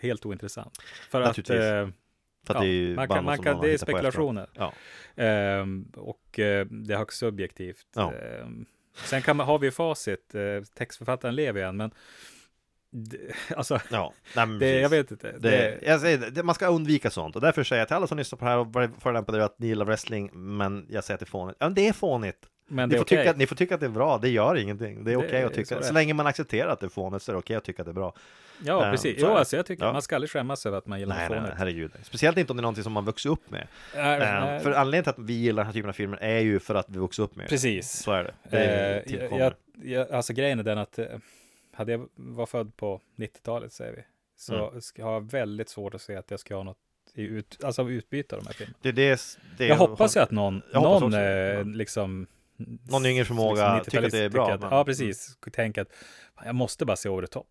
Speaker 4: helt ointressant. För att,
Speaker 5: Naturligtvis.
Speaker 4: eh,
Speaker 5: För
Speaker 4: ja,
Speaker 5: att det är ju
Speaker 4: man
Speaker 5: bara
Speaker 4: kan,
Speaker 5: något
Speaker 4: man
Speaker 5: som
Speaker 4: kan,
Speaker 5: har
Speaker 4: det är
Speaker 5: hittat på efteråt.
Speaker 4: spekulationer.
Speaker 5: Ja.
Speaker 4: Ehm, och eh, det är högst subjektivt.
Speaker 5: Ja.
Speaker 4: Ehm, sen kan man, har vi ju facit, eh, textförfattaren lever ju än, men det, *laughs* alltså,
Speaker 5: ja. Nej, men
Speaker 4: det,
Speaker 5: precis.
Speaker 4: jag vet inte.
Speaker 5: Det, jag säger, det- det, man ska undvika sånt och därför säger jag till alla som lyssnar på det här och bara förolämpar er att ni gillar wrestling men jag säger att det är fånigt. Ja, men det är fånigt.
Speaker 4: men
Speaker 5: Ni,
Speaker 4: det är
Speaker 5: får
Speaker 4: okej.
Speaker 5: tycka, ni får tycka att det är bra, det gör ingenting. Det är
Speaker 4: Det
Speaker 5: okej
Speaker 4: är
Speaker 5: att
Speaker 4: så
Speaker 5: tycka.
Speaker 4: det
Speaker 5: Så,
Speaker 4: är.
Speaker 5: länge man accepterar att det är fånigt så är det okej att tycka att det är bra.
Speaker 4: Ja,
Speaker 5: Ehm,
Speaker 4: precis.
Speaker 5: så
Speaker 4: Jo,
Speaker 5: är det.
Speaker 4: alltså jag tycker
Speaker 5: Ja.
Speaker 4: man ska aldrig skämmas över att man gillar
Speaker 5: Nej, nej, nej,
Speaker 4: fånet.
Speaker 5: herregud. Speciellt inte om det är någonting som man vuxit upp med.
Speaker 4: Nej,
Speaker 5: Ehm,
Speaker 4: nej.
Speaker 5: För anledningen till att vi gillar den här typen av filmer är ju för att vi vuxit upp med det.
Speaker 4: Precis.
Speaker 5: Så är det. det
Speaker 4: Eh, jag,
Speaker 5: tillkommer.
Speaker 4: jag, jag, alltså grejen är den att eh, hade jag var född på 90-talet säger vi, så
Speaker 5: Mm.
Speaker 4: sk- har jag väldigt svårt att se att jag ska ha något i ut, alltså utbyte av de här filmerna.
Speaker 5: det, det, är- det,
Speaker 4: Jag hoppas ju att någon,
Speaker 5: jag hoppas
Speaker 4: någon
Speaker 5: också.
Speaker 4: eh,
Speaker 5: Ja.
Speaker 4: liksom
Speaker 5: Någon yngre förmåga
Speaker 4: liksom
Speaker 5: tycker att det är
Speaker 4: 90-talist
Speaker 5: bra,
Speaker 4: tycker Att,
Speaker 5: men- mm.
Speaker 4: ja, precis. Tänk att fan, jag måste bara se over the top.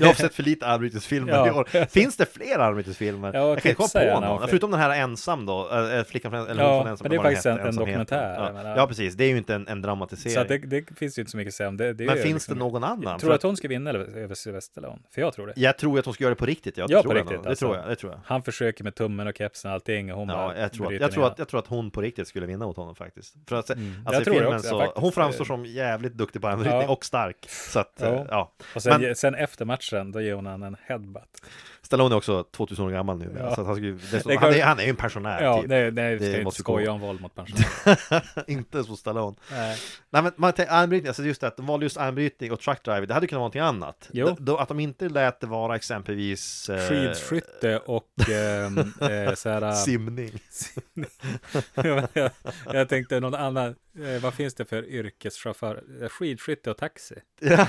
Speaker 5: Jag har sett för lite armbrytesfilmer
Speaker 4: Ja.
Speaker 5: i
Speaker 4: *laughs*
Speaker 5: år. Finns det fler armbrytesfilmer?
Speaker 4: Ja,
Speaker 5: jag kan inte
Speaker 4: tipsa
Speaker 5: komma på
Speaker 4: gärna om
Speaker 5: någon.
Speaker 4: fler.
Speaker 5: Förutom den här Ensam då, eh, eh, Flickan från, eller
Speaker 4: Ja,
Speaker 5: hon från Ensam.
Speaker 4: men det är
Speaker 5: vad den
Speaker 4: faktiskt
Speaker 5: hette,
Speaker 4: en- en
Speaker 5: Ensamheten.
Speaker 4: dokumentär, jag
Speaker 5: Ja.
Speaker 4: menar.
Speaker 5: ja, precis. Det är ju inte en, en
Speaker 4: Så att det,
Speaker 5: dramatisering.
Speaker 4: det finns ju inte så mycket att säga om det. det är
Speaker 5: Men
Speaker 4: ju
Speaker 5: finns
Speaker 4: liksom-
Speaker 5: det någon annan?
Speaker 4: Tror du
Speaker 5: För
Speaker 4: att hon ska vinna över över Sylvester Stallone? För jag tror det.
Speaker 5: Jag tror att hon ska göra det på riktigt. Jag
Speaker 4: Ja,
Speaker 5: tror
Speaker 4: på
Speaker 5: jag nog.
Speaker 4: riktigt,
Speaker 5: det
Speaker 4: alltså.
Speaker 5: tror jag. Det tror jag.
Speaker 4: Han försöker med tummen och kepsen och allting och hon
Speaker 5: Ja,
Speaker 4: bara
Speaker 5: jag, tror att,
Speaker 4: bryter
Speaker 5: jag, tror
Speaker 4: ner.
Speaker 5: att, jag tror att hon på riktigt skulle vinna mot honom faktiskt. För att,
Speaker 4: Mm.
Speaker 5: alltså,
Speaker 4: Jag
Speaker 5: i
Speaker 4: tror det
Speaker 5: filmen
Speaker 4: också,
Speaker 5: så,
Speaker 4: faktiskt.
Speaker 5: hon framstår som jävligt duktig på armbrytning
Speaker 4: Ja.
Speaker 5: och stark. Så att, eh,
Speaker 4: Ja.
Speaker 5: ja.
Speaker 4: Och sen,
Speaker 5: Men-
Speaker 4: sen efter matchen, då ger hon han en headbutt.
Speaker 5: Stallone är också 2000 år gammal nu.
Speaker 4: Ja.
Speaker 5: Så att han, skulle,
Speaker 4: Det
Speaker 5: dessutom,
Speaker 4: är
Speaker 5: han, är,
Speaker 4: klart-
Speaker 5: han är ju en pensionär
Speaker 4: Ja,
Speaker 5: typ.
Speaker 4: nej, nej, vi
Speaker 5: det
Speaker 4: ska inte
Speaker 5: måste ju
Speaker 4: skoja
Speaker 5: gå.
Speaker 4: om våld mot pensionärer.
Speaker 5: *laughs* inte som Stallone.
Speaker 4: Nej.
Speaker 5: Nej men man tänker armbrytning, alltså just det att de valde just armbrytning och truck driver, det hade kunnat vara någonting annat.
Speaker 4: Jo.
Speaker 5: D- Då, att de inte lät det vara exempelvis eh,
Speaker 4: Skidskytte och ehm, eh, så här...
Speaker 5: *laughs* simning.
Speaker 4: jag, *laughs* jag tänkte någon annan, eh, vad finns det för yrkeschaufför? Eh, Skidskytte och taxi.
Speaker 5: Ja,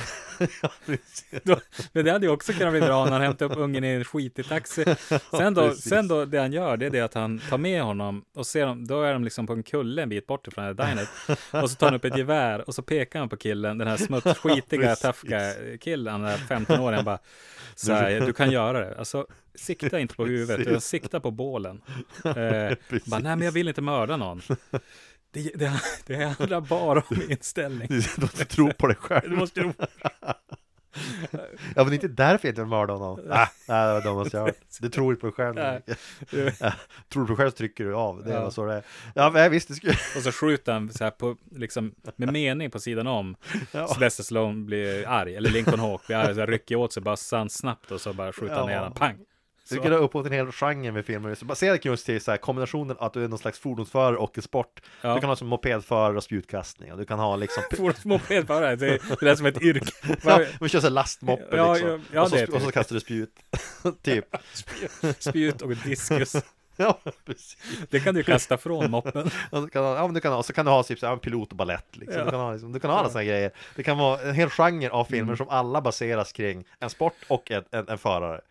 Speaker 5: ja, precis.
Speaker 4: Då, men det hade ju också kunnat bli bra när han hämtade upp ungen i en skitig
Speaker 5: *laughs*
Speaker 4: taxi. Sen då,
Speaker 5: precis.
Speaker 4: sen då, det han gör, det är det att han tar med honom och ser dem, då är de liksom på en kulle en bit bort ifrån det här
Speaker 5: *laughs*
Speaker 4: dinet. Och så tar han upp ett gevär och så pekar han på killen, den här smutsskitiga,
Speaker 5: Precis.
Speaker 4: tafka killen, den här 15-åringen bara, så här, du kan göra det. Alltså, sikta inte på huvudet,
Speaker 5: Precis.
Speaker 4: utan sikta på
Speaker 5: *laughs*
Speaker 4: bålen. Eh,
Speaker 5: Precis.
Speaker 4: bara, nej men jag vill inte mörda
Speaker 5: *laughs*
Speaker 4: någon. Det, det, det handlar bara om inställning.
Speaker 5: Du måste tro på dig själv.
Speaker 4: Du måste *laughs* ju
Speaker 5: Ja men det är inte därför jag inte mördar honom. Ah, nej, det var
Speaker 4: *laughs*
Speaker 5: dummast jag hört. Du tror inte på dig själv.
Speaker 4: Nej.
Speaker 5: Ja, tror du på dig själv så trycker du av. Det är
Speaker 4: Ja.
Speaker 5: väl så det är. Ja men visst, det skulle... *laughs*
Speaker 4: Och så skjuter han så här på, liksom, med mening på sidan om.
Speaker 5: Ja.
Speaker 4: Sylvester Stallone blir arg, eller Lincoln Hawk blir arg, så här rycker åt sig bössan snabbt och så bara skjuter han
Speaker 5: Ja.
Speaker 4: ner honom, pang!
Speaker 5: Du
Speaker 4: *laughs*
Speaker 5: skulle ha uppåt en hel genre med filmer så baserat just till så här kombinationen att du är någon slags fordonsförare och en sport.
Speaker 4: Ja.
Speaker 5: Du kan ha som mopedförare och spjutkastning och du kan ha liksom
Speaker 4: *laughs* Fordonsmopedförare, det, det lät som ett yrke.
Speaker 5: *laughs* Ja,
Speaker 4: Bara,
Speaker 5: vi kör såhär lastmoppe
Speaker 4: Ja,
Speaker 5: liksom.
Speaker 4: ja, ja,
Speaker 5: och, så, *laughs*
Speaker 4: det är
Speaker 5: och så kastar du spjut. typ.
Speaker 4: spjut och diskus.
Speaker 5: Ja, precis.
Speaker 4: Det kan du kasta från moppen.
Speaker 5: Och så kan, du ha- ja, men du kan ha, så kan du ha typ så här, pilot och balett liksom. Du kan ha, liksom, du kan ha alla sådana grejer. Det kan vara en hel genre av
Speaker 4: Mm.
Speaker 5: filmer som alla baseras kring en sport och en, en, en förare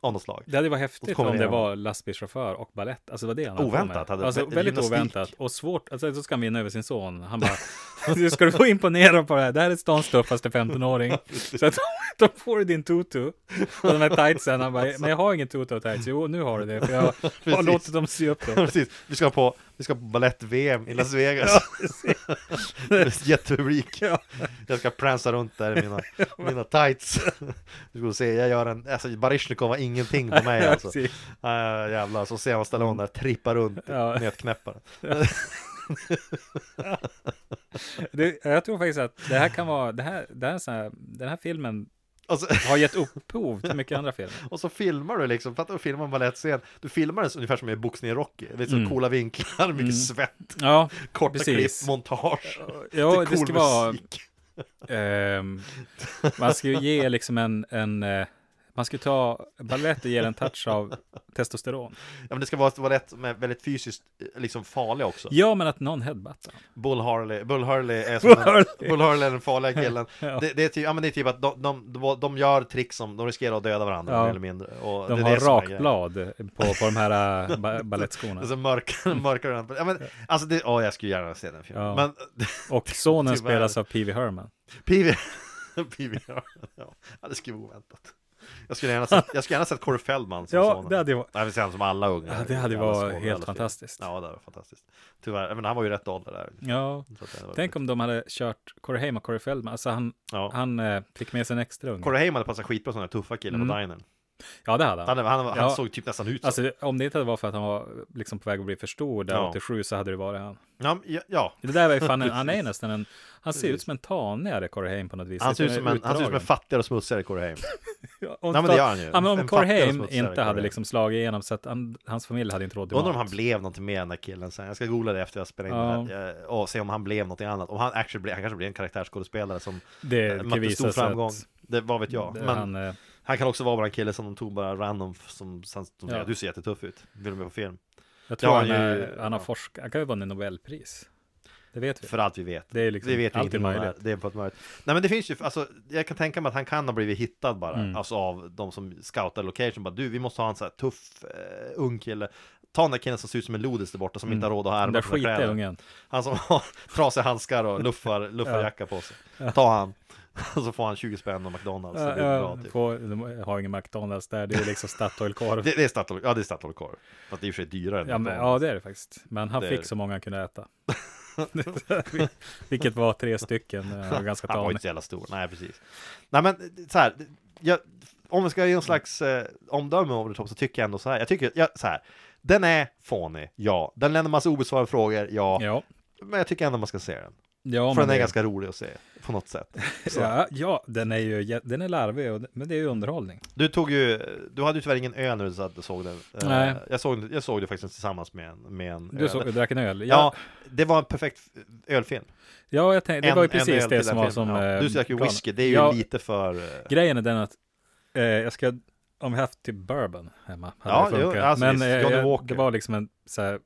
Speaker 5: av något slag.
Speaker 4: Det hade varit
Speaker 5: Och så
Speaker 4: häftigt
Speaker 5: kommer
Speaker 4: om
Speaker 5: det
Speaker 4: det
Speaker 5: igen.
Speaker 4: var lastbilschaufför och ballett. Alltså det var det han höll på med.
Speaker 5: Oväntat hade-
Speaker 4: Alltså väldigt
Speaker 5: gymnastik.
Speaker 4: oväntat och svårt. Alltså så ska han vinna över sin son. Han bara, *laughs* du ska du få imponera på det här. Det här är stans tuffaste 15-åring.
Speaker 5: *laughs*
Speaker 4: Så att *laughs* de får din tutu och de här tightsen. Han bara, men jag har ingen tutu och tights. Jo, nu har du det. För jag har
Speaker 5: Precis.
Speaker 4: låtit dem sy upp
Speaker 5: *laughs*
Speaker 4: dem.
Speaker 5: *laughs* Precis, vi ska på, vi ska på balett-VM i Las Vegas. *laughs* Jättepublik. Jag ska pränsa runt där
Speaker 4: *laughs*
Speaker 5: i mina, mina tights. *laughs* Du ska se, jag gör en, alltså Baryshnikov har ingenting på
Speaker 4: *laughs*
Speaker 5: mig alltså.
Speaker 4: Precis.
Speaker 5: *laughs* Äh, jävlar, så ser man Stallone där trippa runt
Speaker 4: Ja. *laughs*
Speaker 5: med ett knäppare.
Speaker 4: Det, jag tror faktiskt att det här kan vara, det här, det här är så här, den här filmen
Speaker 5: *laughs* Och så,
Speaker 4: har gett upphov till mycket andra filmer.
Speaker 5: och så filmar du liksom, fattar du filmar en balettscen. Du filmar den så- ungefär som i boxning i Rocky. Det är så
Speaker 4: Mm.
Speaker 5: coola vinklar, mycket svett,
Speaker 4: Ja,
Speaker 5: korta
Speaker 4: *laughs* Precis.
Speaker 5: klipp, montage.
Speaker 4: ja
Speaker 5: lite
Speaker 4: det
Speaker 5: cool
Speaker 4: ska vara
Speaker 5: musik.
Speaker 4: Ehm, man ska ju ge liksom en, en eh, man ska ta ballett och ge den en touch av testosteron.
Speaker 5: Ja, men det ska vara ett balett som är väldigt fysiskt eh, liksom farlig också.
Speaker 4: Ja, men att någon headbuttar.
Speaker 5: Bull Harley, Bull Hurley
Speaker 4: *laughs*
Speaker 5: är som
Speaker 4: Bull
Speaker 5: den,
Speaker 4: Hurley.
Speaker 5: Bull Hurley är den farliga killen.
Speaker 4: *laughs* Ja.
Speaker 5: det, det, är typ, ja, men det är typ att de, de, de, de gör trick som, de riskerar att döda varandra
Speaker 4: Ja.
Speaker 5: mer eller mindre. Och
Speaker 4: De
Speaker 5: det är
Speaker 4: har
Speaker 5: det som är grejen.
Speaker 4: rakblad på, på de här eh, ba
Speaker 5: Det är
Speaker 4: balettskorna.
Speaker 5: så mörkare, Alltså, *laughs* mörkare. än- Ja, men, alltså det, åh, jag skulle gärna se den filmen.
Speaker 4: Ja.
Speaker 5: Men *laughs*
Speaker 4: Och sonen
Speaker 5: Tyvärr.
Speaker 4: spelas av P.V. Herman.
Speaker 5: *laughs* PV, PV, ja, ja, det skulle vara oväntat. Jag skulle gärna sett, jag skulle gärna sett Corey Feldman som
Speaker 4: Ja,
Speaker 5: sonen.
Speaker 4: det hade ju varit-
Speaker 5: Jag vill se honom som alla unga.
Speaker 4: Ja, det hade ju
Speaker 5: Alla
Speaker 4: varit
Speaker 5: små,
Speaker 4: helt
Speaker 5: alla fina.
Speaker 4: fantastiskt.
Speaker 5: Ja, det var fantastiskt. Tyvärr, men han var ju rätt ålder där.
Speaker 4: Ja.
Speaker 5: Så att det var-
Speaker 4: Tänk om de hade kört Corey Haim och Corey Feldman. Alltså han,
Speaker 5: Ja.
Speaker 4: han eh, fick med sig en extra unge.
Speaker 5: Corey Haim hade passat skitbra som den där tuffa killen på
Speaker 4: Mm.
Speaker 5: dinern.
Speaker 4: Ja, det hade han.
Speaker 5: Han, han, han
Speaker 4: Ja.
Speaker 5: såg typ nästan ut så.
Speaker 4: Alltså om det inte hade varit för att han var liksom på väg att bli för stor där
Speaker 5: Ja.
Speaker 4: 87 så hade det varit han.
Speaker 5: Ja, men ja, ja.
Speaker 4: Det där var ju fan, en, han är nästan en, han ser ut som en tanigare Corey Haim på något vis.
Speaker 5: Han, ser ut
Speaker 4: Lite
Speaker 5: som en, han ser ut som en
Speaker 4: utdragen.
Speaker 5: fattigare och smutsigare Corey Haim.
Speaker 4: Ja, om,
Speaker 5: Nej, men det gör han ju.
Speaker 4: Ja, men
Speaker 5: En
Speaker 4: om Corey
Speaker 5: fattig och
Speaker 4: Haim
Speaker 5: smutsig
Speaker 4: inte
Speaker 5: Corey Haim.
Speaker 4: hade liksom slagit igenom så att han, hans familj hade inte råd till
Speaker 5: Undrar om
Speaker 4: mat.
Speaker 5: han blev någonting med den där killen sen. Jag ska googla det efter jag spelar in
Speaker 4: Ja.
Speaker 5: det här. eh, Och se om han blev någonting annat. Om han actually blev, han kanske blev en karaktärsskådespelare som
Speaker 4: Det
Speaker 5: eh,
Speaker 4: kan
Speaker 5: mötte
Speaker 4: visa
Speaker 5: stor
Speaker 4: sig att-
Speaker 5: framgång. Det, vad vet jag.
Speaker 4: Det-
Speaker 5: Men han,
Speaker 4: han, eh,
Speaker 5: kan också vara bara en kille som de tog bara random f- som sen de
Speaker 4: Ja.
Speaker 5: ja. du ser jättetuff ut. Vill du med på film?
Speaker 4: jag tror han,
Speaker 5: han är
Speaker 4: är,
Speaker 5: ju-
Speaker 4: han har
Speaker 5: ja.
Speaker 4: forskat, han kan ju vinna Nobelpris. Det vet vi.
Speaker 5: För allt vi vet.
Speaker 4: Det är liksom
Speaker 5: det vet vi
Speaker 4: alltid
Speaker 5: ingenting om det här.
Speaker 4: möjligt.
Speaker 5: Det är på ett möjligt. Nej men det finns ju, alltså jag kan tänka mig att han kan ha blivit hittad bara.
Speaker 4: Mm.
Speaker 5: Alltså av de som scoutar location. Bara du, vi måste ha en så här tuff eh, ung kille. Ta den där killen som ser ut som en lodis där borta som inte har råd att ha
Speaker 4: Mm. Den där
Speaker 5: ärmar på sina
Speaker 4: skitiga
Speaker 5: kläder.
Speaker 4: ungen.
Speaker 5: Han som har *laughs* trasiga handskar och luffar, luffarjacka på sig. Ta han. *laughs* Och så får han 20 spänn av McDonalds. Det blir bra
Speaker 4: Ja,
Speaker 5: typ.
Speaker 4: på, de har ingen McDonalds där, det är liksom Statoil-korv.
Speaker 5: *laughs* Det, det är Statoil, ja det är Statoil-korv. Fast det är i och för sig dyrare än
Speaker 4: Ja, men,
Speaker 5: McDonald's.
Speaker 4: ja, det är det faktiskt. Men han
Speaker 5: Det är
Speaker 4: fick
Speaker 5: det.
Speaker 4: så många han kunde
Speaker 5: *laughs*
Speaker 4: äta. *laughs* Vilket var tre stycken, eh, och ganska
Speaker 5: Han var ju
Speaker 4: tanig.
Speaker 5: inte så jävla stor, nej precis. Nej men så här, jag, om vi ska ge en slags eh, omdöme om Robert Hobb så tycker jag ändå så här. Jag tycker, jag, så här. Den är fånig, ja. Den lämnar massa obesvarade frågor, ja.
Speaker 4: Ja,
Speaker 5: Men jag tycker ändå man ska se den.
Speaker 4: ja,
Speaker 5: För
Speaker 4: men
Speaker 5: den är
Speaker 4: det-
Speaker 5: ganska rolig att se, på något sätt. Så.
Speaker 4: ja, ja, den är ju jä- den är larvig, och, men det är ju underhållning.
Speaker 5: Du tog ju, du hade ju tyvärr ingen öl när du satt och såg den. Eh,
Speaker 4: Nej.
Speaker 5: Jag såg, jag såg det faktiskt tillsammans med en, med en
Speaker 4: Du
Speaker 5: öl.
Speaker 4: såg, drack en öl.
Speaker 5: ja, det var en perfekt ölfilm.
Speaker 4: Ja, jag tänkte, det
Speaker 5: En-
Speaker 4: var ju
Speaker 5: en öl
Speaker 4: precis
Speaker 5: till
Speaker 4: det
Speaker 5: den
Speaker 4: som var som...
Speaker 5: filmen, ja.
Speaker 4: eh,
Speaker 5: Du drack ju
Speaker 4: planen.
Speaker 5: whisky, det är ju
Speaker 4: Ja,
Speaker 5: lite för... eh,
Speaker 4: Grejen är den att eh, jag ska, om jag haft typ bourbon hemma hade
Speaker 5: Ja,
Speaker 4: det funkat.
Speaker 5: jo, alltså
Speaker 4: Men
Speaker 5: visst,
Speaker 4: eh,
Speaker 5: Johnny
Speaker 4: jag-
Speaker 5: Walker.
Speaker 4: det var liksom en så här,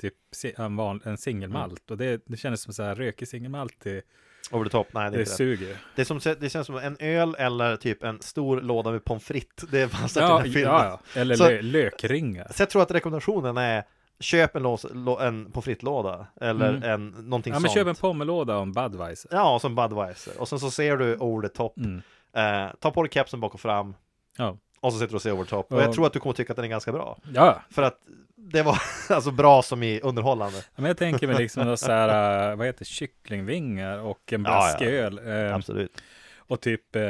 Speaker 4: typ si- en, van, en
Speaker 5: Mm.
Speaker 4: singelmalt och det, det kändes som så här rökig singelmalt. Det,
Speaker 5: Over the top, nej det är
Speaker 4: det
Speaker 5: inte det.
Speaker 4: suger.
Speaker 5: Det, är som, det känns som en öl eller typ en stor låda med pommes frites. Det passar
Speaker 4: Ja,
Speaker 5: till den här filmen.
Speaker 4: ja, ja, eller
Speaker 5: Så-
Speaker 4: lö, lökringar.
Speaker 5: Så jag tror att rekommendationen är köp en, lås, lå, en pommes frites-låda eller
Speaker 4: Mm.
Speaker 5: en, någonting
Speaker 4: Ja, men
Speaker 5: sånt.
Speaker 4: köp en pommelåda och en Budweiser.
Speaker 5: Ja, som Budweiser. Och sen så ser du over the top.
Speaker 4: Mm.
Speaker 5: Eh, ta på dig kepsen bak och fram
Speaker 4: Ja,
Speaker 5: och så sitter du och ser over the top. Och
Speaker 4: Ja.
Speaker 5: jag tror att du kommer tycka att den är ganska bra.
Speaker 4: ja.
Speaker 5: För att det var *laughs* alltså bra som i underhållande.
Speaker 4: Ja, men jag tänker mig liksom då så här, eh, vad heter det, kycklingvingar och en
Speaker 5: Ja, ja.
Speaker 4: blaskig öl. Eh,
Speaker 5: Absolut.
Speaker 4: och typ, eh,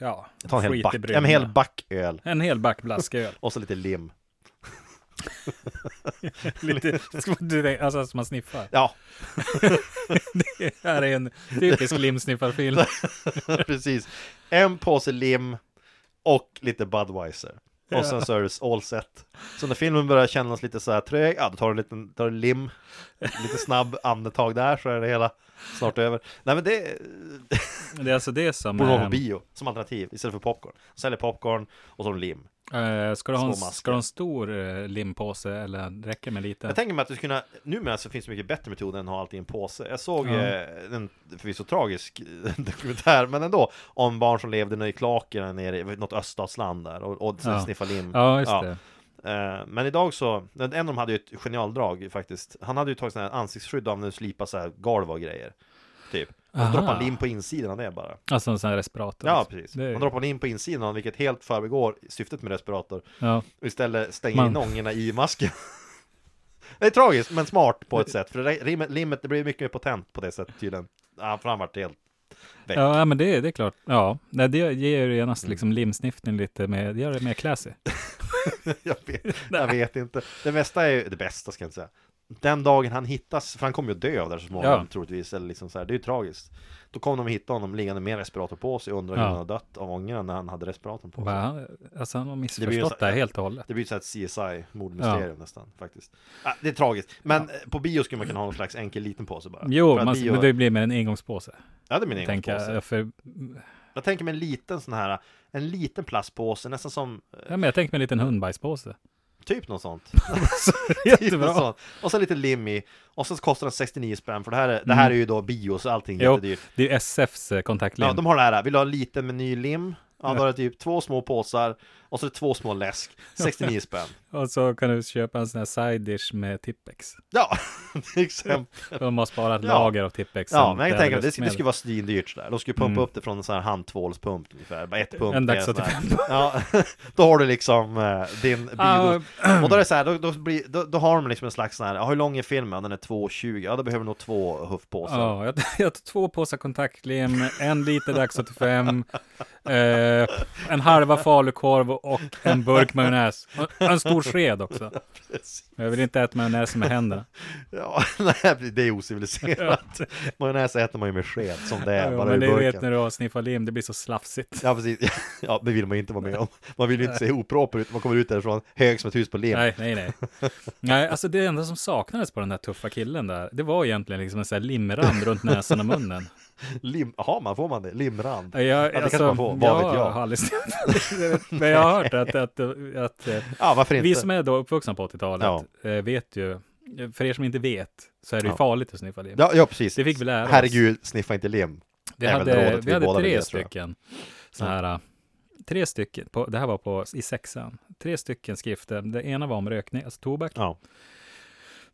Speaker 4: ja,
Speaker 5: Ta en hel,
Speaker 4: skit i
Speaker 5: back, en
Speaker 4: bryggorna.
Speaker 5: hel back öl
Speaker 4: En hel back
Speaker 5: *laughs*
Speaker 4: blasköl.
Speaker 5: och så lite lim.
Speaker 4: Lite, du tänker- alltså att man sniffar.
Speaker 5: Ja, *laughs*
Speaker 4: Det *laughs* här är en typisk
Speaker 5: *laughs*
Speaker 4: limsniffarfilm.
Speaker 5: precis. En påse lim och lite Budweiser.
Speaker 4: Ja.
Speaker 5: Och sen så är det all set. Så när filmen börjar kännas lite så här trög, ja då tar du lite tar du lim, lite snabb andetag där så är det hela snart över. Nej men det,
Speaker 4: Det är alltså det som...
Speaker 5: Borde vara på
Speaker 4: ehm,
Speaker 5: bio som alternativ istället för popcorn. Säljer popcorn och så lim.
Speaker 4: Eh, ska, du ha en,
Speaker 5: Små masker.
Speaker 4: ska du ha en stor eh, limpåse eller räcker det med lite?
Speaker 5: Jag tänker mig att du skulle kunna, numera så finns det mycket bättre metoder än att ha allt i en påse. Jag såg
Speaker 4: Ja.
Speaker 5: eh, en förvisso tragisk eh, *laughs* dokumentär, men ändå, om barn som levde nere i kloakerna nere i något öststatsland där och, och
Speaker 4: Ja.
Speaker 5: sniffade lim.
Speaker 4: Ja, just
Speaker 5: Ja.
Speaker 4: det.
Speaker 5: Eh, Men idag så, en av dem hade ju ett genialdrag faktiskt. Han hade ju tagit sån här ansiktsskydd av när du slipar så här golv och grejer. Typ. Och så
Speaker 4: Aha.
Speaker 5: droppade han lim på insidan av det bara.
Speaker 4: Alltså en sån här respirator.
Speaker 5: Ja,
Speaker 4: liksom.
Speaker 5: precis.
Speaker 4: Det är-
Speaker 5: Man droppar in på insidan, av den, vilket helt förbigår syftet med respirator.
Speaker 4: Ja.
Speaker 5: Och istället stänger
Speaker 4: Man-
Speaker 5: in ångorna i masken. *laughs* Det är tragiskt, men smart på ett sätt. För det- limmet, limmet det blir mycket mer potent på det sättet tydligen. Ja, för han vart helt... Väck. Mm.
Speaker 4: Ja, men det, det är klart. Ja, Nej, det ger ju genast liksom limsniffning lite mer, det gör det mer classy.
Speaker 5: *laughs* Jag
Speaker 4: *laughs*
Speaker 5: vet, jag vet inte. Det mesta är ju det bästa, ska jag inte säga. Den dagen han hittas, för han kommer ju att dö av det här så småningom
Speaker 4: Ja.
Speaker 5: troligtvis, eller liksom så här, det är ju tragiskt. Då kommer de att hitta honom liggande med respirator på sig och undrar
Speaker 4: Ja.
Speaker 5: hur han har dött av ångan när han hade respiratorn på
Speaker 4: Och
Speaker 5: sig.
Speaker 4: bara, han, alltså han har
Speaker 5: blir ju
Speaker 4: missförstått
Speaker 5: så-
Speaker 4: det här helt och hållet.
Speaker 5: Det blir ju så här ett CSI-mordmysterium nästan, faktiskt. Ah, det är tragiskt, men eh, på bio skulle man kunna ha någon slags enkel liten påse bara.
Speaker 4: Jo,
Speaker 5: För att
Speaker 4: man,
Speaker 5: bio,
Speaker 4: men det blir mer en engångspåse.
Speaker 5: Ja, det är min egen
Speaker 4: Tänker
Speaker 5: påse.
Speaker 4: jag. För,
Speaker 5: Jag tänker mig en liten sån här, en liten plastpåse, nästan som eh,
Speaker 4: ja, men jag tänkte mig en liten hundbajspåse.
Speaker 5: Typ något
Speaker 4: *laughs*
Speaker 5: sånt. *laughs* Typ
Speaker 4: Alltså, Jättebra.
Speaker 5: något sånt. Och så lite lim i. Och så kostar den 69 spänn för det här, är, det här är ju då bio så allting är
Speaker 4: Mm. Jo,
Speaker 5: jättedyrt.
Speaker 4: det är ju SFs eh, kontaktlim.
Speaker 5: Ja, de har det här, vill du ha lite med ny lim? Ja, då har du typ två små påsar och så är det två
Speaker 4: *laughs*
Speaker 5: små läsk. 69 spänn.
Speaker 4: Och så kan du köpa en sån här side dish med Tippex.
Speaker 5: Ja, *laughs* till exempel.
Speaker 4: De har sparat
Speaker 5: Ja.
Speaker 4: lager av Tippex.
Speaker 5: Ja,
Speaker 4: som
Speaker 5: men jag tänker att det,
Speaker 4: ädelrustmedel.
Speaker 5: det skulle vara svindyrt sådär. De skulle pumpa upp det från en sån här handtvålspump ungefär. Bara ett pump.
Speaker 4: En
Speaker 5: med
Speaker 4: dags
Speaker 5: sån här-
Speaker 4: 85.
Speaker 5: *laughs* Ja, då har du liksom eh, din bio.
Speaker 4: Ja,
Speaker 5: Och då är det så här, då, då, blir, då, då har de liksom en slags sån här, ja, hur lång är filmen? Den är 2,20. Ja, då behöver du nog två huffpåsar.
Speaker 4: Ja, jag, *laughs* jag tog två påsar kontaktlim, en liter Dax 85, eh, en halva falukorv och en burk majonnäs. Och En stor sked
Speaker 5: *laughs*
Speaker 4: också. Jag vill inte äta majonnäs med händerna.
Speaker 5: Ja, *laughs* nej, det är ociviliserat. Majonnäs äter man ju med sked som det är,
Speaker 4: Ja,
Speaker 5: bara
Speaker 4: men
Speaker 5: ur
Speaker 4: du vet när
Speaker 5: burken.
Speaker 4: du har sniffat lim, det blir så slafsigt.
Speaker 5: Ja, precis. *laughs* Ja, det vill man ju inte vara med om. Man vill ju inte se oproper ut, man kommer ut därifrån hög som ett hus på lim.
Speaker 4: *laughs* Nej, nej, nej. Nej, alltså det enda som saknades på den där tuffa killen där, det var egentligen liksom en sån här limrand runt näsan och munnen.
Speaker 5: Lim, har man, får man det? Limrand?
Speaker 4: Jag,
Speaker 5: det
Speaker 4: alltså,
Speaker 5: kanske man får, vad vet jag?
Speaker 4: har aldrig sett- *laughs* Men jag har hört att, att, att, att eh,
Speaker 5: Ja, varför inte?
Speaker 4: Vi som är då uppvuxna på 80-talet eh, vet ju, för er som inte vet, så är det ju
Speaker 5: Ja.
Speaker 4: farligt att sniffa lim.
Speaker 5: Ja, ja, precis.
Speaker 4: Det fick vi lära oss.
Speaker 5: Herregud, sniffa inte lim.
Speaker 4: vi
Speaker 5: är väl
Speaker 4: hade,
Speaker 5: rådet
Speaker 4: vi
Speaker 5: vi
Speaker 4: hade
Speaker 5: båda vill
Speaker 4: tre
Speaker 5: ge, tror jag.
Speaker 4: stycken så här, eh, tre stycken, på, det här var på, i sexan, tre stycken skrifter. Den ena var om rökning, alltså tobak.
Speaker 5: Ja,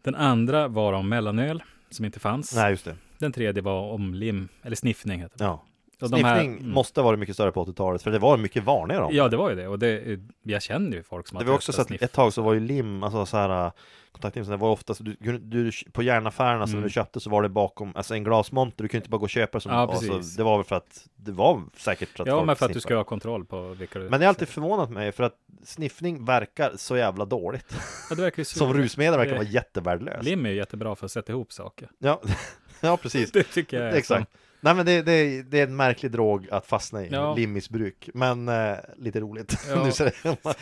Speaker 4: Den andra var om mellanöl, som inte fanns.
Speaker 5: nej just det.
Speaker 4: Den tredje var om lim, eller sniffning heter det.
Speaker 5: Ja.
Speaker 4: Och de
Speaker 5: Sniffning
Speaker 4: här- mm.
Speaker 5: måste ha varit mycket större på 80-talet, för det var mycket varningar om
Speaker 4: Ja, det var ju det. Och det, jag känner ju folk som
Speaker 5: Det
Speaker 4: har
Speaker 5: var också så
Speaker 4: testat
Speaker 5: att
Speaker 4: sniff.
Speaker 5: ett tag så var ju lim, alltså så här äh, kontaktlim, så det var ofta så du, kunde- du på järnaffärerna som
Speaker 4: Mm.
Speaker 5: du köpte så var det bakom, alltså en glasmonter, du kunde inte bara gå och köpa det som,
Speaker 4: Ja,
Speaker 5: alltså,
Speaker 4: precis.
Speaker 5: det var väl för att, det var säkert att
Speaker 4: Ja,
Speaker 5: folk
Speaker 4: men för att du ska
Speaker 5: sniffade.
Speaker 4: ha kontroll på vilka du...
Speaker 5: Men det har alltid förvånat mig, för att sniffning verkar så jävla dåligt.
Speaker 4: ja, det verkar ju
Speaker 5: Som rusmedel verkar
Speaker 4: Det-
Speaker 5: vara jättevärdelöst.
Speaker 4: Lim är ju jättebra för att sätta ihop saker.
Speaker 5: Ja, *laughs* ja
Speaker 4: *laughs*
Speaker 5: precis.
Speaker 4: Det tycker jag är
Speaker 5: Exakt. Liksom. Nej men det, det, det är en märklig drog att fastna i,
Speaker 4: Ja.
Speaker 5: limmissbruk. Men eh, lite roligt.
Speaker 4: Ja.
Speaker 5: *laughs* nu ser
Speaker 4: *laughs*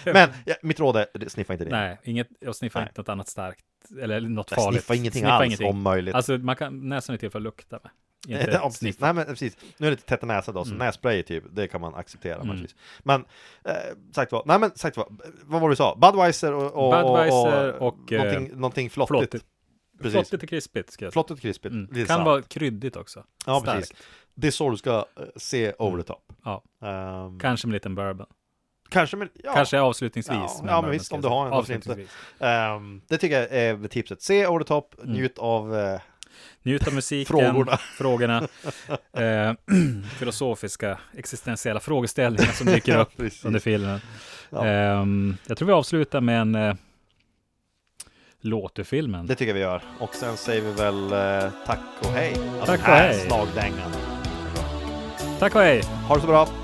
Speaker 5: det. Men ja, mitt råd är, sniffa inte lim.
Speaker 4: Nej, inget, jag sniffar
Speaker 5: Nej.
Speaker 4: inte något annat starkt. Eller något
Speaker 5: Nej,
Speaker 4: farligt.
Speaker 5: sniffa ingenting alls om möjligt.
Speaker 4: Alltså, man kan, näsan är till för att lukta
Speaker 5: *laughs*
Speaker 4: med. Inte Mm.
Speaker 5: ja, precis.
Speaker 4: sniffa.
Speaker 5: Nej, men eh, precis. Nu är det lite täta näsa då, så nässpray typ, det kan man acceptera
Speaker 4: Mm.
Speaker 5: möjligtvis. Men, eh, sagt vad, nej men sagt vad, vad var det du sa? Budweiser och... och
Speaker 4: Budweiser och, eh,
Speaker 5: någonting, någonting flottigt.
Speaker 4: Flottigt.
Speaker 5: Precis.
Speaker 4: Flottigt och krispigt. Ska jag säga.
Speaker 5: Flottigt och krispigt.
Speaker 4: Mm. Kan
Speaker 5: Lite salt.
Speaker 4: vara kryddigt också.
Speaker 5: Ja,
Speaker 4: Starkt. Mm.
Speaker 5: precis. Det är så du ska eh, se over the top.
Speaker 4: Ja,
Speaker 5: Ehm,
Speaker 4: kanske med en liten bourbon.
Speaker 5: kanske med, ja.
Speaker 4: Kanske avslutningsvis.
Speaker 5: Ja,
Speaker 4: med en
Speaker 5: ja, men
Speaker 4: bourbon,
Speaker 5: visst,
Speaker 4: ska jag
Speaker 5: om du
Speaker 4: säga.
Speaker 5: har en, varför inte?
Speaker 4: Avslutningsvis.
Speaker 5: ehm, det tycker jag är tipset. Se over the top, njut av eh,
Speaker 4: Njut av musiken,
Speaker 5: *laughs* Frågorna. *laughs*
Speaker 4: frågorna eh, *clears throat* filosofiska, existentiella frågeställningar som
Speaker 5: *laughs*
Speaker 4: dyker upp
Speaker 5: precis.
Speaker 4: under filmen.
Speaker 5: Ja.
Speaker 4: Ehm, jag tror vi avslutar med en eh, låt ur filmen.
Speaker 5: Det tycker jag vi gör. Och sen säger vi väl eh, tack och hej. Alltså,
Speaker 4: Tack och
Speaker 5: den här
Speaker 4: hej.
Speaker 5: Slagdängan.
Speaker 4: Tack och hej!
Speaker 5: Ha det så bra.